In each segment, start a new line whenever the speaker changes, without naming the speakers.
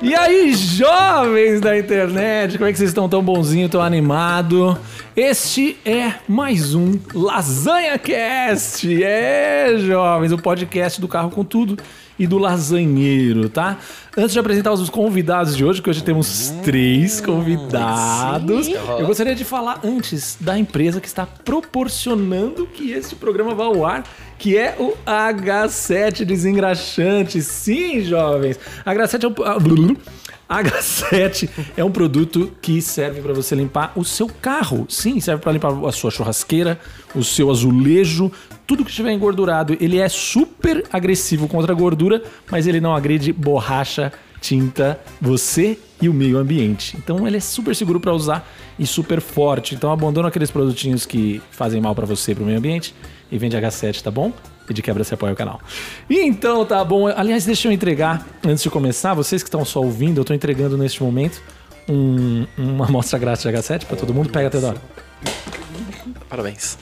E aí, jovens da internet, como é que vocês estão tão bonzinho, tão animado? Este é mais um Lasanha Cast. É, jovens, o podcast do carro com tudo e do lasanheiro, tá? Antes de apresentar os convidados de hoje, que hoje temos três convidados, eu gostaria de falar antes da empresa que está proporcionando que este programa vá ao ar, que é o H7 Desengraxante. Sim, jovens, H7 é um... ah, blululu. H7 é um produto que serve para você limpar o seu carro. Sim, serve para limpar a sua churrasqueira, o seu azulejo, tudo que estiver engordurado. Ele é super agressivo contra a gordura, mas ele não agride borracha, tinta, você e o meio ambiente. Então ele é super seguro para usar e super forte. Então abandona aqueles produtinhos que fazem mal para você e para o meio ambiente e vende H7, tá bom? E de quebra você apoia o canal. Então tá bom. Aliás, deixa eu entregar, antes de começar, vocês que estão só ouvindo, eu tô entregando neste momento um- uma amostra grátis de H7 para todo mundo. Pega até dó.
Parabéns.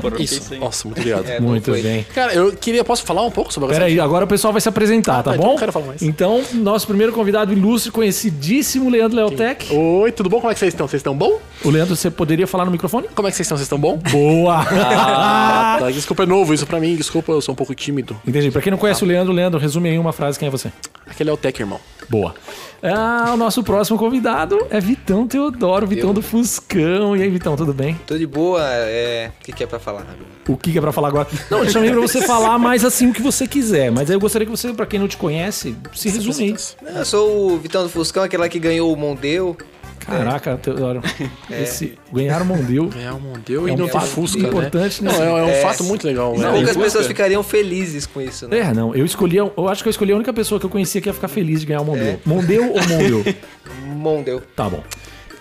Por
Isso. Nossa, muito obrigado.
É. não
Muito
foi.
bem.
Cara, eu queria. Posso falar um pouco sobre a
Peraí, agora o pessoal vai se apresentar, tá
Ah, então
bom?
eu quero falar mais.
Então, nosso primeiro convidado ilustre, conhecidíssimo, Leandro Leotec.
Oi, tudo bom? Como é que vocês estão? Vocês estão bom?
O Leandro, você poderia falar no microfone?
Como é que vocês estão? Vocês estão bom?
Boa!
Ah, tá. Desculpa, é novo isso pra mim. Desculpa, eu sou um pouco tímido.
Entendi. Pra quem não conhece o Leandro, Leandro, resume aí em uma frase quem é você.
Aquele é o Tech, irmão.
Boa. Ah, o nosso próximo convidado é Vitão Teodoro, Vitão
Eu.
do Fuscão. E aí, Vitão, tudo bem?
Tô de boa, é. O que, que é pra falar?
O que que é pra falar agora? Não, eu chamei pra você falar mais assim o que você quiser. Mas aí eu gostaria que você, pra quem não te conhece, se resumisse.
Eu sou o Vitão do Fuscão, aquele lá que ganhou o Mondeu.
Caraca, Teodoro. Esse ganhar o Mondeu
É um Mondeu
É
e
É. um
não tem
fato
Fusca,
importante
né?
nesse-
Não, é, é um
É.
fato muito legal. né?
Poucas
Fusca.
pessoas ficariam felizes com isso, né?
É, não. Eu escolhi. Eu acho que eu escolhi a única pessoa que eu conhecia que ia ficar feliz de ganhar o Mondeu. Mondeu ou Mondeu?
Mondeu.
tá bom.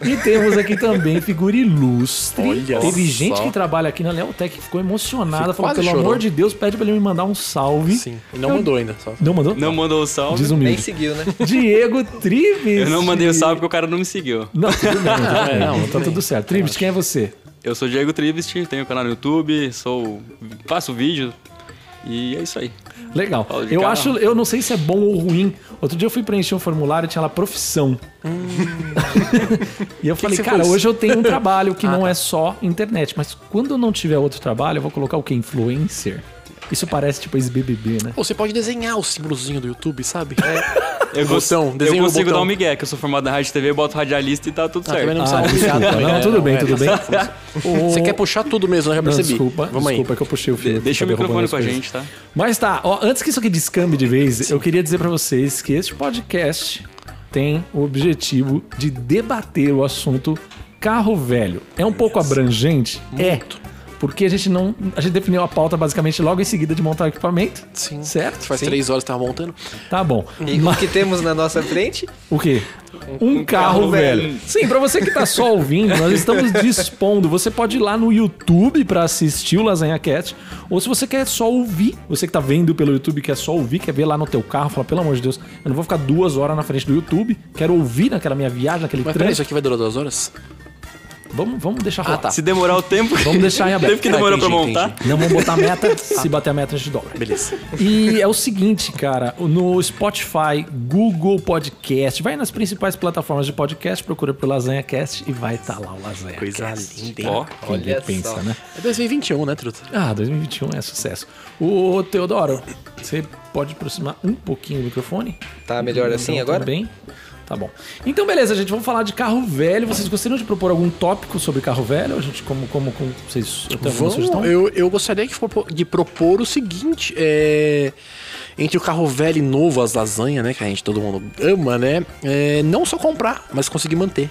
E temos aqui também figura ilustre.
Olha
Teve
só.
gente que trabalha aqui na Leotec que ficou emocionada, falou:
quase
pelo
chorou.
amor de Deus, pede pra ele me mandar um salve.
Sim. E não mandou ainda. Só.
Não mandou?
Não mandou o salve.
Nem
Desumilde.
seguiu, né?
Diego Trives.
Eu não mandei o salve porque o cara não me seguiu.
Não, tudo bem, tudo bem.
não,
tá tudo certo. Trives, quem é você?
Eu sou Diego Trivist, tenho canal no YouTube, sou faço vídeo e é isso aí.
Legal.
Fala de
Eu
carro.
acho, eu não sei se é bom ou ruim. Outro dia eu fui preencher um formulário e tinha lá profissão. e eu falei,
você
cara,
fez?
hoje eu tenho um trabalho que não é só internet, mas quando eu não tiver outro trabalho, eu vou colocar o quê? Influencer? Isso parece tipo ex-BBB, né?
Ou você pode desenhar o símbolozinho do YouTube, sabe?
Eu, cons-
Botão,
eu
desenho um
consigo
botão.
dar um migué, que eu sou formado na rádio e TV, boto radialista e tá tudo
Ah, também
certo.
não precisa
Ah, desculpa.
puxar também,
Não,
né?
tudo
Não,
bem,
é.
tudo bem.
Você quer puxar tudo mesmo, eu já
Não,
percebi.
desculpa,
Vamos aí.
desculpa que eu puxei o fio.
Deixa o
Acabei roubando
microfone
as
com a
coisas.
gente, tá?
Mas tá, ó, antes que isso aqui descambe de vez, eu queria dizer pra vocês que este podcast tem o objetivo de debater o assunto carro velho. É um pouco abrangente? É. Porque a gente não. A gente definiu a pauta basicamente logo em seguida de montar o equipamento.
Sim.
Certo?
Faz
Sim.
três horas que tava montando.
Tá bom.
E o que temos na nossa frente?
O quê? Um, carro,
carro
velho.
velho.
Sim, pra você que tá só ouvindo, nós estamos dispondo. Você pode ir lá no YouTube pra assistir o Lasanha Cat, ou se você quer só ouvir, você que tá vendo pelo YouTube quer só ouvir, quer ver lá no teu carro, fala pelo amor de Deus, eu não vou ficar duas horas na frente do YouTube, quero ouvir naquela minha viagem, naquele
Mas peraí, isso
trânsito.
aqui vai durar duas horas?
Vamos, vamos deixar rolar.
tá.
Se demorar o tempo.
Vamos deixar em aberto.
Teve que demorar
Ah,
pra
entendi,
montar.
entendi.
Não vamos botar a meta, se bater a meta a gente dobra.
Beleza.
E é o seguinte, cara, no Spotify, Google Podcast, vai nas principais plataformas de podcast, procura por Lasanha Cast e vai estar lá o Lasanha.
Coisa linda, hein?
Ó,
Quem
Olha
pensa,
só.
né?
É 2021, né, Truta?
Ah, 2021 é sucesso. Ô, Teodoro, você pode aproximar um pouquinho do microfone?
Tá melhor
Então,
assim
tá
agora?
bem? Tá bom. Então, beleza, gente, vamos falar de carro velho. Vocês gostariam de propor algum tópico sobre carro velho? A gente, como, como, como vocês eu tenho alguma
Vamos,
sugestão?
eu, eu gostaria que propo- de propor o seguinte: é, entre o carro velho e novo, as lasanhas, né? Que a gente todo mundo ama, né? é, não só comprar, mas conseguir manter.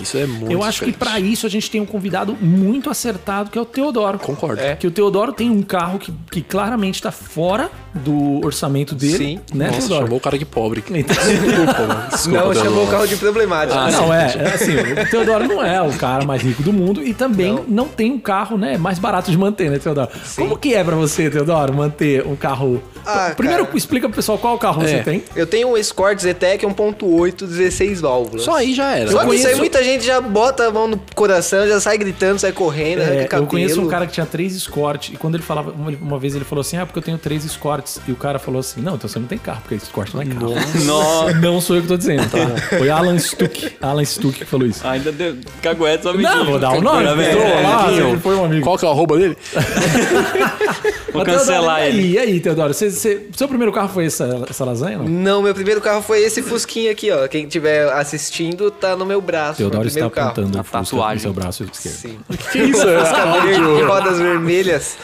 Isso é muito.
Hum. Eu acho que pra isso a gente tem um convidado muito acertado, que é o Teodoro.
Concordo.
É. Que o Teodoro tem um carro que, que claramente tá fora do orçamento dele.
Sim.
né,
Nossa,
Teodoro?
chamou o cara de pobre.
Então-
Desculpa, mano. Desculpa,
não,
Teodoro.
Então, chamou o carro de problemático.
Ah, não, é, é assim, o Teodoro não é o cara mais rico do mundo e também não, tem um carro, né, mais barato de manter, né, Teodoro? Como que é pra você, Teodoro, manter um carro...
Ah,
Primeiro,
cara.
explica pro pessoal qual carro você tem.
um Eu tenho um Escort Zetec 1.8, 16 válvulas.
Só aí já era.
Só que isso é aí
conheço-
muita gente já bota a mão no coração, já sai gritando, sai correndo,
É,
arranca cabelo.
eu conheço um cara que tinha três escortes e quando ele falava, uma uma vez ele falou assim, ah, porque eu tenho três escortes. E o cara falou assim, não, então você não tem carro, porque escorte não é carro.
Nossa.
Não sou eu que tô dizendo, tá? Foi Alan Stuck, Alan Stuck que falou isso.
Ainda deu caguetes amiguinho.
Não, vou dar o nome,
Tá vendo?
entrou lá,
Amiguinho.
ele foi um amigo.
Qual que é o arroba dele?
Vou
Mas, Teodoro,
cancelar
e aí,
ele.
E aí, Teodoro, você- você- seu primeiro carro foi essa, essa lasanha? Não?
Não, meu primeiro carro foi esse Fusquinha aqui, ó. Quem estiver assistindo, tá no meu braço. Meu
Teodoro está
primeiro carro.
apontando
A
o Fusca
tatuagem.
no seu braço esquerdo.
Sim.
Que isso?
De rodas vermelhas.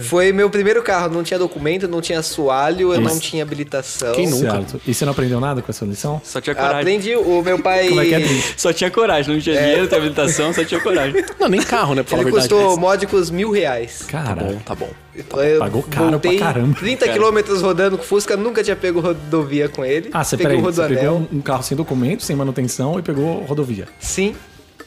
Foi meu primeiro carro. Não tinha documento, não tinha assoalho, eu não tinha habilitação. Ah,
Quem nunca?
Certo. E você não aprendeu nada com essa lição?
Só tinha coragem.
Aprendi, o meu pai.
Como é que é, Tris?
Só tinha coragem, não tinha dinheiro, não tinha habilitação, só tinha coragem.
Não, nem carro, né? Pra falar a
Ele
verdade.
custou módicos mil reais.
Tá
Cara,
bom, tá bom.
Eu
pagou caro
voltei
pra caramba.
30 quilômetros rodando com Fusca, nunca tinha pego rodovia com ele.
ah, você,
Peguei
peraí,
o
você
rodoanel.
pegou um, um carro sem documento, sem manutenção e pegou rodovia.
Sim.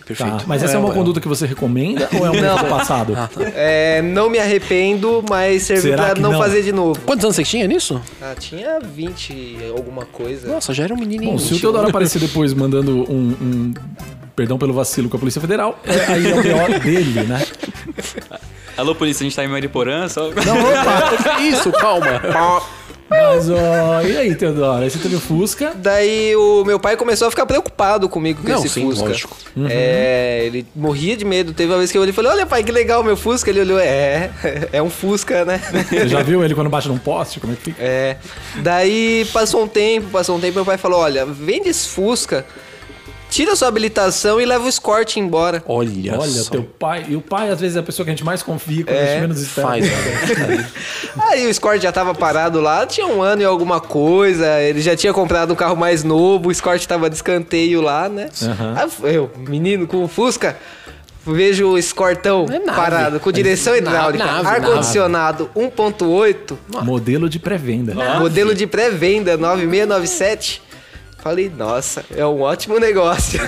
Perfeito.
Tá, mas essa é uma
ué.
conduta que você recomenda ou é um erro do passado?
É, não me arrependo, mas serviu
Será
pra
que
não,
não?
fazer de novo.
Quantos anos você tinha nisso?
Ah, tinha 20 e alguma coisa.
Nossa, já era um menininho.
Bom, se o
Tinha-
Teodoro aparecer depois mandando um, um perdão pelo vacilo com a Polícia Federal, é- aí é o pior dele, né?
Alô, polícia, a gente tá em Mariporã, só...
Isso, calma.
Mas, ó, e aí, Teodoro? Aí você teve o Fusca.
Daí o meu pai começou a ficar preocupado comigo com
Não,
esse
sim,
Fusca.
lógico. Uhum.
É, ele morria de medo. Teve uma vez que eu olhei e falei, olha pai, que legal o meu Fusca. Ele olhou, é, é um Fusca, né?
Você já viu ele quando bate num poste? Como é que fica?
É. Daí passou um tempo, passou um tempo, meu pai falou, olha, vende esse Fusca, tira sua habilitação e leva o Escort embora.
Olha,
Olha,
só.
teu pai. E o pai, às vezes, é a pessoa que a gente mais confia quando a gente menos espera.
É, Faz, né?
Aí o Escort já tava parado lá, tinha um ano e alguma coisa, ele já tinha comprado um carro mais novo, o Escort tava de escanteio lá, né?
Aham.
Aí eu, menino com o Fusca, vejo o Escortão
É nave.
parado, com direção hidráulica,
nave,
ar-condicionado 1.8,
Modelo de pré-venda.
modelo de pré-venda 9697. Falei, nossa, é um ótimo negócio.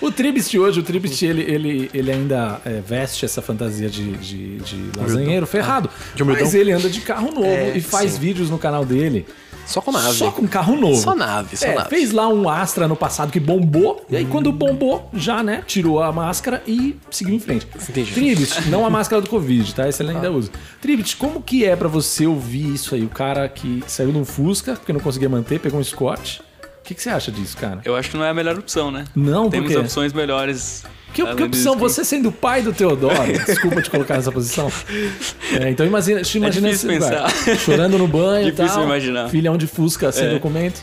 O Tribist hoje, o Tribist, ele, ele, ele ainda é, veste essa fantasia de, de, de lasanheiro ferrado. mas ele anda de carro novo
É,
e faz vídeos no canal dele.
Só com nave.
Só com carro novo.
é, Só nave, só
É,
nave.
Fez lá um Astra no passado que bombou. E aí, quando bombou, já, né? Tirou a máscara e seguiu em frente.
Entendi.
Tribit, não a máscara do Covid, tá? Essa ele ainda usa. Tribit, como que é pra você ouvir isso aí? O cara que saiu de um Fusca, porque não conseguia manter, pegou um Scott. O que, que você acha disso, cara?
Eu acho que não é a melhor opção, né?
Não,
Temos
por quê?
opções melhores.
Que, que
Além
opção,
disso,
você sendo o pai do Teodoro, desculpa te colocar nessa posição. É, então imagina, te imagina
difícil
esse lugar,
pensar.
chorando no banho e
Difícil
tal,
imaginar. É.
filhão de Fusca sem documento.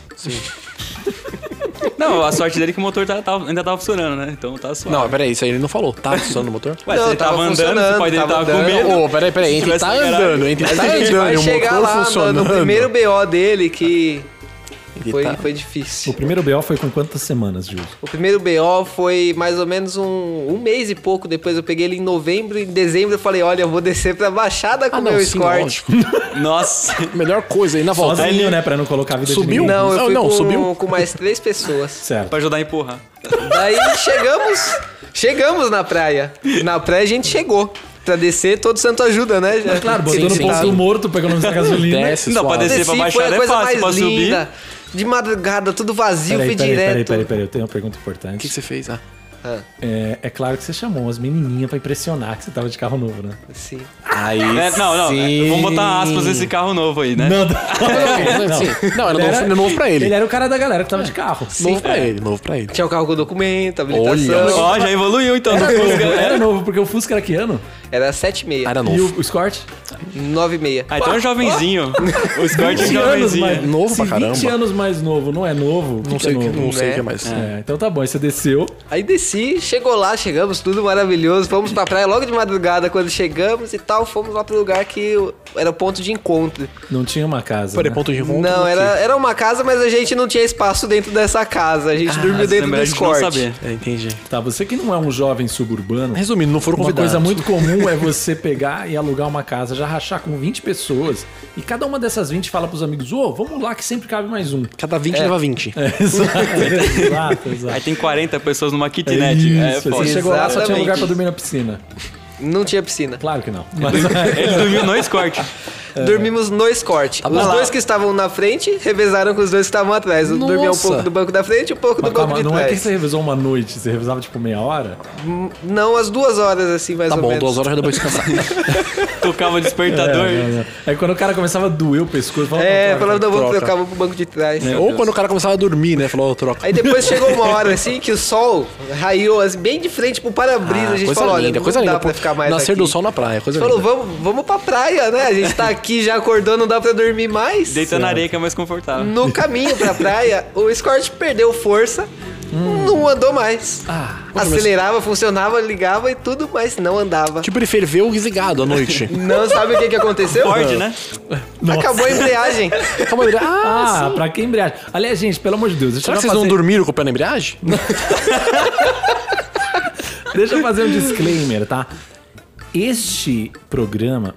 Não, a sorte dele é que o motor tá- tá- ainda tava funcionando, né? Então tá suave.
Não, peraí, isso aí ele não falou. Tá funcionando o motor?
Ué,
Não,
se ele tava,
tava
andando,
funcionando,
o pai dele
tava
tava, com
andando.
medo.
Ô, peraí, peraí,
Se
entre
tivesse
tá
na garagem.
andando, entre tá
Mas a gente
andando
vai
e o
chegar
motor
lá no,
funcionando.
no primeiro BO dele que
Ele
foi,
tá-
foi
O
difícil.
primeiro BO foi com quantas semanas de uso?
O primeiro BO foi mais ou menos um, um mês e pouco depois. Eu peguei ele em novembro, em dezembro eu falei, olha, eu vou descer pra Baixada com
Ah,
o
não,
meu
sim,
Escort.
lógico.
Nossa,
Melhor coisa aí na volta.
Sozinho, né, pra não colocar a vida de
Subiu?
ninguém.
Não, eu
Não,
fui
não,
com,
subiu?
com mais três pessoas.
Certo.
pra ajudar a empurrar.
Daí chegamos, chegamos na praia. Na praia a gente chegou. Pra descer, todo santo ajuda, né? Já-
Claro,
Sim,
botou no
sim,
posto
sim.
morto, pegando essa gasolina.
Desce,
Não, pra
suave.
descer. pra
Desci, foi
Baixada
a
é
coisa
fácil, pra
mais
subir.
linda. De madrugada, tudo vazio,
Peraí,
fui
peraí, peraí,
direto.
peraí, peraí, eu tenho uma pergunta
O que,
importante.
que você fez? Ah,
É, é claro que você chamou as menininhas pra impressionar que você tava de carro novo, né?
Ah, sim.
aí
É, não, não, é, vamos botar aspas nesse carro novo aí, né?
Não,
Não, sim. não era, novo, era novo pra ele. é.
Ele era assim, é. o cara da galera que tava de carro.
Novo pra ele, novo pra ele.
Tinha o carro com documento, habilitação.
Olha
Ó, já evoluiu então.
Era
do
novo,
Fusca.
era novo, porque o Fusca era que ano?
Era 7 e meia.
Ah, Era
E
novo.
o, o Escort?
9 e meia.
Ah, então é um jovenzinho. O Scott é um
20 anos mais
jovenzinho.
Novo
se
pra caramba.
20 anos mais novo, não é novo?
Não sei, o que- não sei o que mais.
É, então tá bom, aí você desceu.
Aí desci, chegou lá, chegamos, tudo maravilhoso. Fomos pra praia logo de madrugada quando chegamos e tal. Fomos lá pro lugar que era o ponto de encontro.
Não tinha uma casa.
Peraí,
né?
ponto de encontro.
não,
do
era, era uma casa, mas a gente não tinha espaço dentro dessa casa. A gente dormiu dentro do
Lembra, a gente não
escort.
sabia.
quê? É, entendi.
Tá, você que não é um jovem suburbano.
Resumindo, não foram
Uma
convidados.
coisa muito comum é você pegar e alugar uma casa, já rachar com 20 pessoas, e cada uma dessas 20 fala pros amigos, ô, vamos lá que sempre cabe mais um.
Cada 20 leva 20.
É, exato, exato,
Aí
exato.
tem 40 pessoas numa
É
kitnet. É,
isso,
foda.
você chegou lá, só tinha
Exatamente.
lugar pra dormir na piscina.
Não tinha piscina.
Claro que não. Mas
Ele dormiu no Escort.
Dormimos no escorte. os
bom.
dois que estavam na frente revezaram com os dois que estavam atrás. Eu Dormia um
Nossa.
pouco do banco da frente e um pouco
Mas
do banco
calma,
de
não é que
trás.
você revisou uma noite, você revisava tipo meia hora?
Hum, Não, as duas horas, assim, mais
Tá
ou
bom,
menos.
duas horas já deu pra descansar.
Tocava
É,
despertador.
Aí quando o cara começava a doer o pescoço, falava,
É,
"Não,
falando,
troca,
não, vou
Tá troca."
trocar, vou pro banco de trás.
É. Meu
Ou
Deus.
quando o cara começava a dormir, né? Falou, "Ô, troca.
Aí depois chegou uma hora, assim, que o sol raiou, assim, bem de frente pro para-brisa. a gente
Ah, coisa
falou,
linda,
olha,
coisa
não
linda.
dá pra
pô.
ficar mais
Nascer
aqui.
do sol na praia,
A
coisa
gente falou,
linda.
vamos, vamos pra praia, né? A gente tá aqui já acordou, não dá pra dormir mais.
Deita na areia que é mais confortável.
No caminho pra praia, o Escort perdeu força, não andou mais.
Hum. Ah,
Acelerava, funcionava, ligava e tudo, mas não andava.
Tipo, ele ferveu o zigado à noite.
Não sabe o que, que aconteceu?
Ford, né?
Acabou a embreagem.
Calma, ele, ah,
Ah, pra quem embreagem. Aliás, gente, pelo amor de Deus, deixa
será
eu
que vocês não
fazer...
dormiram com o pé na embreagem?
Deixa eu fazer um disclaimer, tá? Este programa,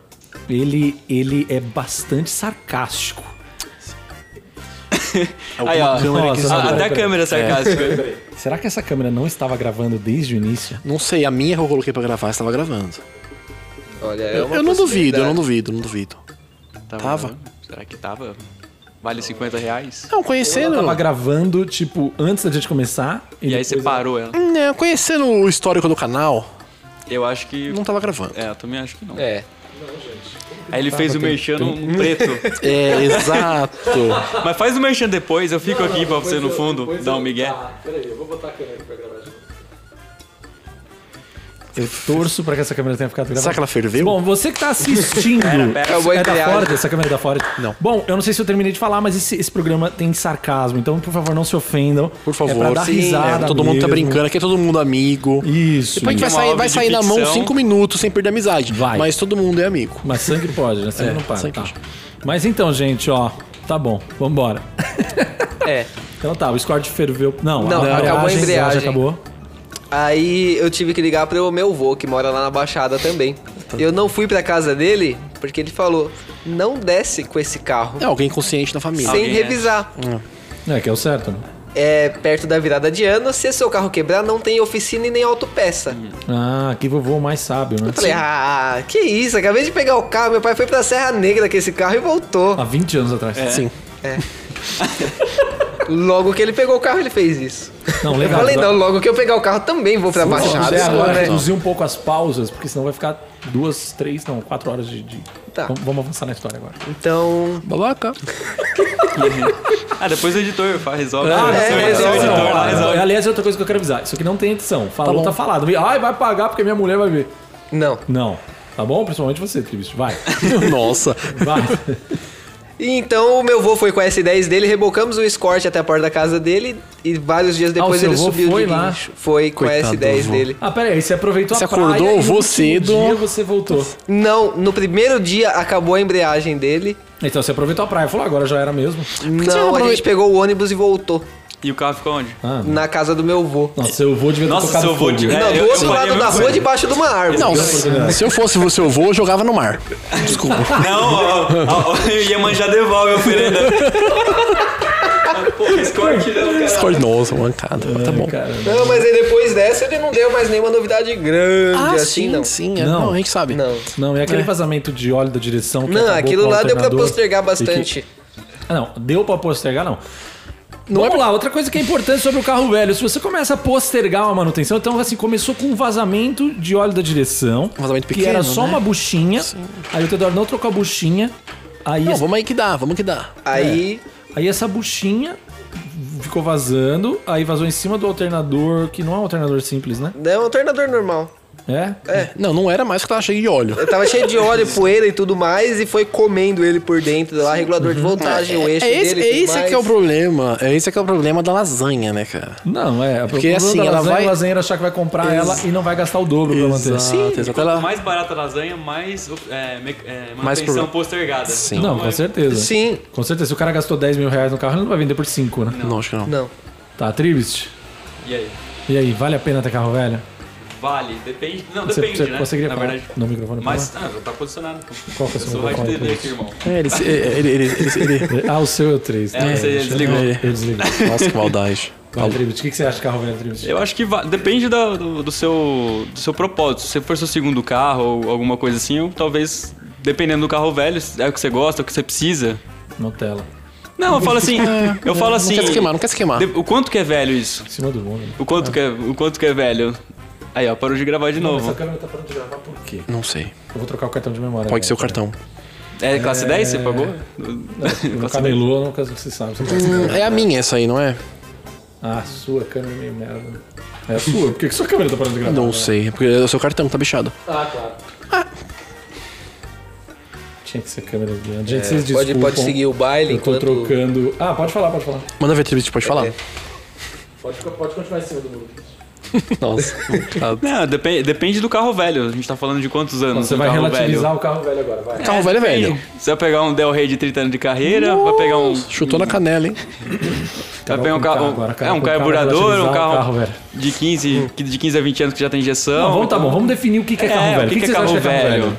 ele, ele é bastante sarcástico.
Aí, ó.
câmera aqui
Nossa, É.
só-
até a câmera sarcástica.
Será que essa câmera não estava gravando desde o início?
Não sei, a minha que eu coloquei pra gravar estava gravando.
Olha, é
Eu, não duvido, eu não duvido, não duvido. Tava.
né? Será que tava? Vale 50 reais?
Não, conhecendo.
Ela tava gravando, tipo, antes da gente começar.
E aí você
depois ela-
parou ela.
Não, Hum, é, conhecendo o histórico do canal,
Eu acho que.
não tava gravando.
É, eu também acho que não.
É.
Aí ele fez o merchan num preto.
É, exato.
Mas faz o merchan depois, eu fico aqui pra você no fundo, dar um migué.
Eu torço pra que essa câmera tenha ficado gravada.
Será que ela ferveu?
Bom, você que tá assistindo.
pera.
Eu vou
é da
entregar.
Ford? Essa câmera é da Ford?
Não.
Bom, eu não sei se eu terminei de falar, mas esse, esse programa tem sarcasmo. Então, por favor, não se ofendam.
Por favor.
É pra dar
Sim,
risada.
todo mundo tá
mesmo.
brincando, aqui é todo mundo amigo.
Isso.
Depois a gente vai
Uma
sair,
obra
vai
de
sair na mão
ficção.
cinco minutos sem perder a amizade.
Vai.
Mas todo mundo é amigo.
Mas sangue pode, né? Sangue
É,
não para.
sangue
tá.
pode.
Mas então, gente, ó. Tá bom, vambora.
É.
Então tá, o Scorch ferveu. Não,
Não, acabou a embreagem.
Já acabou.
Aí eu tive que ligar pro meu avô, que mora lá na Baixada também. Eu não fui pra casa dele, porque ele falou, não desce com esse carro.
É alguém consciente na família.
Sem
Alguém, né?
revisar.
É, que é o certo, né?
É perto da virada de ano, se seu carro quebrar, não tem oficina e nem autopeça.
Ah, que vovô mais sábio, né?
Eu Falei, ah, que isso, acabei de pegar o carro, meu pai foi pra Serra Negra com esse carro e voltou.
Há 20 anos atrás.
É.
Sim.
Logo que ele pegou o carro, ele fez isso.
Não,
Eu
Ah. legal.
falei, não, logo que eu pegar o carro também vou pra Baixada.
Zé, agora
né?
reduzir um pouco as pausas, porque senão vai ficar duas, três, não, quatro horas de. de-
Tá.
Vamos- Vamos avançar na história agora.
Então,
Babaca.
Ah, depois o editor faz, resolve.
Ah,
Você
é,
vai-
resolve,
o editor lá resolve.
Aliás, é outra coisa que eu quero avisar: isso aqui não tem edição. Falou,
bom.
tá, falado. Ai, vai pagar porque minha mulher vai ver.
não.
Não. Tá bom? Principalmente você, Tribist. Vai.
Nossa.
Vai.
E Então o meu vô foi com a S10 dele, rebocamos o escorte até a porta da casa dele e vários dias depois
Ah, seu
ele
vô
subiu
foi
de
lá?
guincho. Foi com
Coitado
a
do
S10
vô.
dele.
Ah, pera aí, você aproveitou
Você
a praia
acordou,
e no
vou
último
cedo.
dia você voltou.
Não, no primeiro dia acabou a embreagem dele.
Então você aproveitou a praia. Falou, agora já era mesmo.
você não
Não, a
aproveitou?
gente pegou o ônibus e voltou
E o carro ficou onde?
Ah,
na casa do meu vô.
nossa, seu avô devia ter
Nossa,
tocado
seu avô
fogo.
de- É,
não,
eu-
do outro
eu faria a
lado da
mesma
rua,
coisa.
debaixo de uma árvore.
Não, se se eu fosse você, eu vou, eu jogava no mar. Desculpa.
Não, ó, ó, ó, eu ia manjar devolve a oferenda. Porra, escorte não,
Ah,
cara.
Discord, Nossa, mancada.
É.
Tá bom.
Cara,
Não, mas aí depois dessa ele não deu mais nenhuma novidade grande,
Ah,
assim,
sim,
não.
sim. é,
Não.
Não. a gente sabe.
Não.
Não, e
É.
aquele vazamento de óleo da direção. que
Não,
acabou com
aquilo
o
lá deu pra
alternador
postergar
e que-
bastante.
Ah, não, deu pra postergar, não.
Não
Vamos
é-
lá, outra coisa que é importante sobre o carro velho. Se você começa a postergar uma manutenção, então assim, começou com um vazamento de óleo da direção.
Vazamento
Que era
pequeno,
só
né?
uma buchinha. Aí o Teodoro não trocou a buchinha. Aí,
Não,
essa,
vamos aí que dá, vamos que dá.
É.
Aí,
aí essa buchinha ficou vazando. Aí vazou em cima do alternador, que não é um alternador simples, né?
é um alternador normal.
É?
Não, não era mais que tava cheio de óleo.
Eu tava cheio de óleo, poeira e tudo mais, e foi comendo ele por dentro lá, regulador de voltagem, o eixo
É esse,
dele.
é
tudo
esse
mais.
que é o problema. É esse que é o problema da lasanha, né, cara?
Não, é.
Porque,
O problema
assim,
da
ela
lasanha,
vai-
O lasanheiro achar que vai comprar ela e não vai gastar o dobro pra manter.
Exato, exato.
Quanto
Ela-
mais barata a lasanha, mais é, me- é,
Mais
manutenção
problema.
postergada.
Sim.
Não, com
é-
certeza.
Sim.
Com certeza. Se o cara gastou 10 mil reais no carro, ele não vai vender por 5, né?
Não, acho que não.
Não.
Tá, Tribist.
E aí?
E aí, vale a pena ter carro velho?
Vale, depende. Não,
Você-
depende,
você
né?
conseguiria
Na
falar
verdade.
no microfone pra
Mas, ah, já tá posicionado.
Qual que é o
Eu
seu
sou rádio
microfone,
TV aqui,
Cris?
irmão.
É, ele, ele, ele, ele- ele-
Ah, o seu é o 3.
É, você desligou.
Eu desliguei.
Nossa, que maldade.
Vai, Tribut, o que que você acha de carro velho, Tribut?
Eu acho que va- depende da- do, do seu, do seu propósito. Se for seu segundo carro ou alguma coisa assim, eu- talvez dependendo do carro velho, é o que você gosta, é o que você precisa.
Nutella.
Não, eu falo assim, eu falo assim.
Não quer se queimar, não quer se queimar.
de- o quanto que é velho isso?
Em cima do mundo. Né?
O quanto que é, o quanto que é velho? Aí, ó, parou de gravar de
Essa
novo.
câmera tá parando de gravar por quê?
Não sei.
Eu vou trocar o cartão de memória. né?
Pode ser o
agora.
cartão.
É classe 10 você pagou?
No
Classe
Camelô, nunca se sabe. Você não pode
Hum,
saber.
É a minha essa aí, não é?
Ah, sua câmera é meio merda. É a sua? Por que que sua câmera tá parando de gravar?
Não
né?
sei. é Porque é o seu cartão, tá bichado.
Ah, claro. Tinha que ser câmera grande. Gente, vocês
Pode,
desculpam.
pode seguir o baile
Eu tô
enquanto...
trocando. Ah, pode falar, pode falar.
Manda ver, Tribute, pode falar?
É.
Pode, pode continuar em cima do muro.
Nossa. Tá.
Não, depende, depende do carro velho. A gente tá falando de quantos anos?
Você
um
vai
carro
relativizar
velho.
o carro velho agora, vai.
Carro velho é velho.
Você vai pegar um Del Rey de 30 anos de carreira, vai pegar um.
Chutou na canela, hein?
Vai pegar um
Com
carro.
agora, cara,
é, um
com carro,
carburador,
relativizar
um
o
carro,
velho.
de, 15, que- de 15 a 20 anos que já tem injeção.
Não, vamos, tá bom, vamos definir o que que é
É,
carro velho.
o que, que, é
vocês
carro
acham que é
velho?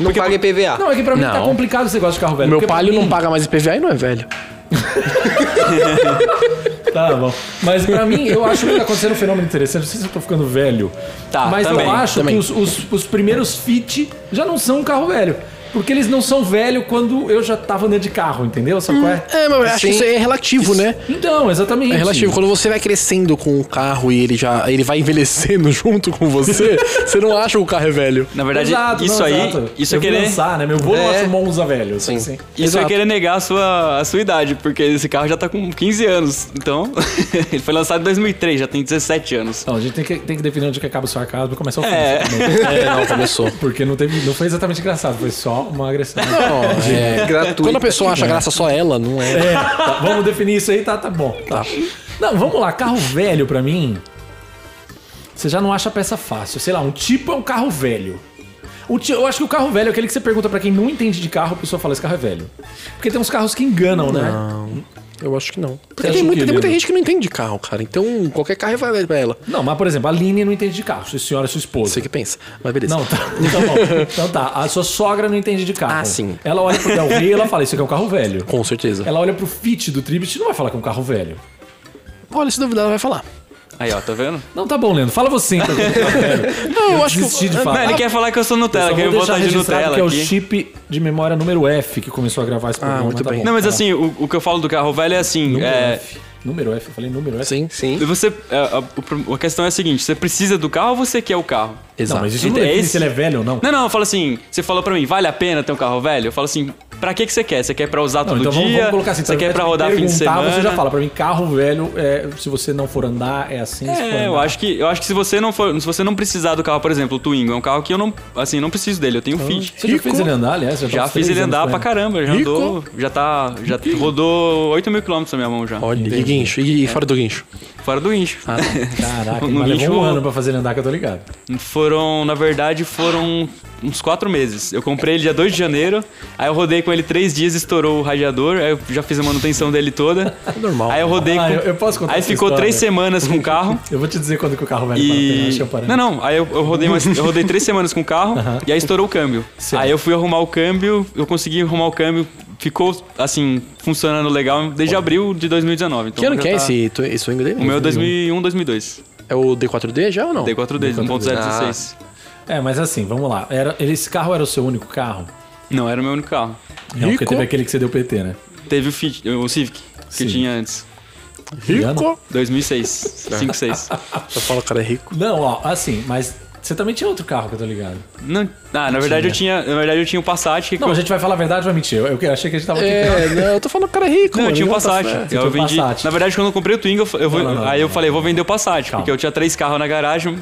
Não paga IPVA.
Não, é que pra mim tá
Não.
complicado você gosta de carro velho.
Meu
porque pra
palio
mim-
não paga mais IPVA e não é velho.
Tá bom. Mas pra mim, eu acho que tá acontecendo um fenômeno interessante. Não sei se eu tô ficando velho.
Tá,
Mas
também,
eu acho
também.
que os, os- os primeiros fit já não são um carro velho. Porque eles não são velho quando eu já tava andando de carro, entendeu? Só qual é?
É, mas acho que isso aí é relativo, né?
Então, exatamente.
É relativo. Quando você vai crescendo com o carro e ele já ele vai envelhecendo junto com você, você não acha que o carro é velho.
Na verdade,
Exato,
isso
não,
aí.
exato.
Isso é
eu vou
querer.
lançar, né? Meu vô não
É.
acha um Monza velho. Sim. Assim.
Isso é
Exato.
querer negar a sua, a sua idade, porque esse carro já tá com 15 anos. Então, ele foi lançado em 2003, já tem 17 anos.
Não, a gente tem que, tem que definir onde que acaba o sarcasmo pra começar o filme.
É.
É, não, começou.
Porque não, teve, não foi exatamente engraçado, foi só uma agressão.
Não, é.
Gratuito.
Quando a pessoa acha graça só ela, não é.
É, tá, vamos definir isso aí, tá, tá bom. Tá. Não, vamos lá, carro velho pra mim. Você já não acha peça fácil. Sei lá, um tipo é um carro velho. O ti- eu acho que o carro velho é aquele que você pergunta pra quem não entende de carro, a pessoa fala, esse carro é velho. Porque tem uns carros que enganam, né?
Eu acho que não. Porque
acha
tem muita,
que
tem muita
ele- é
gente que não entende de carro, cara. Então, qualquer carro é velho pra ela.
Não, mas por exemplo, a Aline não entende de carro, sua senhora e sua esposa.
Você que pensa. Mas beleza.
Não, tá. Então, bom. Então tá, a sua sogra não entende de carro.
Ah, sim.
Ela olha pro Del Rey e ela fala, isso aqui é um carro velho.
Com certeza.
Ela olha pro fit do Tribute e não vai falar que é um carro velho.
Olha, se duvidar, ela vai falar.
Aí, ó, tá vendo?
Não, tá bom, Leandro. Fala você, então.
Não, eu acho
desisti de
Não,
falar.
ele quer falar que eu sou
tá Eu
Nutella,
só
que eu
vou
vou botar
deixar
de
registrado
Nutella
que é o
aqui.
chip de memória número F que começou a gravar esse programa.
Ah, muito
tá
bem.
bom.
Não, mas
Tá.
assim, o, o que eu falo do carro velho é assim.
Número
é,
F. Número F, eu falei número F.
Sim,
Sim.
você, é, a, o pro- a questão é a seguinte: você precisa do carro ou você quer o carro?
Não,
exato.
mas isso não
Então,
define
esse-
se ele é velho ou não.
Não, não, eu falo assim, você falou pra mim, vale a pena ter um carro velho? Eu falo assim, pra que que você quer? Você quer pra usar
Não,
todo
então vamos,
dia?
vamos colocar assim.
você quer
se
pra
me
rodar fim de
perguntar,
semana?
Você já fala pra mim, carro velho, é, se você não for andar, é assim. se for
É, eu
andar.
acho que eu acho que se você não for, se você não precisar do carro, por exemplo, o Twingo, é um carro que eu não, assim, não preciso dele, eu tenho o Fit.
Então, Você já
Rico.
fez ele andar, aliás? Já, tá
Já
uns
fiz
três
ele
anos
andar
com
pra caramba, já
Rico.
andou, já tá, já rodou 8 mil quilômetros na minha mão já,
Olha, e guincho. E fora do guincho.
fora do incho.
Ah, Caraca,
No
mas levou
lixo-
um ano pra fazer ele andar, que eu tô ligado.
Foram, na verdade, foram uns quatro meses. Eu comprei ele dia 2 de janeiro, aí eu rodei com ele três dias, estourou o radiador, aí eu já fiz a manutenção dele toda.
Normal.
Aí eu rodei
Ah,
com...
eu- eu posso contar
Aí
essa
ficou
história?
três semanas com o carro
Eu vou te dizer quando que o carro velho para, acho
e...
que é um eu parei.
Não, não, aí eu, eu rodei, umas- eu rodei três semanas com o carro e aí estourou o câmbio.
Certo.
Aí eu fui arrumar o câmbio, eu consegui arrumar o câmbio, ficou, assim, funcionando legal desde abril de 2019. Então
Que ano
já
que é
tá-
esse, tu- esse swing dele?
O meu é 2001, 2002.
É o D4D já ou não?
Dei um 4D, 1.016.
É, mas assim, vamos lá. Era, ele- esse carro era o seu único carro?
Não, era o meu único carro.
Não, porque
Rico.
teve aquele que você deu PT, né?
Teve o, Fit, o Civic, que
Civic.
tinha antes.
Rico.
2006, 56.
Eu falo, o cara é rico.
Não, ó, assim, mas você também tinha outro carro que eu tô ligado.
Não, ah, na verdade eu tinha, na verdade eu tinha o Passat que
Não, a gente vai falar a verdade ou vai mentir? Eu, eu achei que a gente tava aqui.
É, não, eu tô falando que o cara é rico,
Não,
mano.
eu tinha um
Não, tá
Passat.
certo.
tinha um
eu vendi.
Passat.
Na verdade, quando eu comprei o Twingo, eu fa- eu vou-
Não, não, não,
aí eu falei, vou vender o Passat,
Calma.
porque eu tinha três carros na garagem,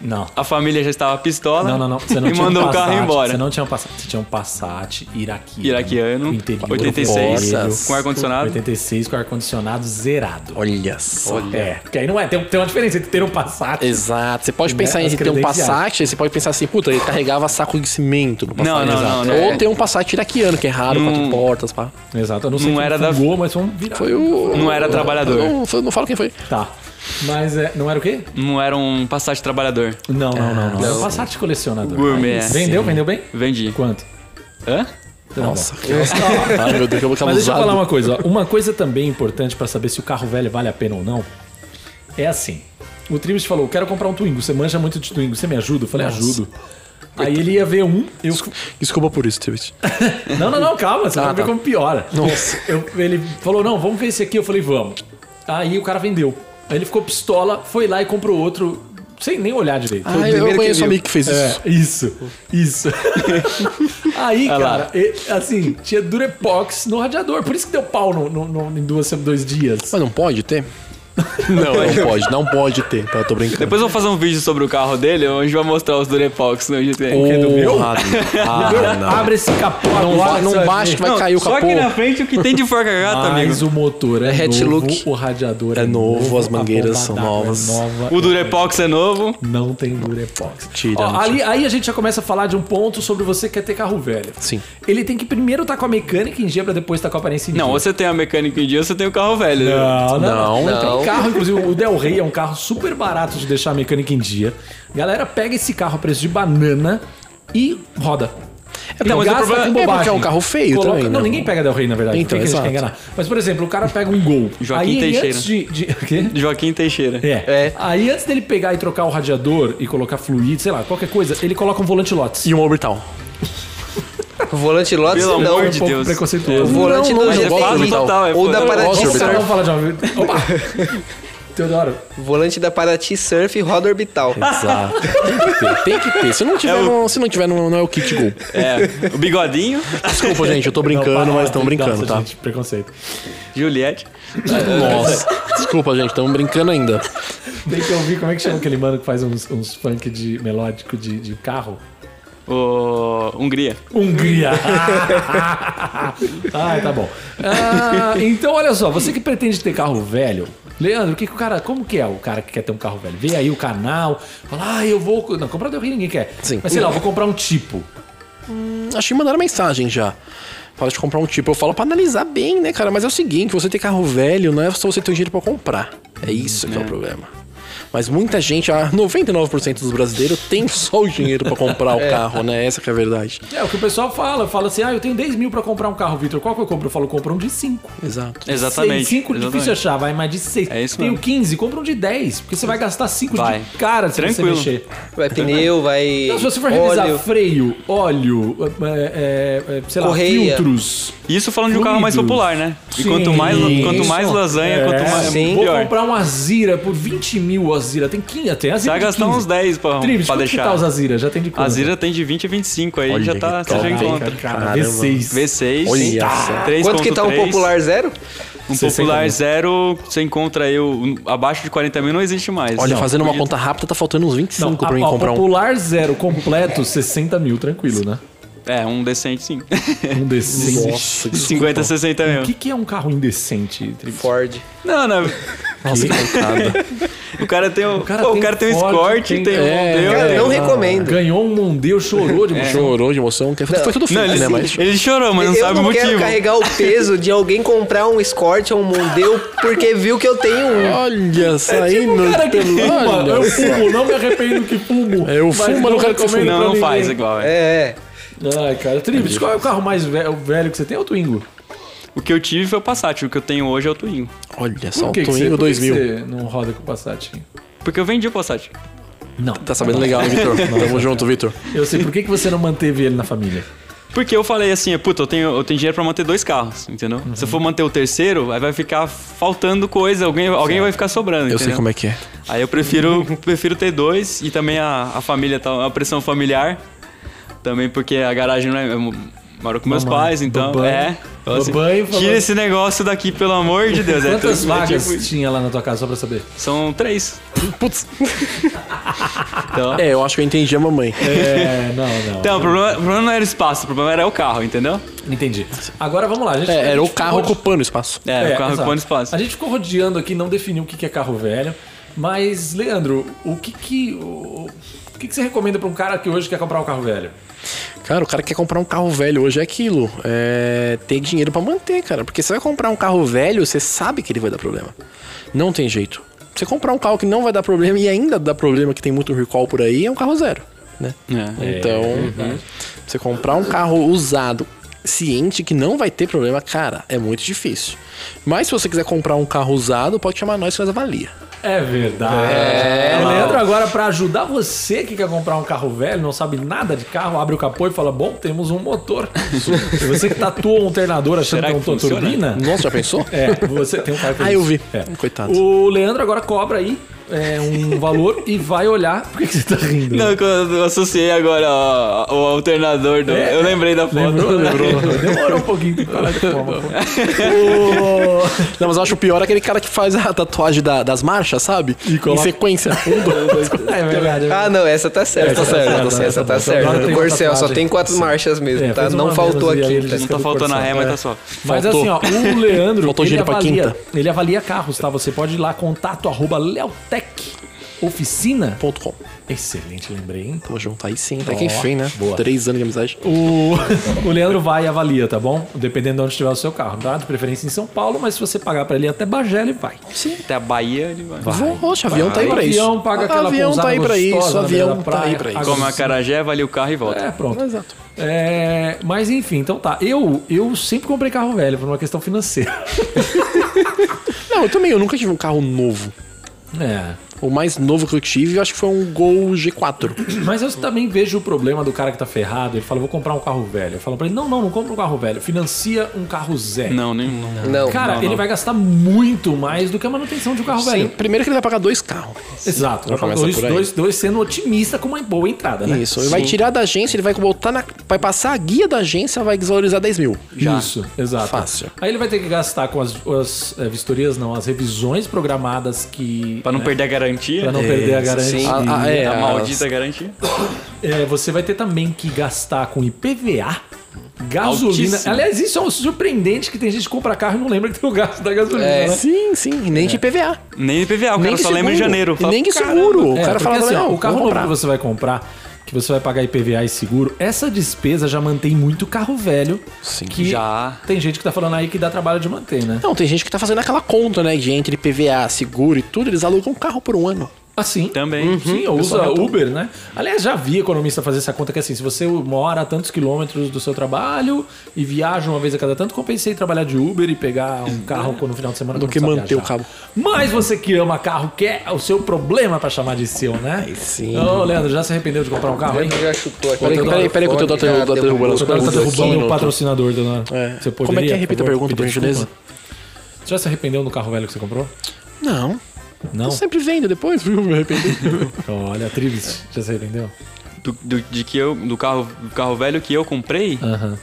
Não.
a família já estava pistola.
Não, não, não. Você não
e
tinha
mandou
um
o carro
Passat,
embora.
Você não tinha um Passat. Você tinha um Passat iraquiano.
Iraquiano,
com interior
86,
vermelho,
com ar-condicionado.
86 com ar-condicionado zerado.
Olha só.
É, porque aí não é. Tem, tem uma diferença entre ter um Passat.
Exato. Você pode pensar
As
em ter um
credenciais.
Passat, você pode pensar assim, puta, ele carregava saco de cimento no Passat.
Não, não, não, não.
Ou tem um Passat iraquiano, que é raro, quatro portas, pá.
Exato. Eu não sei
Não
quem
era da-
fungou, mas um vamos virar.
Foi o...
Não era trabalhador.
Eu Não, eu não falo quem foi.
Tá. Mas é, não era o quê?
Não era um Passat trabalhador.
Não, não, não. não. Era um Passat colecionador.
Gourmet,
Aí,
é.
Vendeu, vendeu bem?
Vendi.
Quanto?
Hã?
Tá bom.
Ai, meu Deus, que eu vou ficar
Mas deixa eu
abusado.
falar uma coisa. ó. Uma coisa também importante pra saber se o carro velho vale a pena ou não é assim. O Tribus falou: quero comprar um Twingo. Você manja muito de Twingo. Você me ajuda? Eu falei: ajudo. Aí ele ia ver um, eu
Desculpa por isso, Tibbet.
Não, não, não, calma, você
Ah,
vai ver
tá.
como piora.
Nossa.
Eu- ele falou, não, vamos ver esse aqui. Eu falei, vamos. Aí o cara vendeu. Aí ele ficou pistola, foi lá e comprou outro, sem nem olhar direito.
Ah,
primeiro
eu
que
conheço um
viu.
amigo que fez isso.
É, isso, isso. Aí,
Olha lá.
cara, e- assim, tinha Durepox no radiador. Por isso que deu pau no, no- no- em duas, dois dias.
Mas não pode ter? Não, não pode, não pode ter. Tá, eu tô brincando.
Depois eu vou fazer um vídeo sobre o carro dele, onde a gente vai mostrar os Durepox no GT.
Porra, ah, não.
Abre esse capô
Não,
agora.
vai- não
você
baixa que
ver.
vai
Não,
cair o
só
capô.
aqui na frente o que tem de forca gata, amigo.
Mas o motor é,
hatch
novo,
look.
o radiador é,
É novo, as
a bomba
mangueiras são
d'água é
novas.
nova,
O Durepox é novo.
Não tem Durepox.
Tira,
Ó,
não
ali- aí a gente já começa a falar de um ponto sobre você que quer ter carro velho.
Sim.
Ele tem que primeiro estar com a mecânica em dia pra depois estar com a aparência em
Não,
dia.
ou você tem a mecânica em dia ou você tem o carro velho. né?
Não, não, não.
Não.
Tem
Não.
carro, inclusive, o Del Rey é um carro super barato de deixar a mecânica em dia. Galera, pega esse carro a preço de banana e roda. É,
mas o problema-
é porque é um carro feio também, né?
Não, ninguém pega Del Rey, na verdade.
Então,
Então, que a gente
exato.
quer enganar? Mas, por exemplo, o cara pega um Gol.
Joaquim
aí, ele,
Teixeira.
antes de... de o quê?
Joaquim Teixeira.
É. Aí antes dele pegar e trocar o radiador e colocar fluido, sei lá, qualquer coisa, ele coloca um volante Lotus.
E um orbital.
Volante Lotus,
Pelo
não.
amor
um
de
pouco
Deus.
O
preconceituoso.
volante
Não,
do
não, eu gosto
GTI.
do
total, é
ou
foda.
da
Eu
Paraty
gosto do
Cara,
Surf.
vamos falar de uma... Opa! Teodoro,
Volante da Paraty Surf e roda orbital.
Exato. Tem que ter, tem que ter. Se não tiver,
É o-
não, se não, tiver não, não é o kit gol.
É. O bigodinho,
Desculpa, gente, eu tô brincando,
Não, para,
mas estamos
nossa,
brincando, tá?
gente, preconceito.
Juliette.
Nossa. Desculpa, gente, estamos brincando ainda.
Tem que ouvir como é que chama aquele mano que faz uns, uns funk de melódico de, de carro.
O... Hungria.
Hungria! ah, tá bom. Ah, então, olha só, você que pretende ter carro velho, Leandro, o que, que o cara. Como que é o cara que quer ter um carro velho? Vê aí o canal, fala, ah, eu vou. Não, comprar Del Rey ninguém quer.
Sim.
Mas sei lá, eu vou comprar um tipo.
Acho que mandaram mensagem já. Fala de comprar um tipo. Eu falo pra analisar bem, né, cara? Mas é o seguinte, você ter carro velho não é só você ter o dinheiro pra comprar. É isso que é, o problema. Mas muita gente, ah, 99% dos brasileiros tem só o dinheiro pra comprar o carro, né? Essa que é a verdade.
É o que o pessoal fala, fala assim, ah, eu tenho 10 mil pra comprar um carro, Vitor, qual que eu compro? Eu falo, compra um de 5.
Exato.
Exatamente.
5
exatamente.
difícil achar, vai, mas de 6.
É isso
Tem o
mesmo.
15, compra um de 10, porque você vai gastar 5
Vai.
de cara se
Tranquilo.
você mexer.
Vai pneu, vai.
Então, se você for revisar
óleo.
freio, óleo, é, é, é, sei lá,
Correia.
filtros.
Isso falando de um carro mais
fluidos.
popular, né? E
Sim.
quanto mais, quanto mais
Isso.
lasanha,
É,
quanto mais.
sim.
Vou
Pior.
comprar um Azira por 20 mil Azira. Tem 15, tem
Você
Azira.
vai
de
gastar
15.
uns 10 pra,
Trips,
pra
quanto que tá
deixar.
os Azira? Já tem de quanto?
A Zira tem de 20 a 25, aí
Olha
já
que
tá, você
top,
já
hein,
encontra.
Cara,
Caramba.
V6.
V6,
Olha
sim.
só.
3.3.
Quanto que tá um popular zero?
Um
60
popular
mil.
zero, você encontra aí o, um- abaixo de 40 mil, não existe mais.
Olha,
Não.
fazendo uma conta rápida, tá faltando uns 25
Não,
pra mim
a, a
comprar um.
popular zero completo, 60 mil, tranquilo, né?
É, um decente sim.
Um desses.
De 50 a 60
O
mil.
que, que é um carro indecente? Trips?
Ford.
Não, não.
Nossa, coitada.
O cara tem o.
cara
pô,
tem
o cara tem um
Ford,
Escort,
tem-
tem, um
É,
Mondeo.
Cara,
tem-
não
Não,
recomendo.
Ganhou um Mondeo, chorou de emoção.
Chorou de emoção. que Foi tudo fake,
ele,
né?
é
Mas...
tipo
ele chorou, mas não
eu
sabe
não
o
quero
motivo.
carregar o peso de alguém comprar um Escort ou um Mondeo porque viu que eu tenho um.
Olha,
Tipo
saindo.
um cara que
pelo-
fuma,
Olha
eu
só.
fumo, não me arrependo que fumo.
É, eu
mas
fumo, mas não quero que você
recomendo
Não,
pra
não faz
ninguém.
igual. é.
É, é.
Ai, cara. Trips, qual é o carro mais velho, velho que você tem? É o Twingo.
O que eu tive foi o Passat, o que eu tenho hoje é o Twingo.
Olha só, o
que que você-
Twingo
por que
2000.
que você não roda com o Passat?
Porque eu vendi o Passat.
Não.
Tá sabendo legal, hein, Vitor? Tamo junto, Vitor.
Eu sei, por que, que você não manteve ele na família?
Porque eu falei assim, puta, eu tenho, eu tenho dinheiro pra manter dois carros, entendeu? Se eu for manter o terceiro, aí vai ficar faltando coisa, alguém, alguém vai ficar sobrando,
Eu sei
entendeu?
como é que é.
Aí eu prefiro, prefiro ter dois e também a, a família, tá, a pressão familiar. Também porque a garagem não é. Eu moro com meus
Mamãe,
pais, então.
babãe,
é. Então, assim,
babãe falando-
tira esse negócio daqui, pelo amor de Deus. é
Quantas
tudo- é
vagas
tipo-
tinha lá na tua casa, só pra saber?
são três.
Putz.
Então.
É, eu acho que eu entendi a mamãe.
É, não, não.
Então, o problema, o problema não era o espaço, o problema era o carro, entendeu?
Entendi. Agora vamos lá, gente.
É,
a
era
gente
o carro
ficou de-
ocupando espaço.
É, o carro
exato.
ocupando espaço.
A gente ficou rodeando aqui, não definiu o que que é carro velho. Mas, Leandro, o que que. O, o que, que você recomenda pra um cara que hoje quer comprar um carro velho?
Cara, o cara quer comprar um carro velho hoje é aquilo. É ter dinheiro pra manter, cara. Porque você vai comprar um carro velho, você sabe que ele vai dar problema. Não tem jeito. Você comprar um carro que não vai dar problema e ainda dá problema, que tem muito recall por aí, é um carro zero, né?
É.
Então, você comprar um carro usado ciente que não vai ter problema, cara, é muito difícil. Mas se você quiser comprar um carro usado, pode chamar nós que nós avalia.
É verdade. É, Leandro, agora para ajudar você que quer comprar um carro velho, não sabe nada de carro, abre o capô e fala: Bom, temos um motor. E você que tatua um alternador achando
Será
que é um
que funciona?
turbina.
Nossa, já pensou?
É, você tem um carro que é
Ah, eu
isso.
vi.
É.
Coitado.
O Leandro agora cobra aí é, um valor e vai olhar. Por que, que você tá rindo?
Não, que eu eu associei agora ó, o alternador do.
É.
eu lembrei da foto. tá
Lembrou? Lembrou. Demorou um pouquinho pra parar de tomar. O-
Não, mas eu acho pior aquele cara que faz a tatuagem da- das marchas, sabe?
coloca-
Em sequência. Um, dois, três.
É verdade. é
Ah, não, essa tá certa.
Essa
Essa
tá
tá certa,
certa,
essa,
essa tá
tá
certa. Agora tem
certa.
uma
Corcel, só
tatuagem.
tem quatro marchas mesmo,
É,
tá?
fez uma
Não faltou
menos e aí
aqui.
ele já
Não tá
escreveu
faltando a
Corcel.
ré, mas
É.
tá só.
Mas
Faltou.
assim, ó, o Leandro,
Faltou
ele,
gíria pra
avalia,
quinta.
ele avalia carros, tá? Você pode ir lá, contato arroba Leotec Oficina.
Ponto com.
Excelente, lembrei, hein?
Tamo junto. Aí sim, até
Ó,
que enfim, né?
boa.
Três anos de amizade.
O, o Leandro vai e avalia, tá bom? Dependendo de onde estiver o seu carro, tá? De preferência em São Paulo, mas se você pagar pra ele até Bagé, ele vai.
Até a Bahia ele vai.
Poxa, avião tá aí
O
pra isso.
avião paga aquela
avião tá
pousada
aí pra
gostosa na
isso.
beira da
avião tá aí
praia.
pra isso.
Agora-
Como é a Carajé, avalia o carro e volta.
É, pronto.
Exato.
É, mas enfim, então tá. Eu, eu sempre comprei carro velho por uma questão financeira.
Não, eu também. Eu nunca tive um carro novo.
É.
O mais novo que eu tive, eu acho que foi um Gol G4.
Mas eu também vejo o problema do cara que tá ferrado. Ele fala, vou comprar um carro velho. Eu falo pra ele, não, não, não compra um carro velho. Financia um carro zero.
Não, nem. Não.
Não,
Cara,
não,
ele
não.
vai gastar muito mais do que a manutenção de um carro
Sim.
velho.
Primeiro que ele vai pagar dois carros.
Exato.
Já começa
dois,
por aí.
dois, dois sendo otimista com uma boa entrada, né?
Isso. Ele vai tirar da agência, ele vai botar na. Vai passar a guia da agência, vai desvalorizar 10 mil.
Isso, exato.
Fácil.
Aí ele vai ter que gastar com as, as, eh, vistorias, não, as revisões programadas que.
Pra não perder a garantia.
Pra não perder a garantia.
sim.
Ah, ah, é,
a
as-
maldita garantia.
É, você vai ter também que gastar com IPVA, gasolina.
Altíssimo.
Aliás, isso é um surpreendente que tem gente que compra carro e não lembra que tem o gasto da gasolina,
É,
né?
Sim, sim. E nem de PVA.
Nem IPVA, o
nem
cara
de
só lembra
seguro.
em janeiro.
E
Fala,
nem de
"Cara,
seguro. o
É,
cara
porque,
fala,
assim, ó,
não,
o carro
vou
novo que
comprar.
você vai comprar, que você vai pagar IPVA e seguro, essa despesa já mantém muito carro velho.
Sim,
que
já.
Tem gente que tá falando aí que dá trabalho de manter, né?
Não, tem gente que tá fazendo aquela conta, né? De entre PVA, seguro e tudo, eles alugam um carro por um ano.
Assim.
Também.
Uhum.
Sim, ou usa
é
Uber, né? Aliás, já vi economista fazer essa conta que assim, se você mora a tantos quilômetros do seu trabalho e viaja uma vez a cada tanto, compensei trabalhar de Uber e pegar um carro no final de semana.
Do
quando
que
precisa
manter o cabo.
Mas você que ama carro, quer o seu problema pra chamar de seu, né?
sim.
Ô, Leandro, já se arrependeu de comprar um carro, hein?
já chutou aqui.
Peraí,
Tem
peraí, peraí, que o
telefone,
Teodoro
já
tá derrubando
derrubou
as
O Teodoro tá
Só um
derrubando
minuto.
o patrocinador, Dona.
É.
Você
Como é
poderia,
que é? Repita a
por favor,
pergunta, por
pedir
gentileza.
desculpa? Você já se arrependeu do carro velho que você comprou?
Não.
Não?
Eu sempre vendo depois, viu? Me arrependi.
Olha, Trivis, já se arrependeu?
Do, do- de que eu, do carro, do carro velho que eu comprei?
Aham.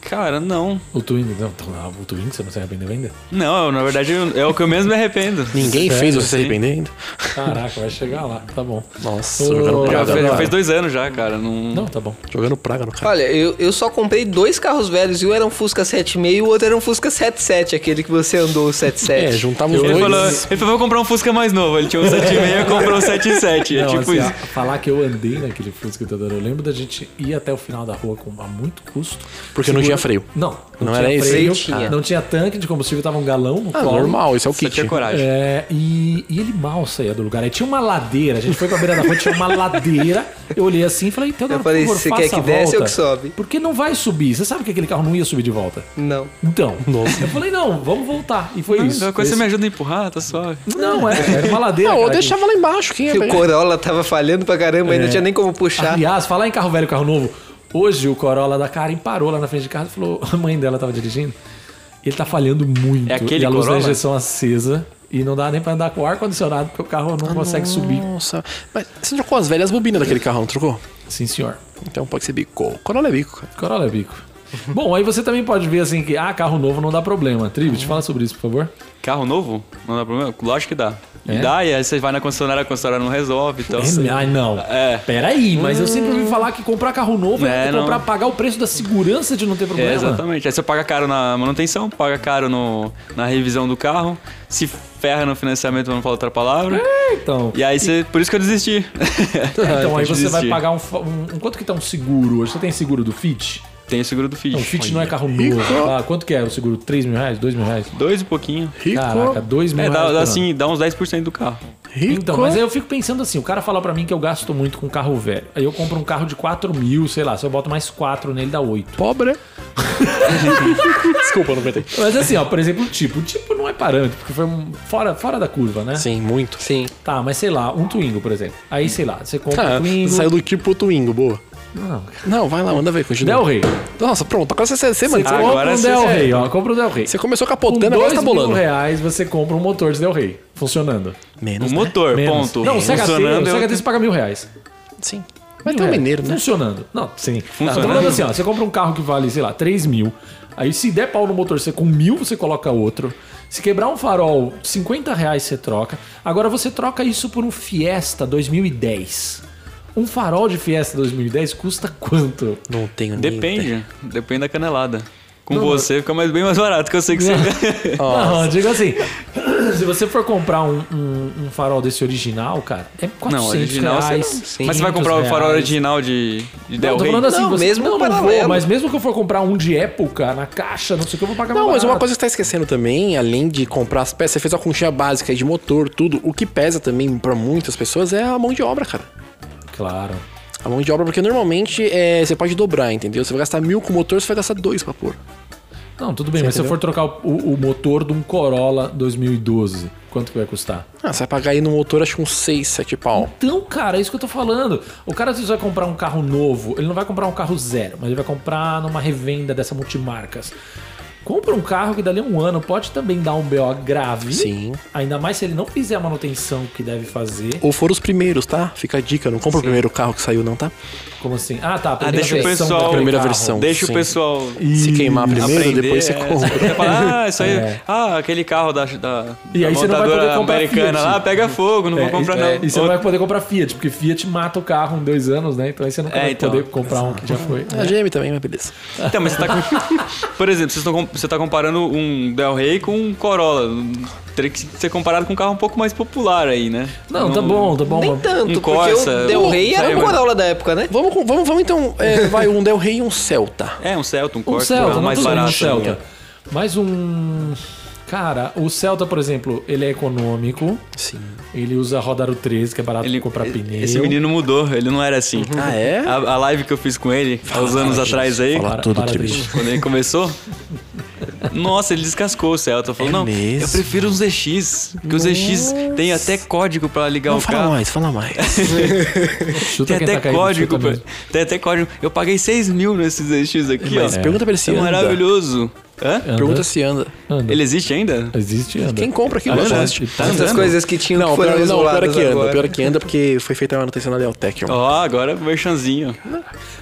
Cara, não.
O Twingo, não, então, ah, o Twingo você não se arrependeu ainda?
Não, eu, na verdade eu- é o que eu mesmo me arrependo.
Ninguém
Sério,
fez você se
sim.
arrepender ainda.
Caraca, vai chegar lá, tá bom.
Nossa,
Ô,
jogando
já
Já,
praga.
fez-
no
já
cara.
fez dois anos já, cara. Não,
Não, tá bom.
Jogando praga no cara.
Olha, eu, eu só comprei dois carros velhos e um era um Fusca 7,5 e o outro era um Fusca 77, aquele que você andou, o 77.
É, juntava os
Ele
dois.
falou, ele falou, vou comprar um Fusca mais novo. Ele tinha um 7,5 e comprou um 7,7. É
Não,
tipo
assim,
isso.
a- falar que eu andei naquele Fusca Teodoro, eu lembro da gente ir até o final da rua com, a muito custo.
Porque não tinha freio.
Não,
Não era esse?
freio,
Sim, tinha.
Não tinha tanque de combustível, tava um galão no
Ah,
colo.
normal, isso é o
Só
kit.
tinha coragem.
É, e, e ele mal saía do lugar. Aí tinha uma ladeira, a gente foi pra beira da rua, tinha uma ladeira. Eu olhei assim e falei, Teodoro,
Eu falei,
por favor,
"Você quer
faça
que
a
desce ou
volta."
que sobe?
Porque não vai subir. Você sabe que aquele carro não ia subir de volta.
Não.
Então, eu falei, não, vamos voltar. E
É,
foi isso.
Então, quando você
Esse-
me ajuda a empurrar, tá suave.
Não, é, era uma ladeira.
Não, eu
cara, que-
deixava lá embaixo. Quem ia
Que o
pegar?
Corolla tava falhando pra caramba, aí não tinha nem como puxar.
Aliás, falar em carro velho, carro novo. Hoje o Corolla da Karen parou lá na frente de casa e falou: a mãe dela tava dirigindo. Ele tá falhando muito.
É aquele
e a luz da
Corolla?
injeção acesa. E não dá nem pra andar com o ar-condicionado, porque o carro não consegue subir.
Nossa. Mas você trocou as velhas bobinas daquele carrão, não trocou?
Sim, senhor.
Então pode ser bico. Corolla é bico, cara.
Corolla é bico. Bom, aí você também pode ver assim que, ah, carro novo não dá problema. Tribit,
Uhum.
fala sobre isso, por favor.
Carro novo? Não dá problema? Lógico que dá.
É?
E dá, e aí você vai na concessionária, a concessionária não resolve. Então,
Ai, não.
É. Hum.
Peraí, mas eu sempre ouvi falar que comprar carro novo é,
É, não.
comprar, pagar o preço da segurança de não ter problema.
É, exatamente. Aí você paga caro na manutenção, paga caro no, na revisão do carro, se ferra no financiamento, pra não falar outra palavra.
Então,
E aí você. Por isso que eu desisti.
Então aí você vai
Desistir.
pagar um, fa- um- um- Quanto que tá um seguro hoje? Você tem seguro do Fit?
Tem o seguro do Fit.
Não, o Fit não é carro novo. tá? Quanto que é o seguro? 3 mil reais? 2 mil reais?
Dois e pouquinho.
Rico.
Caraca, 2 mil
É,
reais.
dá, dá
por ano.
assim, dá uns 10% do carro.
Rico.
Então, mas aí eu fico pensando assim, o cara fala pra mim que eu gasto muito com carro velho. Aí eu compro um carro de 4 mil, sei lá, se eu boto mais 4 nele dá 8.
Pobre. Desculpa, não aguentei.
Mas assim, ó, por exemplo, o tipo. O tipo não é parâmetro, porque foi um- fora, fora da curva, né?
Sim, muito.
Sim.
Tá, mas sei lá, um Twingo, por exemplo. Aí, sei lá, você compra
Ah,
um Twingo.
saiu do Kip pro Twingo, boa.
Não,
Não, vai lá, manda ver, continua.
Del Rey.
Nossa, pronto, Ah, agora você, você, você,
Você
mano,
compra
você- é.
agora
um
você-
Del Rey, ó. Compra um Del Rey.
você começou
Com
capotando, agora
dois
você tá
mil
bolando.
reais, você compra um motor de Del Rey funcionando.
O
Menos, né?
motor,
É, Menos.
ponto.
Não, o CHT,
Funcionando, é
o
eu-
CHT você paga mil reais.
Sim. Mas
Mil
tem um
reais.
mineiro, né?
É, Funcionando. Não, sim. Funcionando.
Funcionando.
Tô falando assim, ó. Você compra um carro que vale, sei lá, 3 mil. Aí se der pau no motor, você com mil, você coloca outro. Se quebrar um farol, 50 reais você troca. Agora você troca isso por um Fiesta 2010. Um farol de Fiesta 2010 custa quanto?
Não tenho né? nem ideia.
Depende.
é.
Depende da canelada. Com você fica mais, bem mais barato, que eu sei que você
Né?
ganha.
Não, eu digo assim. se você for comprar um, um- um farol desse original, cara, é 400
Não, original
reais.
você não. Mas você vai comprar o
500
farol
reais.
original de, de Del
Não, tô
Rey?
falando assim,
Não,
você,
mesmo
não, não vou,
paralelo.
mas mesmo que eu for comprar um de época na caixa, não é sei o que, eu vou pagar
Não,
mais
mas uma
barato.
coisa que você tá esquecendo também, além de comprar as peças, você fez a conchinha básica aí de motor, tudo. O que pesa também pra muitas pessoas é a mão de obra, cara.
Claro.
A mão de obra, porque normalmente é, você pode dobrar, entendeu? Você vai gastar mil com o motor, você vai gastar dois pra pôr.
Não, tudo bem, mas se eu
entendeu?
for trocar o, o- o motor de um Corolla 2012, quanto que vai custar?
Ah, você vai pagar aí no motor, acho que uns seis, sete pau.
Então, cara, é isso que eu tô falando. O cara às vezes vai comprar um carro novo, ele não vai comprar um carro zero, mas ele vai comprar numa revenda dessa multimarcas. Compra um carro que dali a um ano pode também dar um BO grave.
Sim.
Ainda mais se ele não fizer a manutenção que deve fazer.
Ou foram os primeiros, tá? Fica a dica, não compra o primeiro carro que saiu, não, tá?
Como assim? Ah, tá. a primeira
deixa o
versão
pessoal-
daquele
Primeira
carro.
versão.
Deixa
Sim.
o pessoal
Se queimar primeiro,
aprender.
depois você
é.
compra.
Você fala, ah, isso aí.
É.
Ah, aquele carro da, da,
E
da
aí você não vai
montadora
poder comprar
americana
Fiat.
lá, pega fogo, não
É,
vou comprar,
e,
não.
é, E você não vai poder comprar Fiat, porque Fiat mata o carro em dois anos, né? Então aí você não vai
então.
poder comprar um que já foi.
É.
A GM também, mas beleza.
Então, mas você tá com... Por exemplo, vocês tão com- você tá comparando um Del Rey com um Corolla. Teria que ser comparado com um carro um pouco mais popular aí, né?
Não, tá bom, tá bom.
Nem
mas-
tanto, porque
Um Corsa,
o Del
um-
Rey
sabe,
era o
mas-
Corolla da época, né?
Vamos, com- vamos, vamos então, é, vai um Del Rey e um Celta.
É, um Celta, um
Um
Corsa,
Celta, não
mais
mais
barato. né?
um Celta. Mais um... Cara, o Celta, por exemplo, ele é econômico.
Sim.
Ele usa roda aro 13, que é barato
Ele,
pra comprar pneu.
esse menino mudou, ele não era assim.
Ah, é?
A, a live que eu fiz com ele, há uns anos atrás aí,
Fala
Para-
tudo,
para
Tribis.
triste.
quando ele começou. Nossa, ele descascou o Celta. Falou,
É
não, eu
mesmo?
prefiro um ZX. Porque o ZX tem até código pra ligar
Não,
o
fala
carro.
mais, fala mais.
Chuta
Tem
quem
até
tá caído,
código,
chuta
pra-
mesmo.
tem até código. Eu paguei 6 mil nesse ZX aqui,
Mas
ó.
pergunta pra ele se
é
anda.
maravilhoso. Hã?
Pergunta se anda.
Anda.
Ele existe ainda?
Existe, anda.
Quem compra aquilo?
Anda?
Lógico.
Tá
Essas
andando?
coisas que tinham
Não,
que
o
foram
pior, não, o pior é
isoladas
que anda. O
agora.
pior é que anda porque foi feita a manutenção na Lealtec. irmão.
Ó, agora merchanzinho.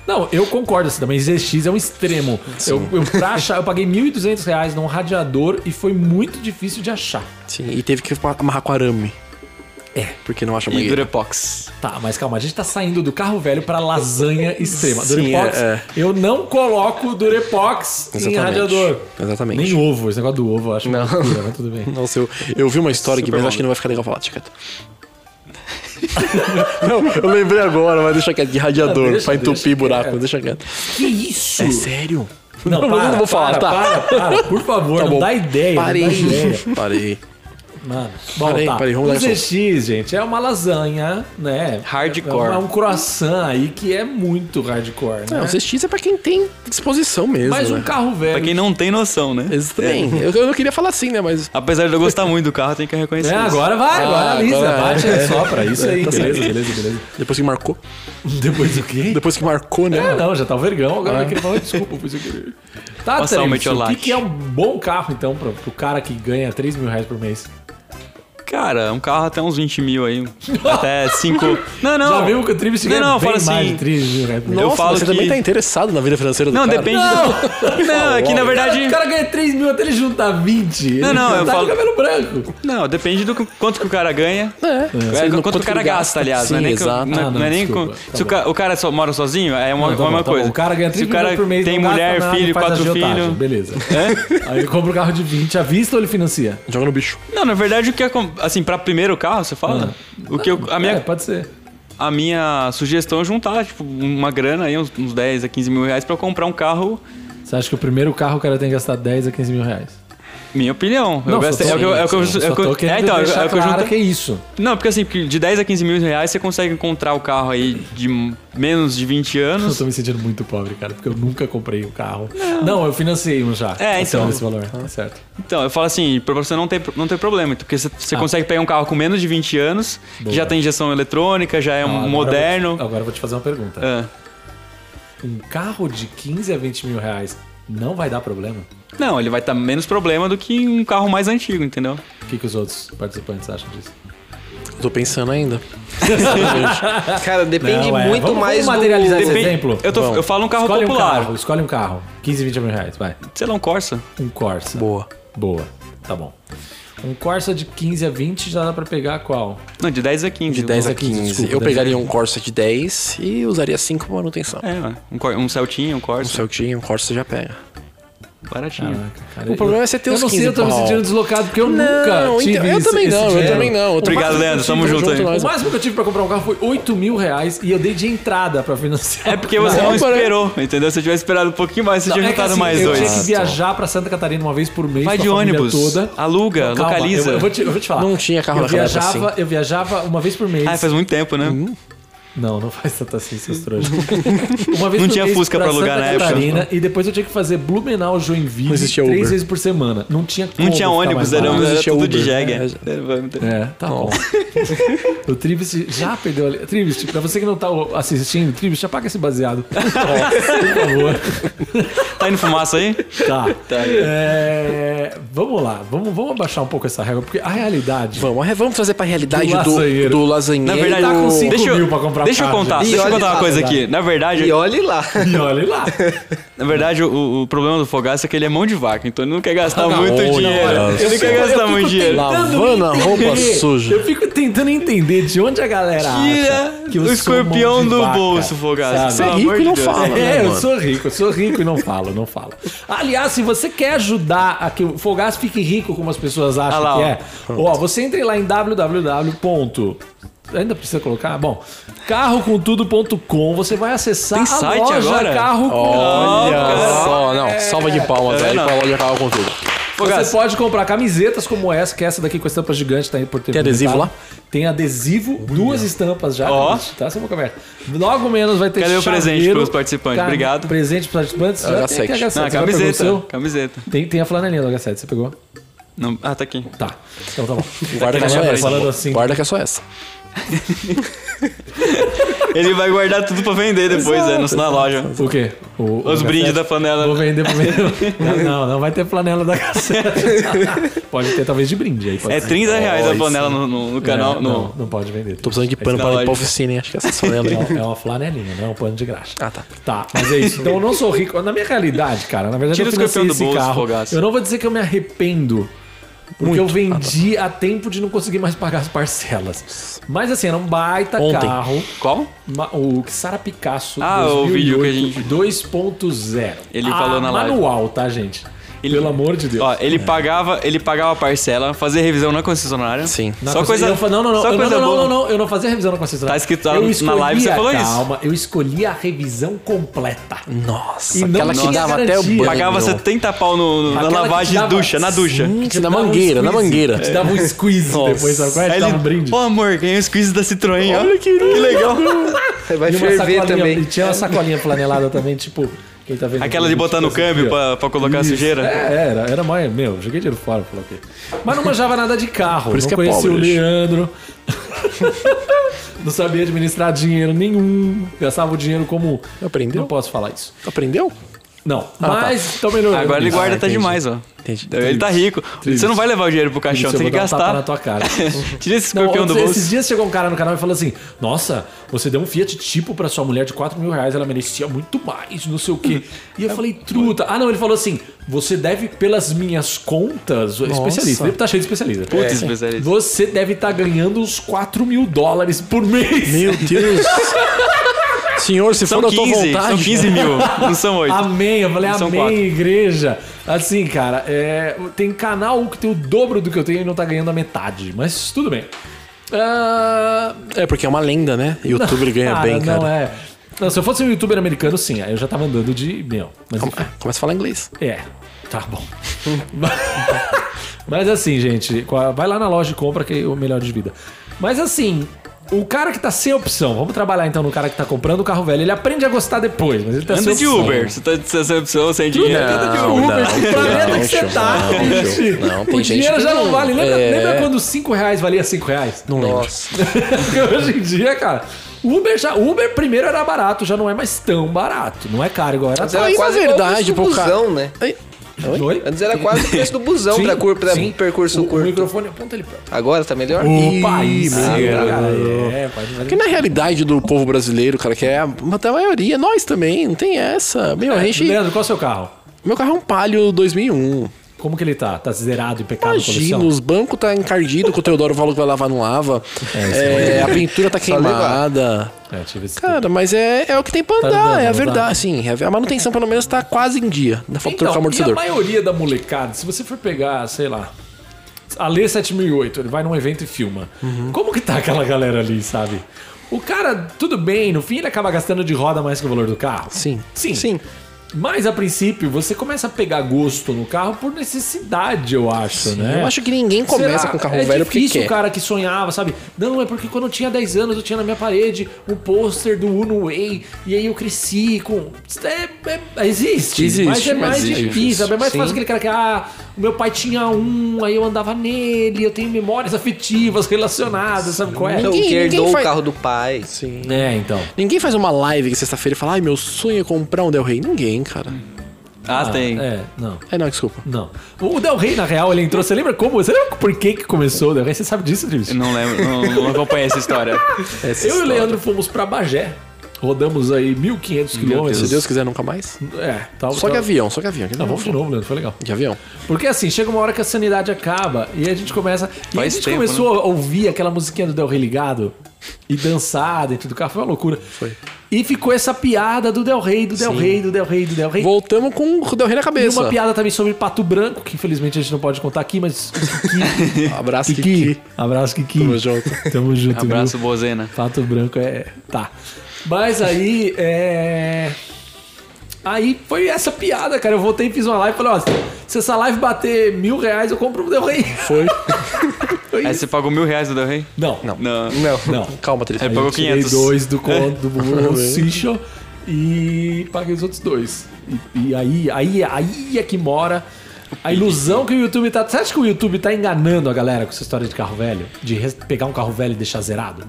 Não, eu concordo assim também. ZX é um extremo. Eu, eu, pra achar, eu paguei 1.200 reais num radiador e foi muito difícil de achar.
Sim, e teve que amarrar com arame. É. Porque não acha
E
mangueira.
Durepox.
Tá, mas calma, a gente tá saindo do carro velho pra lasanha extrema.
Sim,
Durepox,
é, é.
eu não coloco Durepox em
Exatamente.
radiador.
Exatamente.
Nem ovo, esse negócio do ovo eu acho não. loucura, mas tudo bem.
Nossa, eu, eu vi uma história aqui,
Super
mas eu acho que não vai ficar legal falar, deixa quieto. não, eu lembrei agora, mas deixa quieto, de radiador,
Ah, deixa,
pra
deixa
entupir buraco,
quieto.
deixa quieto.
Que isso?
É sério?
Não,
eu
para,
não vou
para,
falar, tá.
Para, para, por favor, não
bom.
dá ideia. não dá ideia.
Parei. Parei.
Mano, bom,
Parei,
tá.
parei, vamos um
o
lá,
ZX, gente, é uma lasanha, né?
Hardcore.
É um croissant aí que é muito hardcore, né?
Não, o CX é pra quem tem disposição mesmo,
Mas um
né? É.
carro velho.
Pra quem não tem noção, né?
Isso também. Eu, eu não queria falar assim, né, mas...
Apesar de eu gostar muito do carro, tem que reconhecer.
É,
isso.
agora vai, agora
Ah,
alisa,
agora
bate
é.
só pra isso aí.
Tá certo.
beleza, beleza, beleza.
Depois que marcou.
Depois o quê?
Depois que marcou, né?
É, não, já tá o vergão, agora vai querer falar desculpa, por isso que eu... Tá,
É. Passar
Terence, o
um
que,
metiolate.
que é um bom carro, então, pro, pro cara que ganha 3 mil reais por mês?
Cara, um carro até uns 20 mil aí. até 5. Não, não.
Já viu que o Trivis
Não,
ganha
não,
bem
fala
mais
assim.
de 3 mil reais por mês?
Nossa,
falo
mas você
que-
também tá interessado na vida financeira do
Não,
cara.
depende. do- Não, é que na verdade.
O cara ganha 3 mil até ele juntar 20. ele
Não, não, eu
tá
falo-
com cabelo branco.
Não, depende do qu- quanto que o cara ganha.
É.
É,
Sei,
quanto,
no
o cara
ele
gasta, aliás. não é
Sim,
nem que-
exato.
não é-
Ah, não,
não é nem
desculpa.
com-
Tá
se o,
bom.
ca- o cara só mora sozinho, é uma,
Não, tá
é
bom,
uma
tá
coisa.
bom. O cara ganha 3
Se o
mil
cara
por mês,
tem
não gasta
mulher,
nada,
filho,
faz
quatro
agiotagem,
filhos. É?
Beleza. Aí ele compra o carro de 20 à vista ou ele financia?
Joga no bicho.
Não, na verdade, o que é. com- Assim, pra primeiro carro, você fala? O que eu- a,
É,
minha,
pode ser.
a minha sugestão é juntar, tipo, uma grana aí, uns, uns 10 a 15 mil reais pra eu comprar um carro
Você acha que o primeiro carro o cara tem que gastar 10 a 15 mil reais?
Minha opinião. Eu
Não, só
gastei.
tô-
É o que eu- é o que eu-
sim,
é o
só
que eu-
tô querendo
é, então, é o que eu-
deixar
é o que eu
claro
junto-
que é isso.
Não, porque assim, porque de 10 a 15 mil reais você consegue encontrar o carro aí de menos de 20
Eu
anos.
tô me sentindo muito pobre, cara, porque eu nunca comprei um carro. Não, eu financei um já. Acima
É, então.
desse valor, tá certo.
Então, eu falo assim, pra você não ter, não ter problema, porque você, você consegue pegar um carro com menos de 20 anos,
Ah. Boa.
que já tem injeção eletrônica, já é um
Não, agora
moderno.
eu vou te- agora eu vou te fazer uma pergunta.
Ah.
É.
Um carro de 15 a 20 mil reais não vai dar problema?
Não, ele vai estar menos problema do que um carro mais antigo, entendeu?
O que, que os outros participantes acham disso?
Eu tô pensando ainda.
Cara, depende
Não, é,
muito
vamos-
mais
vamos materializar
do...
esse- exemplo?
Eu, tô-
Bom,
eu falo um carro
escolhe
popular.
um carro, escolhe um carro. 15, 20 mil reais, vai.
Sei lá, um Corsa.
Um Corsa.
Boa.
Boa, tá bom. Um Corsa de 15 a 20 já dá pra pegar qual?
Não, de 10 a 15.
De 10 a
15,
15.
desculpa,
eu
dez a
pegaria um Corsa de 10 e usaria 5 pra manutenção.
É, ué. um, Cor- um Celtinha, um
Um
Corsa.
Celtinha, um Corsa já pega.
Baratinho.
Cara,
O problema é você ter
eu
os
não sei,
15
eu tô me
pau.
sentindo deslocado porque eu nunca
então,
tive
eu
esse-
também
esse
não, eu
dinheiro.
também não.
Obrigado, Leandro, tamo junto aí.
O máximo que eu tive pra comprar um carro foi 8 mil reais e eu dei de entrada pra financiar.
É porque você
Não,
não,
para-
esperou, entendeu? Se eu tivesse esperado um pouquinho mais, você
Não, é
tinha
que
juntado
assim,
mais
eu
dois.
tinha que viajar pra Santa Catarina uma vez por mês.
Vai
com a
de
família
ônibus,
Toda.
aluga,
Calma,
localiza.
Eu, eu vou te, eu vou te falar.
Não tinha carro assim.
eu
naquela época
viajava, Eu viajava uma vez por mês.
Ah, faz muito tempo,
Hum,
né?
Não, não faz tanta assim, seus trouxas. Uma vez
Não
por
tinha
mês
Fusca pra alugar
Santa
na época.
Catarina, e depois eu tinha que fazer Blumenau, Joinville,
Não existia
três
Uber.
vezes por semana. Não tinha
Não
como
tinha
ficar
ônibus,
mais
era, um
barato.
Não
era
existia
tudo
Uber,
de jegue.
né?
É, tá bom. o Tribis já perdeu ali. Tribis, pra você que não tá assistindo, Tribis, apaga esse baseado. Por favor.
Tá indo fumaça aí?
Tá. É, vamos lá, vamos, vamos abaixar um pouco essa régua, porque a realidade.
Vamos, é, vamos trazer pra realidade
Do
do,
lasanheiro.
do lasanheiro.
Na verdade,
tá com cinco
deixa
mil
eu,
pra comprar
deixa eu
carro,
contar,
gente.
deixa eu
E
contar
olha
uma
lá,
coisa
verdade.
aqui. Na verdade,
E olhe lá.
E olha lá.
na verdade o, o problema do Fogaça é que ele é mão de vaca, então ele não quer gastar
Ah, Não,
muito
olha
dinheiro.
só.
ele não quer gastar muito dinheiro.
Tentando
Lavando a
entender.
roupa suja.
Eu fico tentando entender de onde a galera acha
Tira
que eu sou um
é o
mão
escorpião
de
do
vaca,
bolso, Fogaça.
sabe?
Você
pelo
é rico
amor
e
de
não
Deus.
fala.
É, eu
mano?
sou rico, eu sou rico e não falo, não falo. Aliás, se você quer ajudar a que o Fogaço fique rico, como as pessoas acham
Ah lá,
que
ó.
é, ó, você entre lá em www. ponto- Ainda precisa colocar? Bom, carrocontudo.com, você vai acessar
Tem
a
site
loja
agora?
Carro com
Olha
Tudo.
só, não, salva de palmas
É,
aí
não.
pra loja Carro com tudo.
Você
Fogaça.
pode comprar camisetas como essa, que é essa daqui com a estampa gigante, tá aí por ter
Tem adesivo
comentado. Tem adesivo, duas estampas já.
Ó.
Ó. Tá sem boca aberta. Logo menos vai ter
Cadê o presente
chaveiro,
pros participantes?
cam-
Obrigado.
Presente pros participantes.
Ah,
Já
H7.
tem aqui a H7.
Não,
Você já pegou o
camiseta.
seu?
Camiseta.
Tem, tem a flanelinha do H7, você pegou?
Não, ah, tá aqui.
Tá. Então tá bom.
Guarda que é só
Falando
essa.
assim.
Guarda que é só essa.
Ele vai guardar tudo pra vender depois, é, no, na loja.
O quê? O- o
Os
H7?
brindes da
Vou
panela. né?
vender primeiro. não, não vai ter flanela da H7. pode ter talvez de brinde aí. pode
É
ser.
30 reais a
Olha,
panela no, no- no canal.
É,
no-
Não, não pode vender.
Tô precisando de pano
na
pra
loja.
limpar a oficina, hein? Acho que essa é só ela, hein?
É uma- É uma flanelinha, não é um pano de graxa.
Ah, tá.
Tá, mas é isso. Então eu não sou rico. Na minha realidade, cara, na verdade
Tira
eu
o escorpião
financei
do
esse
bolso,
carro.
Fogaça. Ah, tá.
Eu não vou dizer que eu me arrependo. Porque eu vendi a tempo de não conseguir mais pagar as parcelas. Mas assim, era um baita
Ontem.
carro.
Qual?
ma- O Sara Picasso
Ah, o vídeo que a gente-
2.0.
Ele
Ah,
falou na live.
Manual, tá, gente?
Ele-
Pelo amor de Deus.
Ó, ele pagava, ele pagava a parcela, fazia revisão na concessionária.
Sim.
Na
só
conce-
coisa,
eu fa- não, não, não,
só
eu,
coisa
não, não,
boa.
não, não, eu não fazia a revisão na concessionária.
Tá escrito lá
Eu
na
escolhi
live, você
a-
falou isso.
Calma, eu escolhi a revisão completa. E
Nossa,
não
aquela que
tinha
dava
garantia.
até o banho.
Pagava 70 pau no, no- na
Aquela que
lavagem de
dava-
ducha, na ducha.
Sim, que
Na
te dava um
mangueira, na
squeeze.
mangueira.
Te dava um squeeze depois, sabe qual é? Te
Aí
dava um brinde.
Ô amor, ganhei um squeeze da Citroën. Olha que, que legal.
Vai
E uma
ferver
sacolinha- E
também.
tinha uma sacolinha flanelada também, tipo... Quem tá vendo
Aquela de
vídeo,
botar no
tipo assim,
câmbio
ó.
pra, pra colocar a
Isso.
sujeira.
É, era, era mais. Meu, joguei dinheiro fora, falou aqui. Mas não manjava nada de carro.
Por isso
não
que é
conhecia o
pobre, bicho.
Leandro. não sabia administrar dinheiro nenhum. Gastava o dinheiro como.
Aprendeu?
Não posso falar isso.
Aprendeu?
Não,
Ah, tá.
mas então tô melhorando.
Agora ele
nisso.
guarda
Ah,
até
entendi.
demais, ó.
Entendi.
Ele tá rico. Você não vai levar o dinheiro pro caixão,
Isso, eu
tem que
vou dar Um tapa na
gastar.
tua cara.
Tira esse
Não,
escorpião do
outros-
bolso.
Esses dias chegou um cara no canal e falou assim: Nossa, você deu um Fiat tipo pra sua mulher de 4 mil reais, ela merecia muito mais, não sei o quê. E
É
eu falei, truta. Ah, não, ele falou assim: você deve, pelas minhas contas, especialista, deve estar cheio de especialista.
Putz, especialista.
Você deve estar ganhando uns 4 mil dólares por mês.
Meu Deus. Senhor, se
São
for da tua
15,
vontade.
são 15
né?
mil, não são 8.
Amém, eu falei,
São
amém,
quatro.
igreja. Assim, cara, é, tem canal que tem o dobro do que eu tenho e não tá ganhando a metade, mas tudo bem. Ah,
É, porque é uma lenda, né? Youtuber ganha
Cara,
bem, cara.
Não é. Não, se eu fosse um youtuber americano, sim, aí eu já tava
é.
andando de. Meu, mas enfim.
Começa a falar inglês.
É. Tá bom. tá Mas assim, gente, com a- vai lá na loja e compra que é o melhor de vida. Mas assim, o cara que tá sem opção, vamos trabalhar então no cara que tá comprando o carro velho, ele aprende a gostar depois, mas ele tá sem
Anda de
opção.
Uber. Você é- tá sem opção, sem dinheiro.
Anda é de
Não,
Uber,
não,
que planeta
não,
que você
tio,
tá,
não,
bicho?
tio, não, tem
o
gente
dinheiro
que
já não
não-
vale. Lembra,
É.
lembra quando 5 reais valia 5 reais? Não
Nossa.
Porque hoje em dia, cara, Uber já. Uber primeiro era barato, já não é mais tão barato. Não é caro igual era
Antes
atrás.
Aí, na
igual o
verdade,
preço do
pro cara-
busão, né?
Ai, Oi?
Oi?
Antes era quase o preço do busão pra, cur... pra
sim.
percurso
o, o
curto.
microfone aponta ele pra.
Agora tá melhor?
Opa,
Ih,
isso,
meu
cara.
garoto.
É, pode fazer.
Porque na realidade do povo brasileiro, cara, que é a, uma da maioria, nós também, não tem essa. Meu, a gente.
Leandro, qual é o seu carro?
Meu carro é um palio 2001.
Como que ele tá? Tá zerado, impecável,
Imagina,
coleção?
os bancos tá encardido, que o Teodoro falou que vai lavar no lava.
isso
É, a pintura tá
levar.
queimada.
É, tive esse
Cara, mas é, é o que tem pra andar,
andando,
é
né? não dá.
a verdade. Sim, a manutenção pelo menos tá quase em dia. Dá falta trocar
Então,
o
e a
amortecedor.
maioria da molecada, se você for pegar, sei lá, a Lê 7008, ele vai num evento e filma.
Uhum.
Como que tá aquela galera ali, sabe? O cara, tudo bem, no fim ele acaba gastando de roda mais que o valor do carro.
Sim.
Sim.
Sim.
Mas a princípio, você começa a pegar gosto no carro por necessidade, eu acho, né?
Eu acho que ninguém começa
Será?
com um carro
é
velho porque
difícil
quer.
o cara que sonhava, sabe? Não, é porque quando eu tinha 10 anos eu tinha na minha parede o pôster do Uno Way e aí eu cresci com. É- é- existe,
Existe,
mas é mais
existe.
difícil, sabe? É mais
Sim.
fácil aquele cara que, ah, o meu pai tinha um, aí eu andava nele, eu tenho memórias afetivas relacionadas, sabe qual é?
Então,
Ninguém-
que herdou
ninguém faz-
o carro do pai.
Sim.
É, então.
Ninguém faz uma live que sexta-feira e fala, ai, meu sonho é comprar um Del Rey. Ninguém, cara.
Ah, tem.
É, não.
É, não, desculpa.
Não. O Del Rey, na real, ele entrou. Você lembra como? Você lembra por que, que começou o Del Rey? Você sabe disso, Drives?
Eu Não lembro, não, não acompanhei essa história.
Essa
Eu e o
história.
Leandro fomos pra Bagé. Rodamos aí 1.500
Se
quilômetros.
Deus quiser, nunca mais.
É, tal,
Só que
tal-
avião, só que avião.
Não, vamos de novo, Leandro, foi legal.
De avião.
Porque assim, chega uma hora que a sanidade acaba e a gente começa. E a
Faz
gente
tempo,
começou a ouvir aquela musiquinha do Del Rey ligado e dançar dentro do carro, foi uma loucura. Foi. E ficou essa piada do Del Rey, do Del Rey, do Del Rey, do Del Rey.
Voltamos com o Del Rey na
E
cabeça.
uma piada também sobre Pato Branco, que infelizmente a gente não pode contar aqui, mas. Kiki.
Abraço,
Kiki.
Kiki.
Abraço, Kiki.
Tamo junto.
Tamo junto, viu?
Abraço, Bozena.
Pato né? branco é. Tá. Mas aí, é. Aí foi essa piada, cara. Eu voltei e fiz uma live e falei, ó, se essa live bater mil reais, eu compro um Del Rey.
Foi.
Foi
Aí
isso.
você pagou mil reais do Del Rey?
Não, não.
Não.
Não.
Não.
Calma, Três.
É, pagou É.
Eu tirei
500.
dois do conto do Bolsicho e paguei os outros dois. E, e aí, aí, aí é que mora a ilusão que o YouTube tá. Você acha que o YouTube tá enganando a galera com essa história de carro velho? De res- pegar um carro velho e deixar zerado?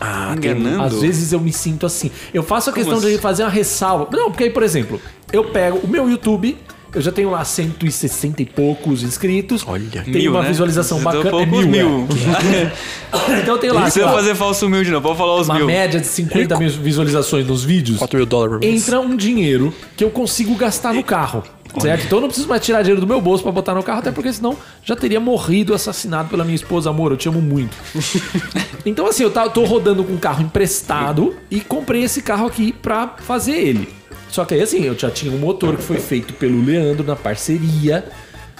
Ah,
Tá Enganando?
um- É, Às vezes eu me sinto assim. Eu faço a questão
assim?
de fazer uma ressalva. Não, porque aí, por exemplo, eu pego o meu YouTube, eu já tenho lá 160 e poucos inscritos.
Olha.
tem uma
né?
visualização
Então,
bacana. É
poucos
mil.
mil.
é. então eu tenho
Não
lá sei
precisa
lá,
fazer falso humilde, não. Pode falar os
uma
mil.
média de 50 mil visualizações nos vídeos.
4 mil dólares por mês.
Entra um dinheiro que eu consigo gastar no carro. Certo? Então eu não preciso mais tirar dinheiro do meu bolso pra botar no carro, até porque senão já teria morrido assassinado pela minha esposa, amor, eu te amo muito. Então, assim, eu tá- tô rodando com um carro emprestado e comprei esse carro aqui pra fazer ele. Só que aí, assim, eu já tinha um motor que foi feito pelo Leandro na parceria.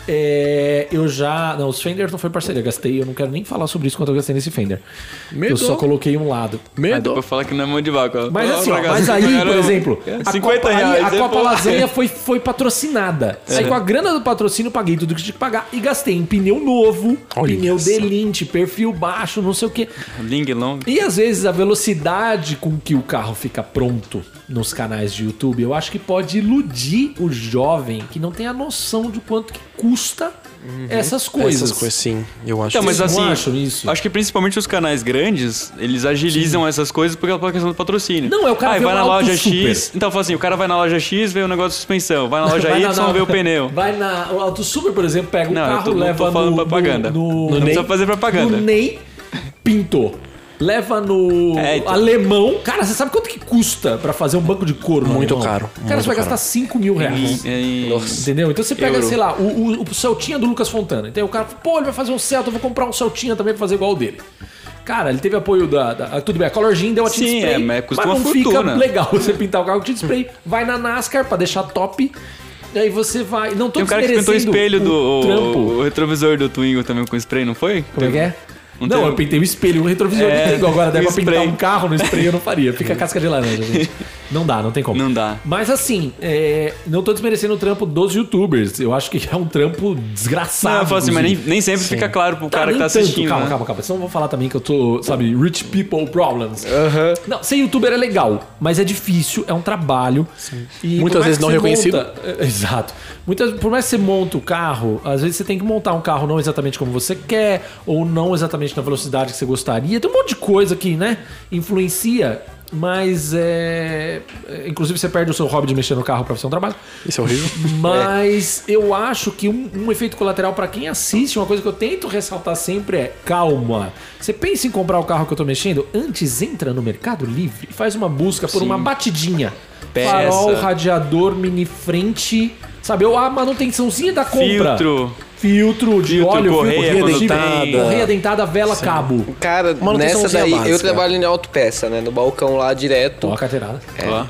É, eu já. Não, os Fenders não foi parceria, gastei. Eu não quero nem falar sobre isso quanto eu gastei nesse Fender. Eu
Medo.
só coloquei um lado.
Vou
Medo.
falar que não é mão de vaca. ó.
Mas
Ó,
assim, ó,
pra
mas
cá,
aí,
pra
por
um
caramba.
exemplo, a
50
Copa, aí
É reais.
a
é
Copa
bom.
Lasanha foi, foi patrocinada.
É.
Aí com a grana do patrocínio eu paguei tudo que tinha que pagar e gastei em pneu novo,
Olha
pneu
só.
delinte, perfil baixo, não sei o quê.
Ling long.
E às vezes a velocidade com que o carro fica pronto nos canais de YouTube, eu acho que pode iludir o jovem que não tem a noção de quanto que custa essas coisas.
Uhum. Essas coisas, É sim. Eu acho.
Então, mas
Vocês
assim,
não acham isso?
acho que principalmente os canais grandes, eles agilizam essas coisas por pela questão do patrocínio.
Não, é o cara
ah,
vê
vai
um
na
Auto
loja X.
Super.
Então, fala assim, o cara vai na loja X, vê o negócio de suspensão. Vai na loja
Vai na-
Y,
na-
vê o pneu.
Vai na. O Auto Super, por exemplo, pega o
Não, eu
carro,
tô- não tô
leva
falando
no.
propaganda.
No, no,
Não precisa
Ney-
fazer propaganda.
No Ney, pintou. Leva no
É, então.
alemão. Cara, você sabe quanto que custa pra fazer um banco de couro no
Muito
alemão?
caro,
Cara,
muito
você vai
caro.
gastar 5 mil reais.
Em- em-
Entendeu? Então você pega,
Euro.
sei lá, o, o, o Celtinha do Lucas Fontana. Então o cara, fala, pô, ele vai fazer um Celta, eu vou comprar um Celtinha também pra fazer igual o dele. Cara, ele teve apoio da. da- tudo bem, a Color Jean deu a tinta
Sim,
spray.
é, mas custa
não
uma
fica
fortuna.
legal você pintar o carro com tinta spray. Vai na NASCAR pra deixar top. Aí você vai. Não tô
Tem um cara que pintou o
desmerecendo
espelho do.
o
O,
trampo.
o retrovisor do Twingo também com spray, não foi?
Como é que é?
Não
Não,
tem-
eu pintei o espelho, o retrovisor
um É,
de pingo agora. Daí
o
pra pintar
spray.
um carro no spray eu não faria. Fica casca de laranja, gente. Não dá, não tem como.
um- Não dá.
Mas assim, é, não tô desmerecendo o trampo dos youtubers. Eu acho que é um trampo desgraçado.
Não, eu falo assim, mas nem,
inclusive.
nem sempre fica claro pro
Tá,
cara que
nem
tá
tanto.
assistindo.
Calma,
né?
calma, calma. Senão eu vou falar também que eu tô, sabe, rich people problems. Não, ser youtuber é legal, mas é difícil, é um trabalho. E
Muitas
por mais
vezes
que
não
você
reconhecido.
monta- é, Exato. Muitas, por mais que você monta o carro, às vezes você tem que montar um carro não exatamente como você quer, ou não exatamente na velocidade que você gostaria. Tem um monte de coisa que, né, influencia. Mas é. é, Inclusive você perde o seu hobby de mexer no carro pra fazer um trabalho.
Isso é horrível.
Mas eu acho que um, um efeito colateral pra quem assiste, uma coisa que eu tento ressaltar sempre é calma. Você pensa em comprar o carro que eu tô mexendo? Antes entra no Mercado Livre e faz uma busca por uma batidinha.
Peça.
Farol, radiador, mini frente, sabe? Ou a manutençãozinha da compra.
Filtro.
Filtro de
Filtro, é
óleo,
correia
filtro
quando
corretivo,
tem.
correia dentada, vela, cabo.
Cara,
Manutenção
nessa daí,
básica.
eu trabalho em autopeça, né? No balcão lá direto.
Ó a carteirada.
Ó.